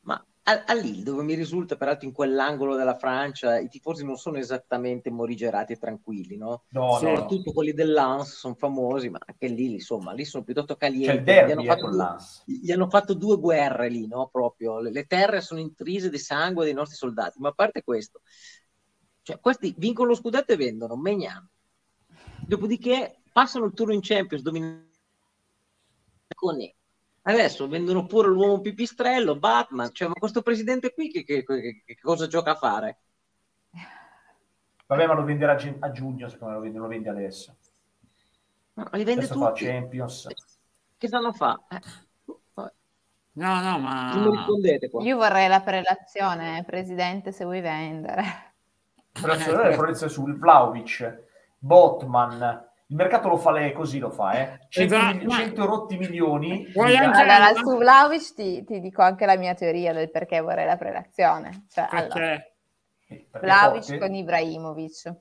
Speaker 5: Ma a- a Lille, dove mi risulta, peraltro in quell'angolo della Francia, i tifosi non sono esattamente morigerati e tranquilli, no?
Speaker 2: No,
Speaker 1: Sì.
Speaker 2: no, no.
Speaker 5: Soprattutto quelli del Lens sono famosi, ma anche lì, insomma, lì sono piuttosto calienti.
Speaker 2: C'è il
Speaker 5: gli,
Speaker 2: derby
Speaker 5: hanno
Speaker 2: eh,
Speaker 5: fatto
Speaker 2: con
Speaker 5: due,
Speaker 2: l'Ans.
Speaker 5: gli hanno fatto due guerre lì, no? Proprio. Le, le terre sono intrise di sangue dei nostri soldati, ma a parte questo, cioè, questi vincono lo scudetto e vendono, Megnan. Dopodiché passano il turno in Champions, dominando con Adesso vendono pure l'uomo pipistrello, Batman, cioè, ma questo presidente qui che, che- che- che cosa gioca a fare?
Speaker 2: Vabbè, ma lo venderà a gen- a giugno, secondo me lo vende, lo vende adesso.
Speaker 5: Ma li vende
Speaker 2: Adesso fa
Speaker 5: tutti.
Speaker 2: Champions.
Speaker 5: Che stanno a fa? Eh, vabbè,
Speaker 1: No, no, ma...
Speaker 5: non mi rispondete
Speaker 1: eh.
Speaker 5: qua.
Speaker 3: Io vorrei la prelazione, presidente, se vuoi vendere.
Speaker 2: Prelazionale
Speaker 1: Eh,
Speaker 2: prezzo sul Vlaovic, Botman. Il mercato lo fa lei così, lo fa, eh. 100,
Speaker 1: Esatto,
Speaker 2: mil-
Speaker 1: ma-
Speaker 2: 100 rotti milioni.
Speaker 1: Vuoi
Speaker 2: Liga.
Speaker 1: anche-
Speaker 3: Allora,
Speaker 1: Eh, ma-
Speaker 3: su Vlaovic ti, ti dico anche la mia teoria del perché vorrei la prelazione. Cioè, allora,
Speaker 1: Perché...
Speaker 2: Eh, perché
Speaker 3: Vlaovic
Speaker 2: forte?
Speaker 3: con Ibrahimovic.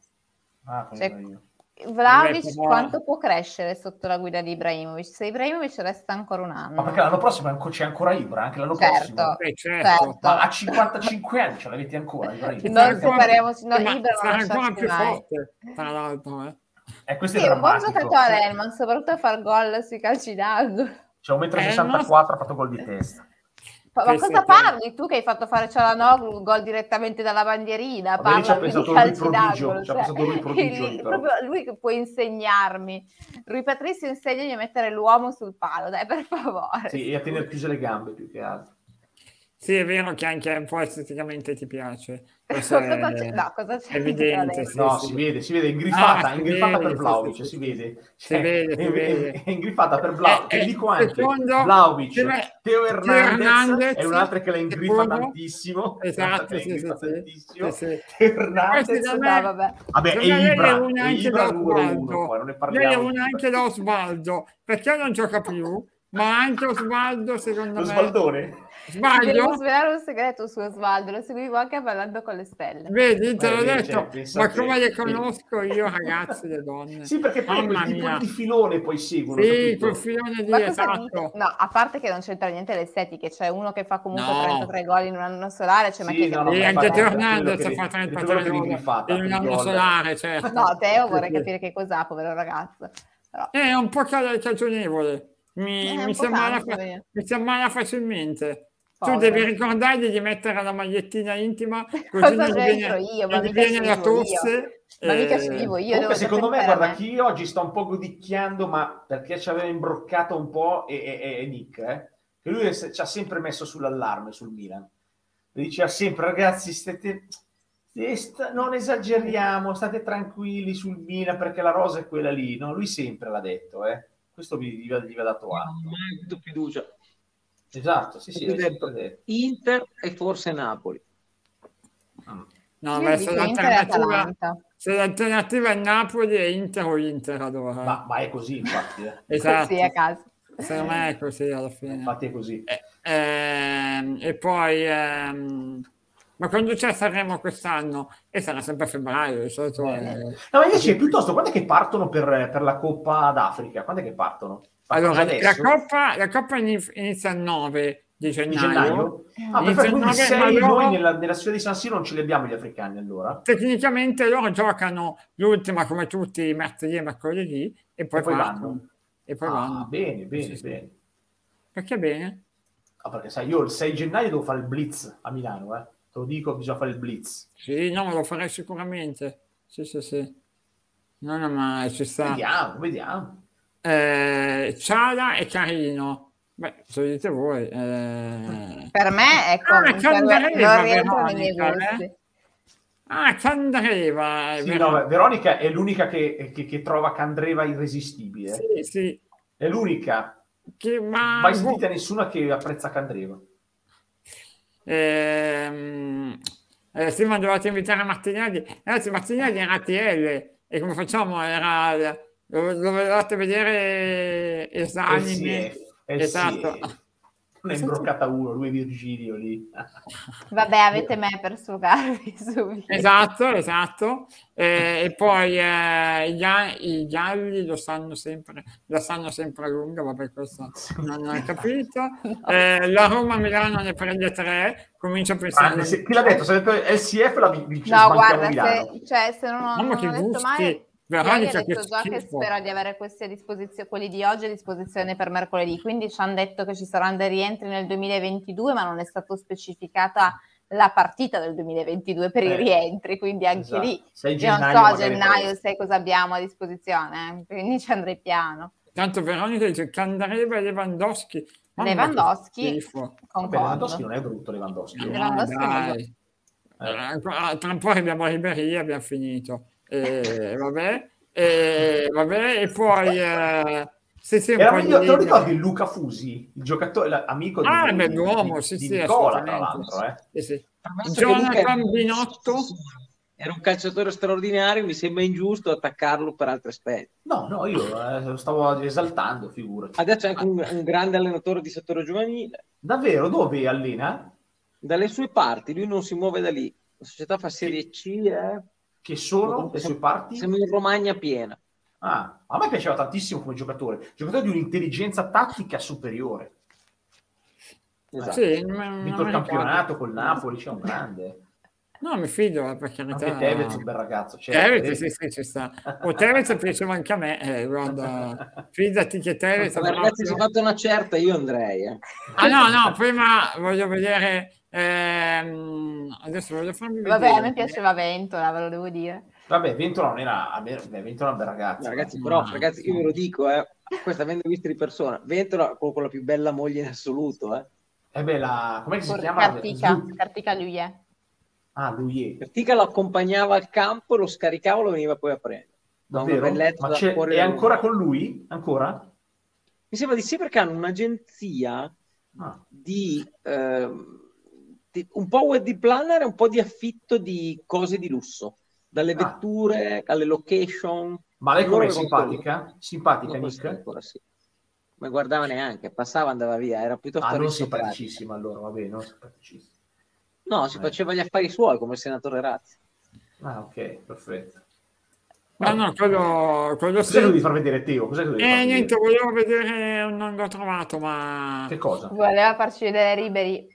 Speaker 2: Ah, con
Speaker 3: cioè-
Speaker 2: Ibrahimovic.
Speaker 1: Vabbè,
Speaker 3: Vlaovic
Speaker 1: però-
Speaker 3: quanto può crescere sotto la guida di Ibrahimovic? Se Ibrahimovic resta ancora un anno.
Speaker 2: Ma perché l'anno prossimo è anco- c'è ancora Ibra, anche l'anno
Speaker 3: Certo.
Speaker 2: prossimo.
Speaker 1: Eh, certo.
Speaker 3: Certo.
Speaker 2: Ma a 55 anni ce l'avete ancora, Ibrahimovic?
Speaker 1: Sarà
Speaker 3: Non
Speaker 1: ancora-
Speaker 3: separiamoci, no,
Speaker 1: ma
Speaker 3: Ibra non
Speaker 1: sarà ancora
Speaker 3: lasciamoci
Speaker 1: più
Speaker 3: mai.
Speaker 1: forte, tra l'altro. Eh.
Speaker 2: Eh, questo
Speaker 3: Sì,
Speaker 2: è
Speaker 3: un buon
Speaker 2: drammatico.
Speaker 3: giocatore Elman, soprattutto a far gol sui calci d'angolo.
Speaker 2: Cioè, un
Speaker 1: Eh,
Speaker 2: 1,64 m ha fatto gol di testa.
Speaker 3: Ma ma
Speaker 1: Sì, sì,
Speaker 3: cosa
Speaker 1: sì.
Speaker 3: parli tu che hai fatto fare Cialanoglu un gol direttamente dalla bandierina?
Speaker 2: Vabbè, lì ci ha
Speaker 3: Parla qui
Speaker 2: pensato
Speaker 3: di
Speaker 2: lui
Speaker 3: calci
Speaker 2: prodigio,
Speaker 3: d'angolo. cioè
Speaker 2: ci ha pensato lui prodigio,
Speaker 3: il-
Speaker 2: però.
Speaker 3: proprio lui che può insegnarmi. Rui Patrizio insegnami a mettere l'uomo sul palo, dai per favore.
Speaker 2: Sì, e a tenere chiuse le gambe più che altro.
Speaker 1: Sì, è vero che anche un po' esteticamente ti piace. Questo
Speaker 3: Cosa
Speaker 1: è
Speaker 3: c'è- no, cosa c'è?
Speaker 1: evidente. sì,
Speaker 2: No,
Speaker 1: sì.
Speaker 2: si vede, si vede, è ingriffata,
Speaker 1: Ah, si
Speaker 2: ingriffata
Speaker 1: vede,
Speaker 2: per
Speaker 1: sì,
Speaker 2: Vlaovic,
Speaker 1: sì,
Speaker 2: si
Speaker 1: sì.
Speaker 2: vede.
Speaker 1: Si vede, si
Speaker 2: è,
Speaker 1: vede.
Speaker 2: è- è ingriffata per Vlaovic,
Speaker 1: Eh,
Speaker 2: e dico
Speaker 1: eh,
Speaker 2: anche,
Speaker 1: secondo-
Speaker 2: Vlaovic,
Speaker 1: Teo-
Speaker 2: Teo Cioè, Hernandez,
Speaker 1: Hernandez,
Speaker 2: è un'altra che la ingriffa
Speaker 1: secondo.
Speaker 2: tantissimo.
Speaker 1: Esatto,
Speaker 2: la
Speaker 1: sì, sì,
Speaker 2: ingriffa
Speaker 1: sì.
Speaker 2: tantissimo.
Speaker 1: Sì, sì.
Speaker 2: Teo
Speaker 1: Questi
Speaker 2: Hernandez,
Speaker 1: da
Speaker 3: No,
Speaker 1: me-
Speaker 3: vabbè.
Speaker 2: vabbè, e
Speaker 1: secondo me
Speaker 2: Ibra,
Speaker 1: è una
Speaker 2: e
Speaker 1: anche
Speaker 2: Ibra
Speaker 1: da
Speaker 2: numero uno,
Speaker 1: Osvaldo.
Speaker 2: poi non ne
Speaker 1: Lei è
Speaker 2: parliamo.
Speaker 1: una anche da Osvaldo, perché non gioca più, ma anche Osvaldo secondo
Speaker 2: Lo
Speaker 1: me...
Speaker 2: Svaldone?
Speaker 3: Vi devo
Speaker 1: Sbaglio?
Speaker 3: svelare un segreto su Osvaldo, lo seguivo anche parlando con le stelle.
Speaker 1: Vedi, te
Speaker 2: Eh,
Speaker 1: l'ho
Speaker 2: vedi,
Speaker 1: detto,
Speaker 2: cioè, pensa
Speaker 1: ma
Speaker 2: te,
Speaker 1: come le
Speaker 2: sì.
Speaker 1: conosco io ragazze le donne?
Speaker 2: Sì, perché poi
Speaker 1: Mamma
Speaker 2: quel tipo
Speaker 1: mia.
Speaker 2: di filone poi seguono.
Speaker 1: Sì,
Speaker 2: capito?
Speaker 1: quel filone lì,
Speaker 3: Ma cosa dite?
Speaker 1: esatto.
Speaker 3: No, a parte che non c'entra niente l'estetica, c'è uno che fa comunque
Speaker 1: No.
Speaker 3: 33 gol in un anno solare, cioè, ma
Speaker 2: Sì,
Speaker 3: chi è che
Speaker 2: no, no,
Speaker 1: E
Speaker 2: ma
Speaker 1: anche Teo
Speaker 2: infatti, per quello
Speaker 1: Hernandez
Speaker 2: che-
Speaker 1: fa
Speaker 2: per quello che
Speaker 1: 33
Speaker 2: viene
Speaker 1: gol
Speaker 2: griffata,
Speaker 1: in un
Speaker 2: per
Speaker 1: anno
Speaker 2: gol.
Speaker 1: solare, certo.
Speaker 3: No, Teo vorrei capire che cos'ha, povero ragazzo. Però,
Speaker 1: È un po' cal- cagionevole, mi,
Speaker 3: Eh,
Speaker 1: mi
Speaker 3: un po'
Speaker 1: sembra
Speaker 3: tanto,
Speaker 1: fa-
Speaker 3: eh.
Speaker 1: mi sembra facilmente. Tu
Speaker 3: Povero.
Speaker 1: devi ricordargli di mettere la magliettina intima, così
Speaker 3: Cosa
Speaker 1: non gli
Speaker 3: c'entro
Speaker 1: viene,
Speaker 3: io? Ma
Speaker 1: non gli
Speaker 3: mica
Speaker 1: viene
Speaker 3: ci
Speaker 1: la
Speaker 3: vivo io.
Speaker 1: tosse.
Speaker 3: ma mica
Speaker 1: eh,
Speaker 3: ci vivo io.
Speaker 2: Comunque,
Speaker 3: devo
Speaker 2: secondo me,
Speaker 3: pensare a
Speaker 2: guarda,
Speaker 3: me.
Speaker 2: chi oggi sta un po' godicchiando, ma perché ci aveva imbroccato un po' è, è- è Nick, eh? che lui è- ci ha sempre messo sull'allarme sul Milan. Lui diceva sempre, ragazzi, state- eh, sta- non esageriamo, state tranquilli sul Milan perché la rosa è quella lì. No, lui sempre l'ha detto, eh. questo mi- gli, va- gli va dato atto.
Speaker 5: Mai Ah, più fiducia.
Speaker 2: Esatto, sì, sì,
Speaker 5: Ho
Speaker 2: l'ha sempre
Speaker 5: detto,
Speaker 2: detto.
Speaker 5: Inter e forse Napoli.
Speaker 1: No,
Speaker 3: Io
Speaker 1: beh,
Speaker 3: dico
Speaker 1: se
Speaker 3: Inter e
Speaker 1: l'alternativa,
Speaker 3: Atalanta.
Speaker 1: se l'alternativa è Napoli è Inter o Inter allora.
Speaker 2: Ma, ma è così, infatti. eh.
Speaker 1: esatto,
Speaker 3: Sì, a caso.
Speaker 1: secondo me è così alla fine.
Speaker 2: Infatti è così.
Speaker 1: Eh, ehm, e poi, ehm, ma quando c'è Sanremo quest'anno? E sarà sempre a febbraio, di solito eh. è...
Speaker 2: No, ma invece piuttosto, quando è che partono per, per la Coppa d'Africa? Quando è che partono? Partono
Speaker 1: Allora, la
Speaker 2: adesso?
Speaker 1: coppa, la coppa ini- inizia il 9 di
Speaker 2: Di
Speaker 1: gennaio.
Speaker 2: gennaio? Ah,
Speaker 1: Inizia
Speaker 2: perfetto,
Speaker 1: il
Speaker 2: quindi
Speaker 1: 9,
Speaker 2: sei
Speaker 1: ma loro-
Speaker 2: noi nella, nella sfida di San Siro non ce li abbiamo gli africani allora?
Speaker 1: Tecnicamente loro giocano l'ultima come tutti i martedì e mercoledì e poi,
Speaker 2: E poi
Speaker 1: partono.
Speaker 2: vanno.
Speaker 1: E poi
Speaker 2: ah,
Speaker 1: vanno.
Speaker 2: bene, bene,
Speaker 1: Sì, sì.
Speaker 2: bene.
Speaker 1: Perché bene?
Speaker 2: Ah, perché sai, io il 6 gennaio devo fare il blitz a Milano, eh. Te lo dico, bisogna fare il blitz.
Speaker 1: Sì, no, ma lo farei sicuramente. Sì, sì, sì. No, no, ma ci sta.
Speaker 2: Vediamo, vediamo.
Speaker 1: Eh, Ciala è carino. Beh, se lo dite voi. eh.
Speaker 3: Per me, ecco,
Speaker 1: Ah,
Speaker 3: per-
Speaker 1: Candeleva,
Speaker 3: non rientra nei miei
Speaker 1: Veronica,
Speaker 3: gusti.
Speaker 1: Ah, Candreva. è
Speaker 2: Sì,
Speaker 1: Eh, vero.
Speaker 2: no, Veronica è l'unica che, che- che trova Candreva irresistibile.
Speaker 1: Sì, sì.
Speaker 2: È l'unica.
Speaker 1: Che, ma...
Speaker 2: Mai
Speaker 1: boh.
Speaker 2: sentita nessuna che apprezza Candreva.
Speaker 1: Ehm, eh, sì, ma dovevate invitare Martinelli. Ragazzi, Martinelli era TL e come facciamo? Era, lo, lo volevate vedere
Speaker 2: Eh
Speaker 1: esami.
Speaker 2: sì, eh, eh
Speaker 1: esatto.
Speaker 2: sì, eh. Ne è imbroccata uno, lui e Virgilio lì.
Speaker 3: Vabbè, avete me per sfogarvi subito.
Speaker 1: Esatto, esatto. Eh, e poi eh, i, ga- i galli lo sanno sempre, la sanno sempre a lungo, vabbè, questo non ho capito. Eh, la Roma Milano ne prende tre, comincio a pensare.
Speaker 2: Ah, se- chi l'ha detto? Se ha detto LCF la vi- vi- ci
Speaker 3: No,
Speaker 2: smanchiamo
Speaker 3: guarda,
Speaker 2: Cioè, Milano.
Speaker 3: se, cioè, se non ho,
Speaker 1: Mamma
Speaker 3: non
Speaker 1: Diciamo che
Speaker 3: ho detto
Speaker 1: gusti!
Speaker 3: male,
Speaker 1: Veronica,
Speaker 3: Veronica, ho detto
Speaker 1: che
Speaker 3: già che
Speaker 1: schifo.
Speaker 3: spero di avere questi a disposizione, quelli di oggi a disposizione per mercoledì. Quindi ci hanno detto che ci saranno dei rientri nel 2022, ma non è stata specificata la partita del 2022 per i
Speaker 2: Eh,
Speaker 3: rientri, quindi anche
Speaker 2: Esatto.
Speaker 3: lì.
Speaker 2: Sei
Speaker 3: Io non
Speaker 2: gennaio,
Speaker 3: so a
Speaker 2: magari
Speaker 3: gennaio
Speaker 2: presto.
Speaker 3: sai cosa abbiamo a disposizione, eh, quindi ci andrei piano.
Speaker 1: Tanto Veronica dice Candareva e Lewandowski. Mamma che
Speaker 3: Lewandowski.
Speaker 1: schifo.
Speaker 2: Vabbè, Lewandowski
Speaker 3: Concordo.
Speaker 2: non è brutto Lewandowski.
Speaker 3: Eh,
Speaker 1: No,
Speaker 3: Lewandowski
Speaker 1: dai.
Speaker 3: non lo-
Speaker 2: Eh.
Speaker 1: Eh, ancora- tra un po' abbiamo Ribéry e abbiamo finito. Eh, vabbè, eh, vabbè, e poi... Eh, sì, sì, un
Speaker 2: Era
Speaker 1: po'
Speaker 2: meglio,
Speaker 1: di-
Speaker 2: te lo ricordi Luca Fusi, il giocatore, la- amico di,
Speaker 1: Ah,
Speaker 2: di-
Speaker 1: beh, l'uomo,
Speaker 2: di-
Speaker 1: sì,
Speaker 2: di
Speaker 1: sì,
Speaker 2: Nicola, tra
Speaker 1: assolutamente.
Speaker 2: l'altro. Eh.
Speaker 1: Sì, sì.
Speaker 5: Premesso che Luca
Speaker 1: Jonathan
Speaker 5: è-
Speaker 1: Binotto.
Speaker 5: Era un calciatore straordinario, mi sembra ingiusto attaccarlo per altri aspetti.
Speaker 2: No, no, io eh, lo stavo esaltando, figurati.
Speaker 5: Adesso è anche un, un grande allenatore di settore giovanile.
Speaker 2: Davvero, dove allena?
Speaker 5: Dalle sue parti, lui non si muove da lì. La società fa Serie C, eh.
Speaker 2: Che sono le sue parti?
Speaker 5: Siamo in Romagna piena.
Speaker 2: Ah, a me piaceva tantissimo come giocatore, giocatore di un'intelligenza tattica superiore.
Speaker 5: Esatto.
Speaker 1: Sì, ma- Mm,
Speaker 2: Ha
Speaker 1: non
Speaker 2: vinto
Speaker 1: mi
Speaker 2: il
Speaker 1: ricordo.
Speaker 2: campionato col Napoli, c'è un grande.
Speaker 1: No, mi fido, eh, per carità.
Speaker 2: Anche Tevez è un bel ragazzo. certo,
Speaker 1: Tevez, sì,
Speaker 2: eh.
Speaker 1: sì, ci sta. O Tevez piaceva anche a me, eh, guarda, fidati che Tevez... è
Speaker 5: Ma ragazzi, si è
Speaker 1: proprio-
Speaker 5: fatta una certa, io andrei. eh.
Speaker 1: Ah no, no, prima voglio vedere... ehm, adesso voglio farmi vedere...
Speaker 3: Vabbè, a me
Speaker 2: eh.
Speaker 3: piaceva Ventola, ve lo devo dire.
Speaker 2: Vabbè, Ventola non era, a me- beh, Ventola è un bel ragazzo.
Speaker 5: No, ragazzi, però, ragazzi, io ve lo dico, eh. questa avendo visto di persona, Ventola con con la più bella moglie in assoluto. Eh.
Speaker 2: Eh beh, la... com'è che si chiama?
Speaker 3: Cartica,
Speaker 2: Slu-
Speaker 3: Cartica lui è.
Speaker 2: Ah, lui è.
Speaker 5: Pertica lo accompagnava al campo, lo scaricava e lo veniva poi a prendere. Da una
Speaker 2: Davvero?
Speaker 5: bellezza
Speaker 2: Ma
Speaker 5: da
Speaker 2: c'è-
Speaker 5: fuori
Speaker 2: è
Speaker 5: dal-
Speaker 2: ancora con lui? Ancora?
Speaker 5: Mi sembra di sì perché hanno un'agenzia
Speaker 2: Ah,
Speaker 5: di, ehm, di- un po' wedding planner e un po' di affitto di cose di lusso, dalle
Speaker 2: Ah.
Speaker 5: vetture alle location.
Speaker 2: Ma lei com'è?
Speaker 5: Loro con
Speaker 2: Simpatica? Simpatica, Ah,
Speaker 5: Non questo
Speaker 2: Nick?
Speaker 5: ancora sì. Ma guardava neanche, passava, andava via, era piuttosto
Speaker 2: Ah, non
Speaker 5: aristocratica.
Speaker 2: simpaticissima allora, va bene, non simpaticissima.
Speaker 5: No, si
Speaker 2: Eh.
Speaker 5: faceva gli affari suoi come il senatore Razzi.
Speaker 2: Ah, ok, perfetto.
Speaker 1: Ma no, quello, quello
Speaker 2: Cos'è
Speaker 1: sì.
Speaker 2: che devi far vedere Teo? Cos'è che devi far
Speaker 1: Eh,
Speaker 2: vedere?
Speaker 1: niente, volevo vedere, non l'ho trovato, ma...
Speaker 2: Che cosa?
Speaker 3: Voleva farci vedere Ribery.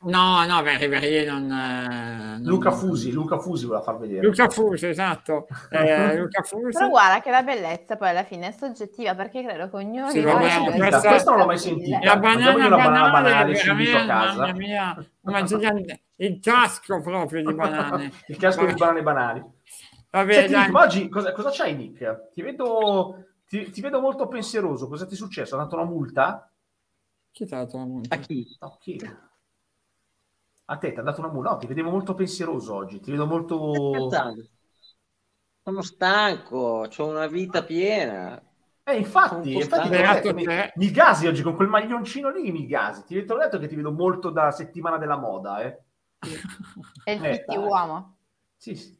Speaker 1: No, no, beh, Ribéry non... eh, non-
Speaker 2: Luca Fusi, Luca Fusi voleva far vedere.
Speaker 1: Luca Fusi, esatto. Eh, Luca Fusi.
Speaker 3: Però guarda che la bellezza poi alla fine è soggettiva perché credo che ognuno
Speaker 1: Sì,
Speaker 3: di
Speaker 1: vabbè,
Speaker 3: noi
Speaker 1: ma
Speaker 3: abbia
Speaker 1: questa-
Speaker 3: una
Speaker 1: questa
Speaker 2: non l'ho mai
Speaker 3: bellezza.
Speaker 2: sentita.
Speaker 1: La
Speaker 2: Mangiamogli
Speaker 1: banana,
Speaker 2: una banana
Speaker 1: banale,
Speaker 2: banale subito a
Speaker 1: veramente,
Speaker 2: casa.
Speaker 1: Mamma mia, una gigante- il casco proprio di banane.
Speaker 2: Il casco di
Speaker 1: Vabbè,
Speaker 2: banane banali.
Speaker 1: Vabbè,
Speaker 2: Senti,
Speaker 1: dai.
Speaker 2: Nick, ma oggi cosa, cosa c'hai, Nick? Ti vedo, ti, ti vedo molto pensieroso. Cosa ti è successo? Ha dato una multa?
Speaker 1: Chi t'ha dato la multa?
Speaker 5: A chi?
Speaker 2: No, chi? A te ti ha dato una multa? No, ti vedevo molto pensieroso oggi. Ti vedo
Speaker 5: Sto
Speaker 2: molto...
Speaker 5: scherzando. Sono stanco, ho una vita piena.
Speaker 2: Eh, infatti,
Speaker 5: Sono
Speaker 2: infatti
Speaker 5: costante.
Speaker 2: te l'ho detto,
Speaker 1: Beato te.
Speaker 2: Eh, mi, mi gasi oggi con quel maglioncino lì, mi gasi. Ti ho detto che ti vedo molto da settimana della moda, eh.
Speaker 3: È il
Speaker 2: Eh,
Speaker 3: pitti
Speaker 5: dai.
Speaker 3: uomo.
Speaker 2: Sì, sì.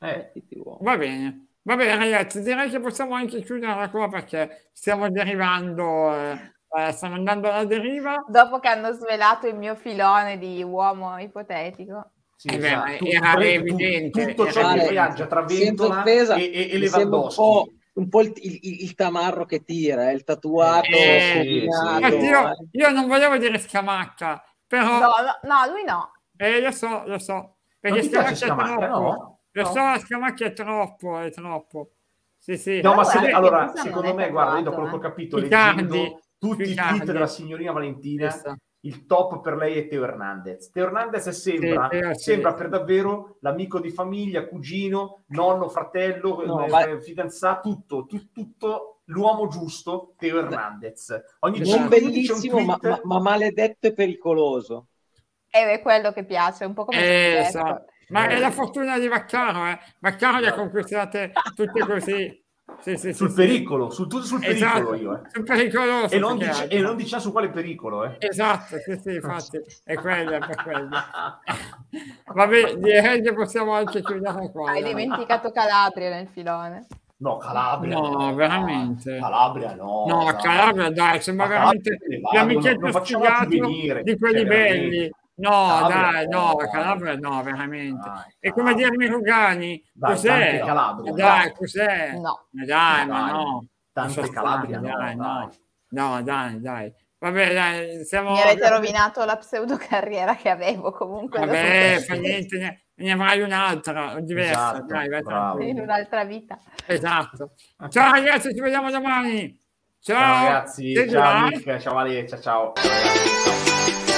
Speaker 2: Eh,
Speaker 5: Mettiti uomo.
Speaker 1: Va bene. Va bene, ragazzi, direi che possiamo anche chiudere la qua perché stiamo derivando, eh, eh, stiamo andando alla deriva.
Speaker 3: Dopo che hanno svelato il mio filone di uomo ipotetico.
Speaker 2: sì,
Speaker 1: Eh beh,
Speaker 2: esatto.
Speaker 1: ma
Speaker 2: Tu-
Speaker 1: era
Speaker 2: tu- tu-
Speaker 1: evidente,
Speaker 2: Tutto ciò che
Speaker 5: era evidente. cioè,
Speaker 2: viaggia tra
Speaker 5: Senza
Speaker 2: Ventola
Speaker 5: offesa,
Speaker 2: e, e, e
Speaker 5: mi sembra un
Speaker 2: Lewandowski.
Speaker 5: po', un po' il, il- il- il tamarro che tira, eh, il tatuato.
Speaker 1: Eh,
Speaker 5: combinato,
Speaker 1: Infatti, io,
Speaker 5: eh.
Speaker 1: io non volevo dire scamacca,
Speaker 3: No,
Speaker 1: però
Speaker 3: no, no, lui no.
Speaker 1: eh, lo so, lo so.
Speaker 2: Non
Speaker 1: Perché
Speaker 2: ti piace
Speaker 1: scamacca è
Speaker 2: Scamacca,
Speaker 1: troppo.
Speaker 2: no?
Speaker 1: Lo
Speaker 3: No.
Speaker 1: so, la scamacca è troppo, è troppo. Sì, sì.
Speaker 2: No, ma
Speaker 3: guarda
Speaker 2: se le-
Speaker 3: che
Speaker 2: allora,
Speaker 3: Busa non
Speaker 2: secondo
Speaker 3: è
Speaker 2: me, guarda, io da
Speaker 3: tatuato,
Speaker 2: quello che ho
Speaker 3: eh.
Speaker 2: capito,
Speaker 1: Picardi,
Speaker 2: leggendo tutti i
Speaker 1: Picardi.
Speaker 2: tweet della signorina Valentina,
Speaker 1: Questa.
Speaker 2: il top per lei è Teo Hernandez. Teo Hernandez è sembra,
Speaker 1: Sì,
Speaker 5: eh,
Speaker 1: Teo, sì.
Speaker 2: sembra per davvero l'amico di famiglia, cugino, nonno, fratello,
Speaker 5: No,
Speaker 2: eh,
Speaker 5: ma-
Speaker 2: fidanzato, tutto, tu- tutto l'uomo giusto, Teo Hernandez. Ogni
Speaker 1: Esatto.
Speaker 5: Non
Speaker 2: cinque minuti c'è un
Speaker 5: bellissimo, ma,
Speaker 2: tweet.
Speaker 5: ma- ma maledetto e pericoloso.
Speaker 3: E è quello che piace, un po' come
Speaker 1: Eh,
Speaker 3: Spinetto.
Speaker 1: sa- Ma è la fortuna di Vaccaro, eh. Vaccaro le ha conquistate tutte così. Sì, sì, sì,
Speaker 2: Sul
Speaker 1: sì.
Speaker 2: pericolo, sul, tutto sul
Speaker 1: Esatto,
Speaker 2: pericolo io, eh.
Speaker 1: sul pericoloso.
Speaker 2: E non,
Speaker 1: più che
Speaker 2: dice,
Speaker 1: altro.
Speaker 2: e non diciamo su quale pericolo, eh.
Speaker 1: Esatto, sì, sì, infatti, è quella, è quella. Vabbè, direi che possiamo anche chiudere qua.
Speaker 3: Hai
Speaker 1: dai.
Speaker 3: dimenticato Calabria nel filone.
Speaker 2: No, Calabria.
Speaker 1: No, veramente.
Speaker 2: Calabria no.
Speaker 1: No,
Speaker 2: dai.
Speaker 1: Calabria, dai, sembra
Speaker 2: Esatto. Ma
Speaker 1: veramente
Speaker 2: Calabria,
Speaker 1: gli
Speaker 2: vado,
Speaker 1: amichetti
Speaker 2: non facciamoci venire,
Speaker 1: di quelli
Speaker 2: cioè, veramente.
Speaker 1: belli. No,
Speaker 2: Calabria,
Speaker 1: dai,
Speaker 2: no,
Speaker 1: no,
Speaker 2: dai.
Speaker 1: Calabria no, veramente.
Speaker 2: Dai,
Speaker 1: È come
Speaker 2: Calabria.
Speaker 1: dirmi Rugani,
Speaker 2: Dai,
Speaker 1: cos'è?
Speaker 2: tante Calabria,
Speaker 1: Ma dai,
Speaker 2: dai.
Speaker 1: cos'è?
Speaker 3: No.
Speaker 1: Ma dai,
Speaker 2: Ma
Speaker 1: ma
Speaker 2: dai,
Speaker 1: no.
Speaker 2: Tante
Speaker 1: Lascia
Speaker 2: Calabria no,
Speaker 1: stare, dai,
Speaker 2: dai.
Speaker 1: no. No, dai, dai. Vabbè, dai, siamo...
Speaker 3: Mi avete rovinato la pseudocarriera che avevo comunque dopo
Speaker 1: Vabbè,
Speaker 3: questo.
Speaker 1: fa niente, ne, ne avrai un'altra, diversa.
Speaker 2: Esatto,
Speaker 1: dai, vai
Speaker 2: bravo.
Speaker 1: tranquillo.
Speaker 3: in un'altra vita.
Speaker 1: Esatto. Ciao ragazzi, ci vediamo domani. Ciao,
Speaker 2: Ciao ragazzi,
Speaker 1: Seguite
Speaker 2: ciao
Speaker 1: like.
Speaker 2: Nick, ciao Valeria, ciao ciao.